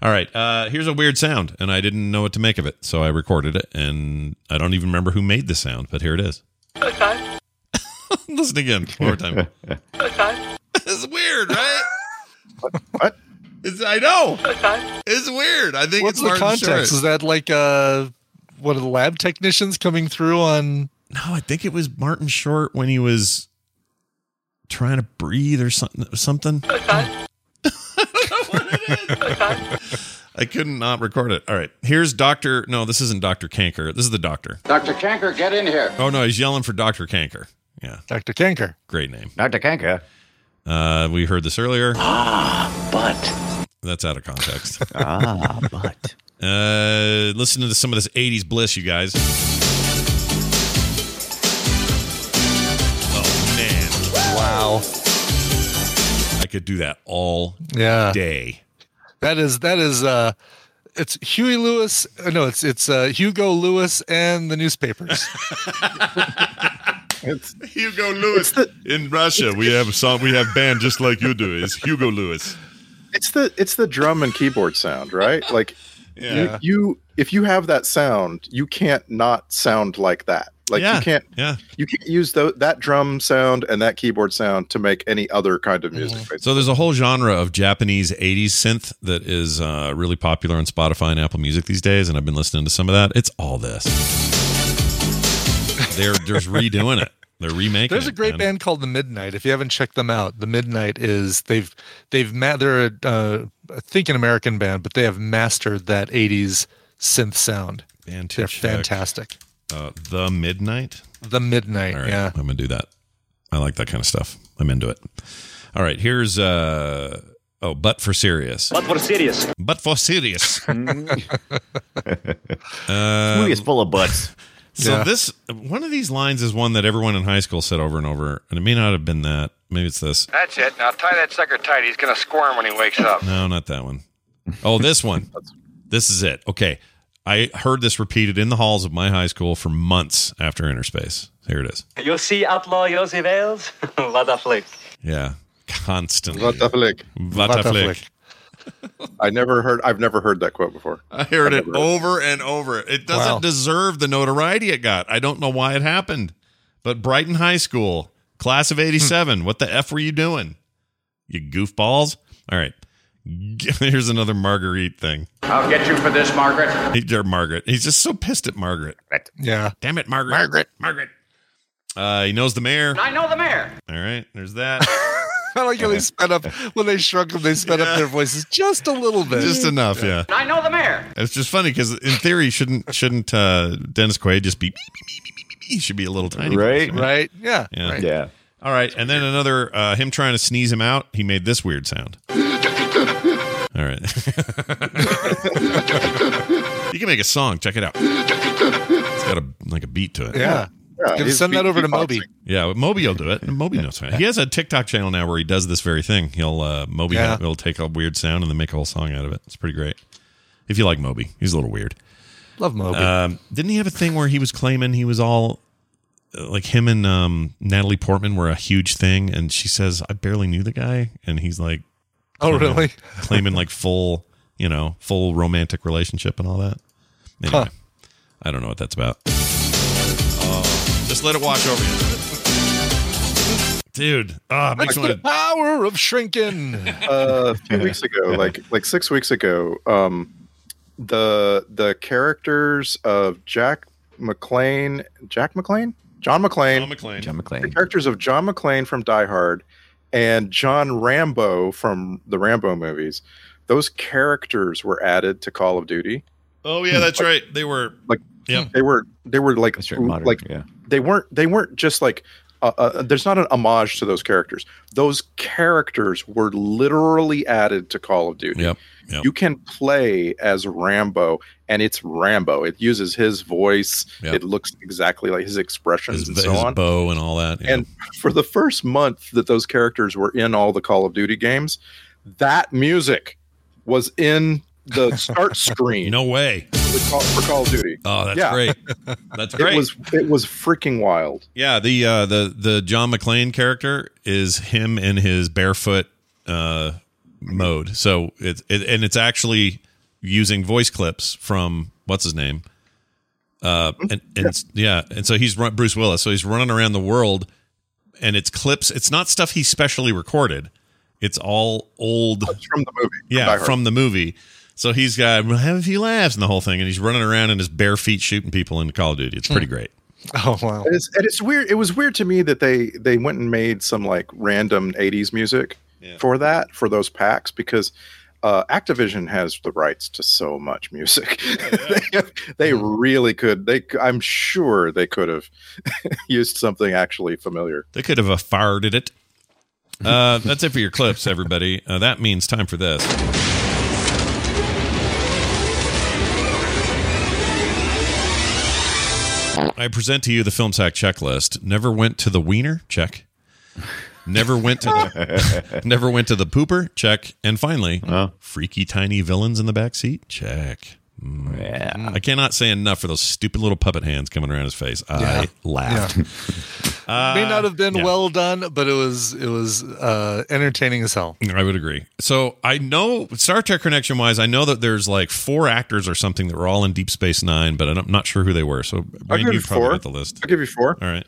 S1: All right, uh, here's a weird sound, and I didn't know what to make of it, so I recorded it, and I don't even remember who made the sound, but here it is. Listen again, one more time. it's weird, right?
S6: What?
S1: It's, I know. It's weird. I think
S7: What's
S1: it's
S7: the
S1: Martin
S7: context?
S1: Short.
S7: Is that like uh, one of the lab technicians coming through on?
S1: No, I think it was Martin Short when he was trying to breathe or something. Something. I couldn't not record it. All right, here's Doctor. No, this isn't Doctor Kanker. This is the doctor.
S10: Dr. Kanker, get in here.
S1: Oh no, he's yelling for Doctor Kanker. Yeah,
S7: Dr. Kanker.
S1: great name.
S5: Dr. Kanka.
S1: Uh, we heard this earlier.
S12: but
S1: That's out of context.
S5: Ah, but.
S1: Uh, listen to some of this '80s bliss, you guys. Oh man,
S7: Wow.
S1: I could do that all
S7: Yeah,
S1: day.
S7: that is that is uh, It's Huey Lewis. uh, No, it's it's uh, Hugo Lewis and the newspapers.
S1: Hugo Lewis. In Russia, we have a song, we have band just like you do. It's Hugo Lewis.
S6: It's the it's the drum and keyboard sound, right? Like
S1: Yeah.
S6: you, you if you have that sound, you can't not sound like that. Like
S1: Yeah,
S6: you can't
S1: yeah.
S6: you can't use tho- that drum sound and that keyboard sound to make any other kind of music. basically.
S1: Mm-hmm. So there's a whole genre of Japanese 80s synth that is uh, really popular on Spotify and Apple Music these days, and I've been listening to some of that. It's all this. They're just redoing it. They're remaking.
S7: There's a
S1: it,
S7: great
S1: man.
S7: band called The Midnight. If you haven't checked them out, The Midnight is they've they've ma- they're a, uh, I think an American band, but they have mastered that '80s synth sound.
S1: Band to
S7: they're
S1: check.
S7: fantastic.
S1: Uh, the Midnight.
S7: The Midnight.
S1: All right,
S7: Yeah.
S1: I'm gonna do that. I like that kind of stuff. I'm into it. All right, here's uh oh, but for serious.
S13: But for serious.
S1: But for serious. Um,
S5: This movie is full of butts.
S1: So
S5: Yeah.
S1: this one of these lines is one that everyone in high school said over and over, and it may not have been that. Maybe it's this.
S14: That's it. Now tie that sucker tight. He's going to squirm when he wakes up.
S1: No, not that one. Oh, this one. this is it. Okay. I heard this repeated in the halls of my high school for months after Interspace. Here it is.
S13: You see Outlaw Josie Vales? what a flick.
S1: Yeah. Constantly.
S6: What the flick?
S1: What the flick.
S6: I never heard I've never heard that quote before.
S1: I heard
S6: I've
S1: it
S6: never
S1: over and over. It doesn't
S6: Wow.
S1: deserve the notoriety it got. I don't know why it happened. But Brighton High School, class of 87, what the F were you doing? You goofballs. All right. Here's another Marguerite thing.
S14: I'll get you for this, Margaret.
S1: He, dear Margaret. He's just so pissed at Margaret.
S7: Yeah.
S1: Damn it, Margaret. Margaret.
S14: Margaret.
S1: Uh, he knows the mayor.
S14: I know the mayor.
S1: All right. There's that.
S7: I like how they sped up when they shrunk them. They sped up their voices just a little bit,
S1: Just enough, yeah.
S14: I know the mayor.
S1: It's just funny because in theory, shouldn't shouldn't uh, Dennis Quaid just be? He should be a little tiny,
S7: Right,
S1: voice,
S7: right, yeah,
S1: yeah,
S7: right.
S1: yeah. All right, and then another uh, him trying to sneeze him out. He made this weird sound. All right, you can make a song. Check it out. It's got a like a beat to it.
S7: Yeah.
S6: Yeah,
S7: Give-
S6: he's
S7: send that
S6: beat-
S7: over to Moby.
S6: beatboxing.
S1: Yeah, but Moby will do it. Moby knows how. He has a TikTok channel now where he does this very thing. He'll uh, Moby
S7: Yeah.
S1: will take a weird sound and then make a whole song out of it. It's pretty great. If you like Moby, he's a little weird.
S7: Love Moby.
S1: Um, didn't he have a thing where he was claiming he was all uh, like him and um, Natalie Portman were a huge thing, and she says I barely knew the guy, and he's like,
S7: Oh, really?
S1: claiming like full, you know, full romantic relationship and all that. Anyway,
S7: Huh.
S1: I don't know what that's about. Uh, just let it wash over you, dude. Ah,
S7: That's
S1: makes me
S7: the
S1: wanna-
S7: power of shrinking.
S6: uh, a few weeks ago, like like six weeks ago, um, the the characters of Jack McClane, Jack McClane, John McClane,
S1: John McClane,
S5: John
S6: the
S5: McClane.
S6: characters of John McClane from Die Hard and John Rambo from the Rambo movies. Those characters were added to Call of Duty.
S1: Oh yeah, that's right. They were
S6: Like
S1: Yeah.
S6: they were they were like
S5: modern,
S6: like
S5: yeah.
S6: they weren't they weren't just like uh, uh, there's not an homage to those characters. Those characters were literally added to Call of Duty.
S1: Yep, yep.
S6: You can play as Rambo, and it's Rambo. It uses his voice.
S1: Yep.
S6: It looks exactly like his expressions
S1: his,
S6: and
S1: his
S6: so on.
S1: bow and all that. yeah.
S6: And for the first month that those characters were in all the Call of Duty games, that music was in the start screen
S1: no way.
S6: for Call, for Call of Duty.
S1: Oh, that's
S6: Yeah.
S1: great. That's great.
S6: It was it was freaking wild.
S1: Yeah, the uh, the the John McClane character is him in his barefoot uh, mode. So it's it, and it's actually using voice clips from what's his name. Uh, and and yeah, and so he's run, Bruce Willis. So he's running around the world, and it's clips. It's not stuff he specially recorded. It's all old
S6: from the movie.
S1: yeah, from the movie. So he's got we'll have a few laughs and the whole thing, and he's running around in his bare feet shooting people in Call of Duty. It's pretty great.
S7: Oh wow!
S6: And it's, and it's weird. It was weird to me that they they went and made some like random '80s music for that for those packs because uh, Activision has the rights to so much music. they, they really could. They c- I'm sure they could have used something actually familiar.
S1: They could have uh, fired at it. Uh, that's it for your clips, everybody. Uh, that means time for this. I present to you the film sack checklist. Never went to the wiener check. Never went to the never went to the pooper. Check. And finally, freaky tiny villains in the back seat. Check. Mm. I cannot say enough for those stupid little puppet hands coming around his face. I
S7: Yeah.
S1: laughed.
S7: May not have been
S1: yeah.
S7: well done, but it was it was uh, entertaining as hell.
S1: I would agree. So I know Star Trek connection wise, I know that there's like four actors or something that were all in Deep Space Nine, but I'm not sure who they were. So
S6: I'll
S1: Brain,
S6: give you
S1: you probably
S6: four.
S1: got the list.
S6: I'll give you four.
S1: All right.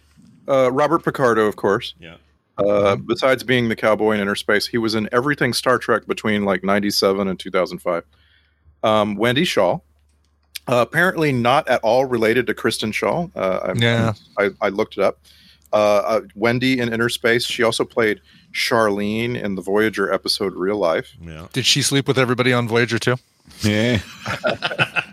S6: Uh, Robert Picardo, of course.
S1: Yeah.
S6: Uh, besides being the cowboy in Inner Space, he was in everything Star Trek between like 97 and 2005. Um, Wendy Shaw, uh, apparently not at all related to Kristen Shaw. Uh, I,
S7: Yeah.
S6: I, I looked it up. Uh, uh, Wendy in Inner Space. She also played Charlene in the Voyager episode Real Life.
S1: Yeah.
S7: Did she sleep with everybody on Voyager too?
S6: Yeah.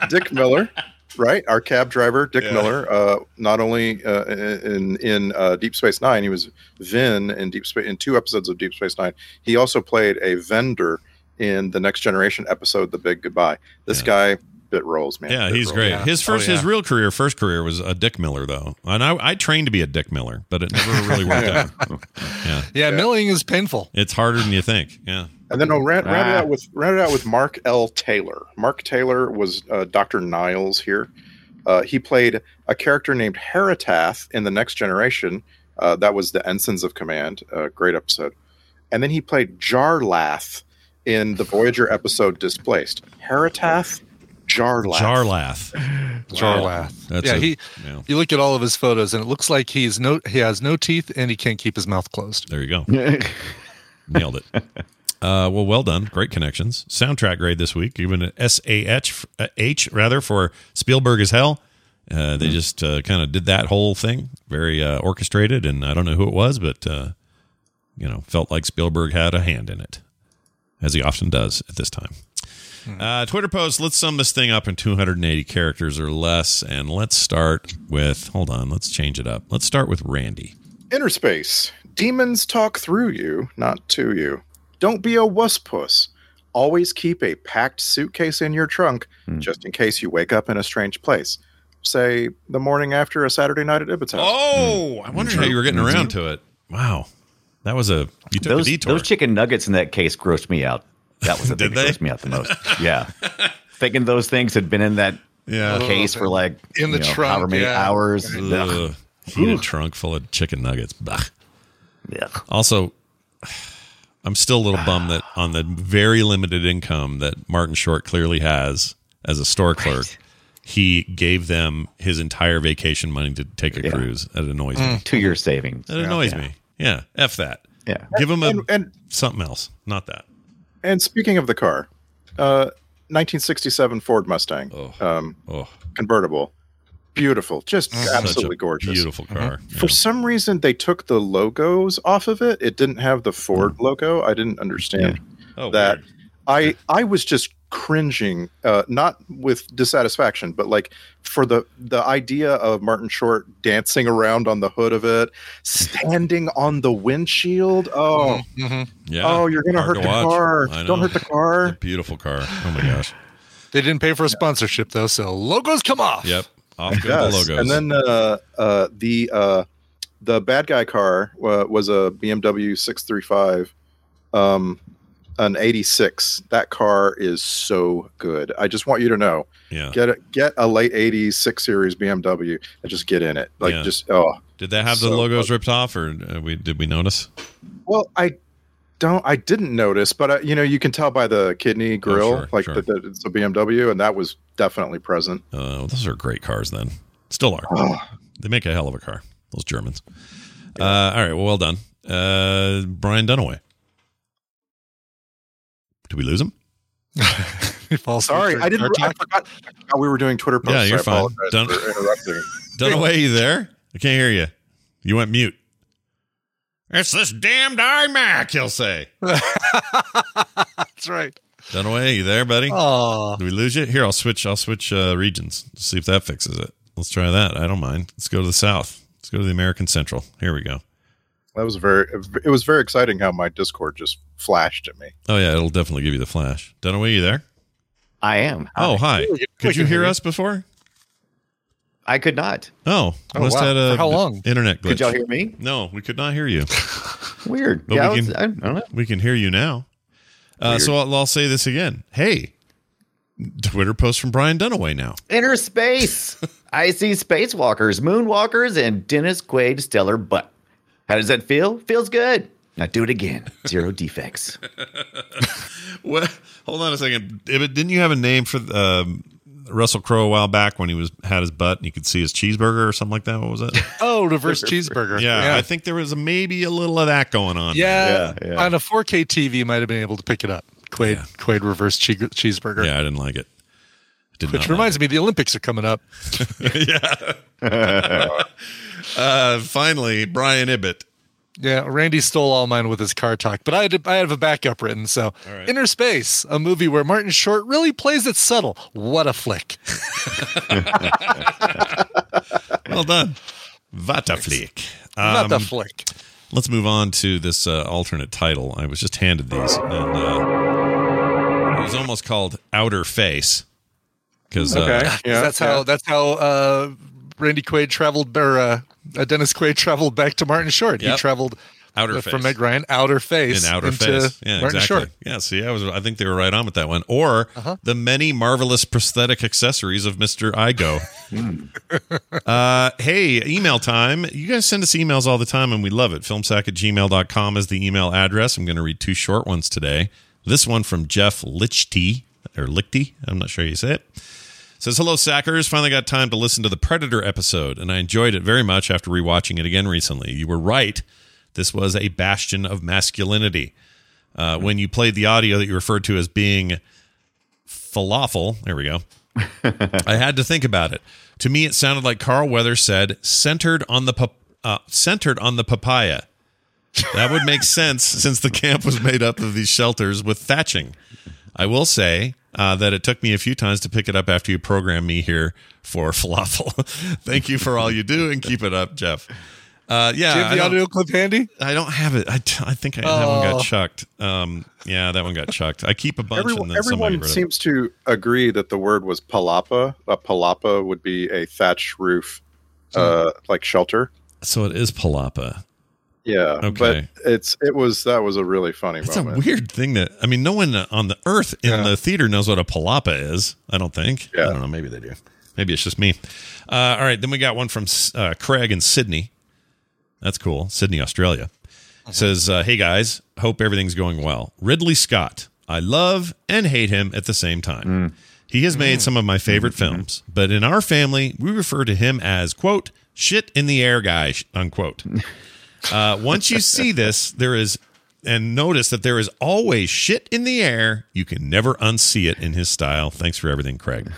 S6: Dick Miller, right? Our cab driver, Dick Miller. Uh, not only uh, in in uh, Deep Space Nine, he was Vin in Deep Space in two episodes of Deep Space Nine. He also played a vendor in the Next Generation episode, The Big Goodbye. This guy bit rolls, man.
S1: Yeah, Oh,
S6: Bit
S1: he's
S6: rolls.
S1: great. His first, his real career, first career was a Dick Miller though, and I, I trained to be a Dick Miller, but it never really worked out. Yeah,
S7: Yeah, milling is painful.
S1: it's harder than you think. Yeah,
S6: And then I'll round, round it
S1: Ah.
S6: out with round it out with Mark L. Taylor. Mark Taylor was uh, Doctor Niles here. Uh, he played a character named Heritath in the Next Generation. Uh, that was the Ensigns of Command. Uh, great episode. And then he played Jarlath in the Voyager episode Displaced. Heritath, Jarlath.
S1: Jarlath.
S7: Jarlath.
S1: That's
S7: yeah,
S1: a-
S7: he.
S1: yeah.
S7: You look at all of his photos, and it looks like he's no. He has no teeth, and he can't keep his mouth closed.
S1: There you go. Nailed it. Uh, well, well done. Great connections. Soundtrack grade this week, even an S A H uh, H rather for Spielberg as hell. Uh, they just uh, kind of did that whole thing, very uh, orchestrated, and I don't know who it was, but uh, you know, felt like Spielberg had a hand in it, as he often does at this time. Uh, Twitter post. Let's sum this thing up in 280 characters or less, and let's start with. Hold on, let's change it up. Let's start with Randy.
S6: Inner space. Demons talk through you, not to you. Don't be a wusspuss. Always keep a packed suitcase in your trunk
S1: Hmm.
S6: just in case you wake up in a strange place. Say the morning after a Saturday night at Ibbot's house.
S1: Oh, I wondered how you were getting
S6: Mhm.
S1: around to it. Wow, that was a you took
S5: those,
S1: a detour.
S5: Those chicken nuggets in that case grossed me out. That was the
S1: Did
S5: thing that
S1: they?
S5: grossed me out the most. Yeah, thinking those things had been in that
S1: Yeah.
S5: case for like
S7: In the
S5: you know,
S7: trunk,
S5: however many
S7: yeah.
S5: hours.
S1: Ugh.
S5: Ugh.
S1: Heat a
S5: Oof.
S1: trunk full of chicken nuggets. Bah. Also, I'm still a little bummed that on the very limited income that Martin Short clearly has as a store clerk, he gave them his entire vacation money to take a cruise. That annoys me.
S5: Two year savings.
S1: That annoys
S5: Yeah.
S1: me. Yeah. F that.
S5: Yeah.
S1: Give him a
S6: And- and-
S1: something else. Not that.
S6: And speaking of the car, uh, 1967 Ford Mustang
S1: Oh.
S6: um, convertible. Beautiful. Just
S1: Such a
S6: absolutely gorgeous.
S1: Beautiful car.
S6: For some reason, they took the logos off of it. It didn't have the Ford
S1: Hmm.
S6: logo. I didn't understand
S1: Oh,
S6: that. I I was just cringing, uh, not with dissatisfaction, but like for the the idea of Martin Short dancing around on the hood of it, standing on the windshield. Oh,
S1: Yeah.
S6: oh, you're gonna
S1: Hard
S6: hurt
S1: to
S6: the
S1: watch.
S6: car.
S1: I
S6: Don't
S1: know.
S6: hurt the car.
S1: A beautiful car. Oh my gosh.
S7: They didn't pay for a sponsorship though, so logos come off.
S1: Yep. Off go
S6: Yes.
S1: the logos.
S6: And then uh, uh, the uh, the bad guy car uh, was a BMW 635, um, an 86. That car is so good. I just want you to know.
S1: Yeah.
S6: Get a, get a late 80s 6 Series BMW and just get in it. Like
S1: Yeah.
S6: just oh.
S1: Did that have the
S6: So
S1: logos ripped off, or uh, we did we notice?
S6: Well, I don't I didn't notice, but I, you know, you can tell by the kidney grill
S1: sure,
S6: like
S1: sure.
S6: that that it's a BMW and that was definitely present.
S1: Uh, those are great cars. Then still are.
S6: Ah.
S1: They make a hell of a car. Those Germans. Uh, all right. Well, well done, uh, Brian Dunaway. Did we lose him?
S6: Sorry, I didn't I forgot how we were doing Twitter posts.
S1: Yeah, you're
S6: I
S1: fine.
S6: apologize
S1: Done-
S6: for interrupting.
S1: Dunaway, you there? I can't hear you. You went mute.
S15: It's this damned iMac, he'll say.
S7: That's right.
S1: Dunaway, you there, buddy?
S7: Oh,
S1: Did we lose you? Here, I'll switch. I'll switch uh, regions. Let's see if that fixes it. Let's try that. I don't mind. Let's go to the south. Let's go to the American Central. Here we go.
S6: That was very. It was very exciting how my Discord just flashed at me.
S1: Oh yeah, it'll definitely give you the flash. Dunaway, you there?
S5: I am.
S1: Oh hi.
S5: We can- we
S1: Could you
S5: can
S1: hear
S5: hear
S1: us before?
S5: I could not.
S1: Oh,
S5: Oh,
S1: must
S5: wow.
S1: had a
S5: For how long?
S1: internet glitch.
S5: Could y'all hear me?
S1: No, we could not hear you.
S5: Weird.
S1: But we
S5: yeah, I was-
S1: can,
S5: I don't know.
S1: we can hear you now. Uh, so I'll, I'll say this again. Hey, Twitter post from Brian Dunaway now.
S5: Inner space. I see spacewalkers, moonwalkers, and Dennis Quaid's stellar butt. How does that feel? Feels good. Now do it again. Zero defects.
S1: What? Hold on a second. If it- Didn't you have a name for um, Russell Crowe a while back when he was had his butt and you could see his cheeseburger or something like that? What was that?
S7: Oh, reverse cheeseburger.
S1: Yeah, I think there was a, maybe a little of that going on.
S7: Yeah, on a 4K TV, you might have been able to pick it up. Quaid, Quaid reverse che- cheeseburger.
S1: Yeah, Oh, I didn't like it. Did
S7: Which
S1: not
S7: reminds me, the Olympics are coming up.
S1: yeah. uh, finally, Brian Ibbett.
S7: Yeah, Randy stole all mine with his car talk, but I had, I have a backup written. So, Inner Space, a movie where Martin Short really plays it subtle. What a flick!
S1: Well done. Vataflick.
S7: What
S1: Um,
S7: a flick!
S1: Let's move on to this uh, alternate title. I was just handed these, and uh, it was almost called Outer Face because
S7: Okay.
S1: uh,
S7: that's how that's how uh, Randy Quaid traveled, or uh, uh, Dennis Quaid traveled back to Martin Short. He
S1: Yep.
S7: traveled
S1: Outer
S7: uh,
S1: Face.
S7: from Meg Ryan, outer face,
S1: an outer
S7: into
S1: face. Yeah,
S7: Martin
S1: exactly.
S7: Short. Uh-huh.
S1: Yeah, see, I was. I think they were right on with that one. Or the many marvelous prosthetic accessories of Mister Igo. Hmm. uh, hey, email time. You guys send us emails all the time, and we love it. Filmsack at gmail.com is the email address. I'm going to read two short ones today. This one from Jeff Lichty, or Lichty. I'm not sure how you say it. Says, hello, Sackers. Finally got time to listen to the Predator episode, and I enjoyed it very much after rewatching it again recently. You were right. This was a bastion of masculinity. Uh, when you played the audio that you referred to as being falafel, there we go. I had to think about it. To me, it sounded like Carl Weather said, "centered on the pap- uh, centered on the papaya." That would make sense since the camp was made up of these shelters with thatching. I will say uh, that it took me a few times to pick it up after you programmed me here for falafel. Thank you for all you do and keep it up, Jeff. Uh, yeah,
S7: Do you have
S1: I
S7: the
S1: don't-
S7: audio clip handy?
S1: I don't have it. I, I think I, that one
S7: Oh.
S1: got chucked. Um, yeah, that one got chucked. I keep a bunch,
S6: Everyone,
S1: and then somebody
S6: everyone
S1: read
S6: seems to agree that the word was palapa. A palapa would be a thatch roof,
S1: Hmm.
S6: uh, like shelter.
S1: it. So it is palapa.
S6: Yeah,
S1: Okay.
S6: but it's it was that was a really funny
S1: It's a
S6: moment.
S1: weird thing that I mean, no one on the earth in the theater knows what a palapa is. I don't think. I don't know. Maybe they do. Maybe it's just me. Uh, all right, then we got one from uh, Craig in Sydney. That's cool, Sydney, Australia.
S6: Uh-huh.
S1: Says, uh, "Hey guys, hope everything's going well." Ridley Scott, I love and hate him at the same
S6: Hmm.
S1: time. He has
S7: Mm.
S1: made some of
S7: Mm-hmm,
S1: my favorite films, but in our family, we refer to him as "quote shit in the air guy" sh- unquote. Uh, once you see this, there is and notice that there is always shit in the air. You can never unsee it in his style. Thanks for everything, Craig.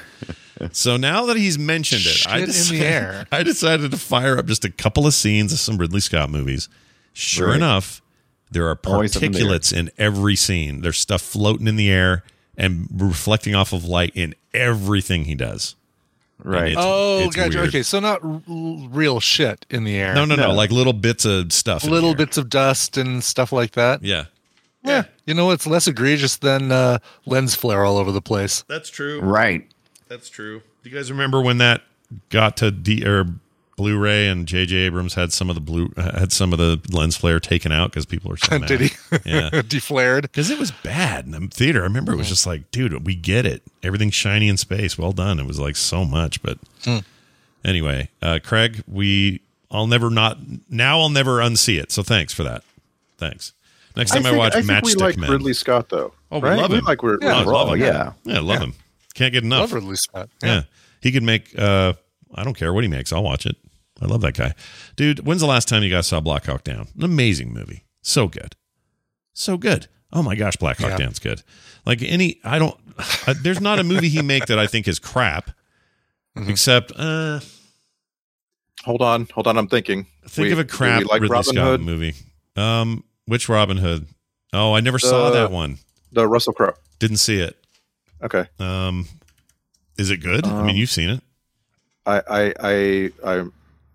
S1: So now that he's mentioned it, I
S7: Shit in the
S1: decided,
S7: air.
S1: I decided to fire up just a couple of scenes of some Ridley Scott movies. Sure
S5: Right.
S1: enough, there are
S5: Always something in the air.
S1: particulates in every scene. There's stuff floating in the air and reflecting off of light in everything he does. Right.
S7: oh, gotcha. Okay, so not r- real shit in the air.
S1: No, no, no, Like little bits of stuff. in
S7: little bits of dust and stuff like that.
S1: Yeah.
S7: Yeah, you know it's less egregious than uh, lens flare all over the place.
S1: That's true.
S5: Right.
S1: That's true. Do you guys remember when that got to D or Blu-ray and J.J. Abrams had some of the blue uh, had some of the lens flare taken out because people are so mad.
S7: Did he?
S1: Yeah,
S7: Deflared
S1: because it was bad in the theater. I remember it was just like, dude, we get it. Everything's shiny in space. Well done. It was like so much, but
S7: Hmm.
S1: anyway, uh, Craig, we I'll never not now I'll never unsee it. So thanks for that. Thanks. Next time I,
S6: think-
S1: watch
S6: I think we
S1: Matchstick
S6: like
S1: Men.
S6: Ridley Scott though.
S1: Oh, we
S6: right?
S1: love
S6: we
S1: him.
S6: Like we're,
S1: Yeah,
S6: we're
S1: love
S6: all-
S1: him.
S5: yeah.
S1: Yeah, love him. Can't get enough.
S7: Love Ridley Scott.
S1: Yeah. He could make uh I don't care what he makes. I'll watch it. I love that guy. Dude, when's the last time you guys saw Black Hawk Down? An amazing movie. So good. So good. Oh my gosh, Black Hawk
S7: Yeah.
S1: Down's good. Like any I don't uh, there's not a movie he make that I think is crap.
S6: Mm-hmm.
S1: Except uh
S6: Hold on, hold on. I'm thinking.
S1: think
S6: We-
S1: of a
S6: do we
S1: crap
S6: like
S1: Ridley
S6: Robin
S1: Scott
S6: Hood?
S1: movie. Um which Robin Hood? Oh, I never saw
S6: The-
S1: that one.
S6: The Russell Crowe.
S1: Didn't see it.
S6: Okay.
S1: Um is it good? I mean,
S6: Um,
S1: you've seen it.
S6: I I I I,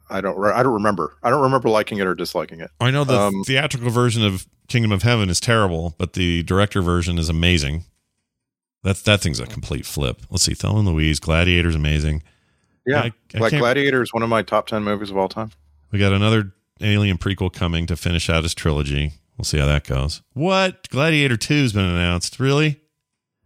S6: I don't re- I don't remember. I don't remember liking it or disliking it.
S1: I know the
S6: Um,
S1: theatrical version of Kingdom of Heaven is terrible, but the director version is amazing. That that thing's a complete flip. Let's see, Thelma and Louise, Gladiator's amazing. I-
S6: Yeah,
S1: I
S6: like
S1: can't-
S6: Gladiator is one of my top ten movies of all time.
S1: We got another Alien prequel coming to finish out his trilogy. We'll see how that goes. What? Gladiator 2's been announced. Really?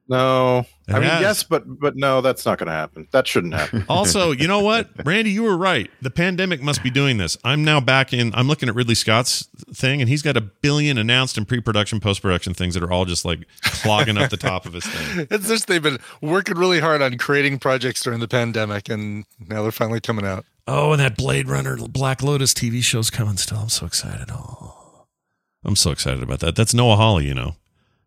S6: No.
S1: It
S6: I mean,
S1: has.
S6: yes, but but no, that's not going to happen. That shouldn't happen.
S1: Also, you know what? Randy, you were right. The pandemic must be doing this. I'm now back in, I'm looking at Ridley Scott's thing, and he's got a billion announced and pre production, post production things that are all just like clogging up the top of his thing.
S7: It's just they've been working really hard on creating projects during the pandemic, and now they're finally coming out.
S1: Oh, and that Blade Runner Black Lotus TV show's coming still. I'm so excited. Oh, I'm so excited about that. That's Noah Hawley, you know,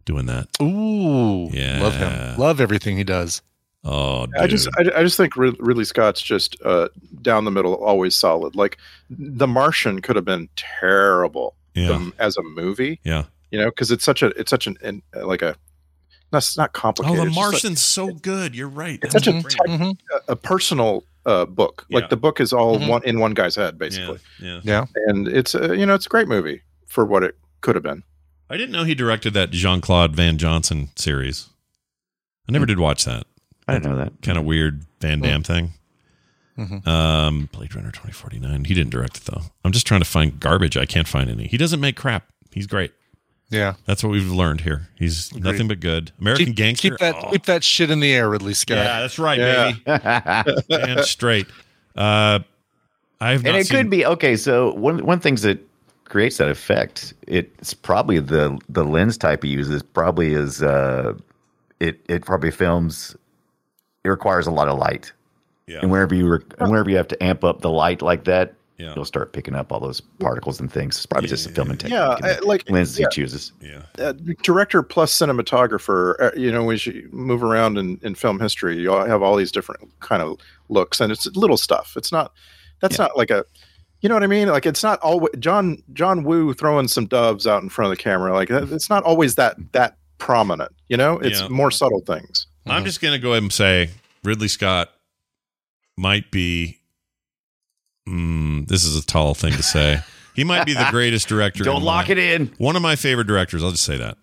S1: doing that.
S7: Ooh,
S1: Yeah.
S7: love him. Love everything he does.
S1: Oh, dude.
S6: I just I, I just think Rid- Ridley Scott's just uh, down the middle, always solid. Like The Martian could have been terrible
S1: Yeah.
S6: um, as a movie,
S1: yeah.
S6: you know, because it's such a it's such an, an like a that's not
S1: Oh,
S6: complicated.
S1: The
S6: It's just like-
S1: Martian's so good. You're right.
S6: it's
S1: That's
S6: such a,
S7: Mm-hmm.
S1: great.
S6: tech- a- a personal uh, book.
S1: Yeah.
S6: Like the book is all
S1: Mhm.
S6: one in one guy's head, basically.
S1: Yeah.
S7: Yeah.
S6: and it's uh, you know it's a great movie for what it could have been.
S1: I didn't know he directed that Jean Claude Van Johnson series. I
S6: Hmm.
S1: never did watch that.
S5: I didn't know that.
S1: Kind of weird Van Damme thing.
S6: Mm-hmm.
S7: Mhm.
S1: Um, Blade Runner 2049. He didn't direct it, though. I'm just trying to find garbage. I can't find any. He doesn't make crap. He's great.
S7: Yeah.
S1: That's what we've learned here. He's
S7: Agreed.
S1: nothing but good. American
S7: keep,
S1: Gangster.
S7: Keep that,
S1: Oh,
S7: keep that shit in the air, Ridley Scott.
S1: yeah, that's right,
S5: baby.
S1: Damn straight. Uh, I've
S5: and
S1: not
S5: it
S1: seen
S5: could be okay. So one one things that creates that effect, it's probably the the lens type he uses. Probably is uh, it it probably films. It requires a lot of light,
S1: Yeah.
S5: and wherever you re- and wherever you have to amp up the light like that,
S1: Yeah.
S5: you'll start picking up all those particles and things. It's probably just a filming technique.
S6: Yeah,
S5: and
S6: I-
S5: the
S6: like-
S5: lens
S6: yeah.
S5: he chooses.
S6: Uh, director plus cinematographer. Uh, you know, as you move around in, in film history, you all have all these different kind of looks, and it's little stuff. It's not that's not like a you know what I mean? Like it's not always John John Woo throwing some doves out in front of the camera. Like that- it's not always that that prominent. You know, it's
S1: Yeah.
S6: more subtle things.
S1: I'm just gonna go ahead and say Ridley Scott might be. Mm, this is a tall thing to say. He might be the greatest director.
S5: Don't lock it in.
S1: One of my favorite directors. I'll just say that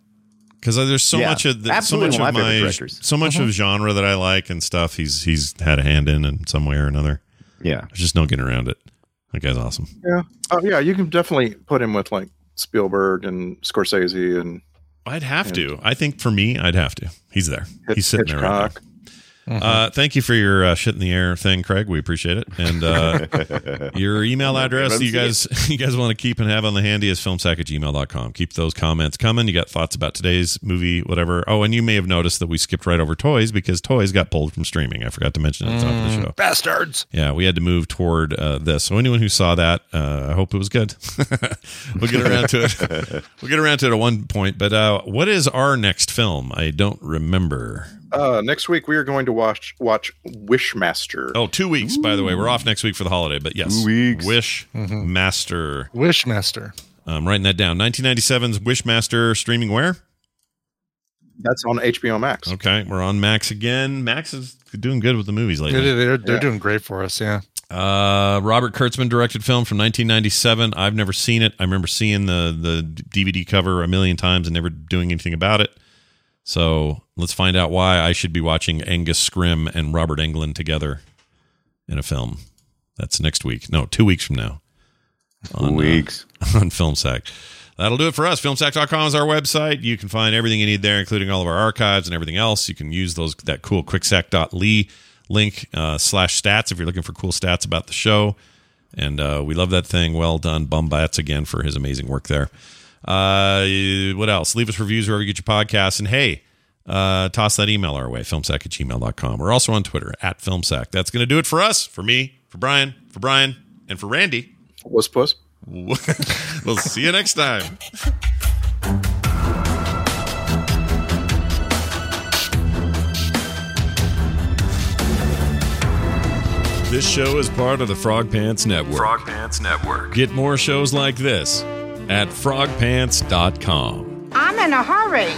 S1: because there's so
S5: Yeah,
S1: much of the, so
S5: absolutely
S1: much
S5: one
S1: of
S5: of my favorite
S1: my
S5: directors.
S1: so much of
S5: Mhm.
S1: genre that I like and stuff. He's he's had a hand in in some way or another.
S5: Yeah,
S1: There's just no getting around it. That guy's awesome.
S6: Yeah. Oh yeah, you can definitely put him with like Spielberg and Scorsese and
S1: I'd have to. I think for me, I'd have to. He's there. He's sitting there right now.
S6: Hitchcock.
S1: Uh, thank you for your uh, shit in the air thing, Craig. We appreciate it. And uh, your email address that you guys you guys want to keep and have on the handy is filmsack at gmail.com. Keep those comments coming. You got thoughts about today's movie, whatever. Oh, and you may have noticed that we skipped right over toys because toys got pulled from streaming. I forgot to mention it at the top of the show.
S7: Bastards.
S1: Yeah, we had to move toward uh, this. So anyone who saw that, uh, I hope it was good. we'll get around to it. We'll get around to it at one point. But uh, what is our next film? I don't remember.
S6: Uh, next week we are going to watch watch Wishmaster.
S1: Oh, two weeks, by the way. We're off next week for the holiday, but yes.
S5: Two weeks. Mm-hmm.
S1: Wish Master.
S7: Wishmaster.
S1: I'm writing that down. 1997's Wishmaster streaming where?
S6: That's on HBO Max.
S1: Okay, we're on Max again. Max is doing good with the movies
S7: They're,
S1: lately.
S7: they're, they're
S6: Yeah.
S7: doing great for us. Yeah.
S1: Uh, Robert Kurtzman directed film from 1997. I've never seen it. I remember seeing the the DVD cover a million times and never doing anything about it. So let's find out why I should be watching Angus Scrim and Robert Englund together in a film. That's next week. No, two weeks from now. On, uh,
S5: Weeks.
S1: on FilmSack. That'll do it for us. FilmSack.com is our website. You can find everything you need there, including all of our archives and everything else. You can use those that cool quicksack.ly E link uh, slash stats if you're looking for cool stats about the show. And uh, we love that thing. Well done, Bumbats, again for his amazing work there. Uh, what else? Leave us reviews wherever you get your podcasts. And hey, uh, toss that email our way, filmsack at gmail.com. We're also on Twitter, at filmsack. That's going to do it for us, for me, for Brian, for Brian, and for Randy.
S6: Was puss.
S1: we'll see you next time. This show is part of the Frog Pants Network.
S4: Frog Pants Network.
S1: Get more shows like this at frogpants.com.
S16: I'm in a hurry.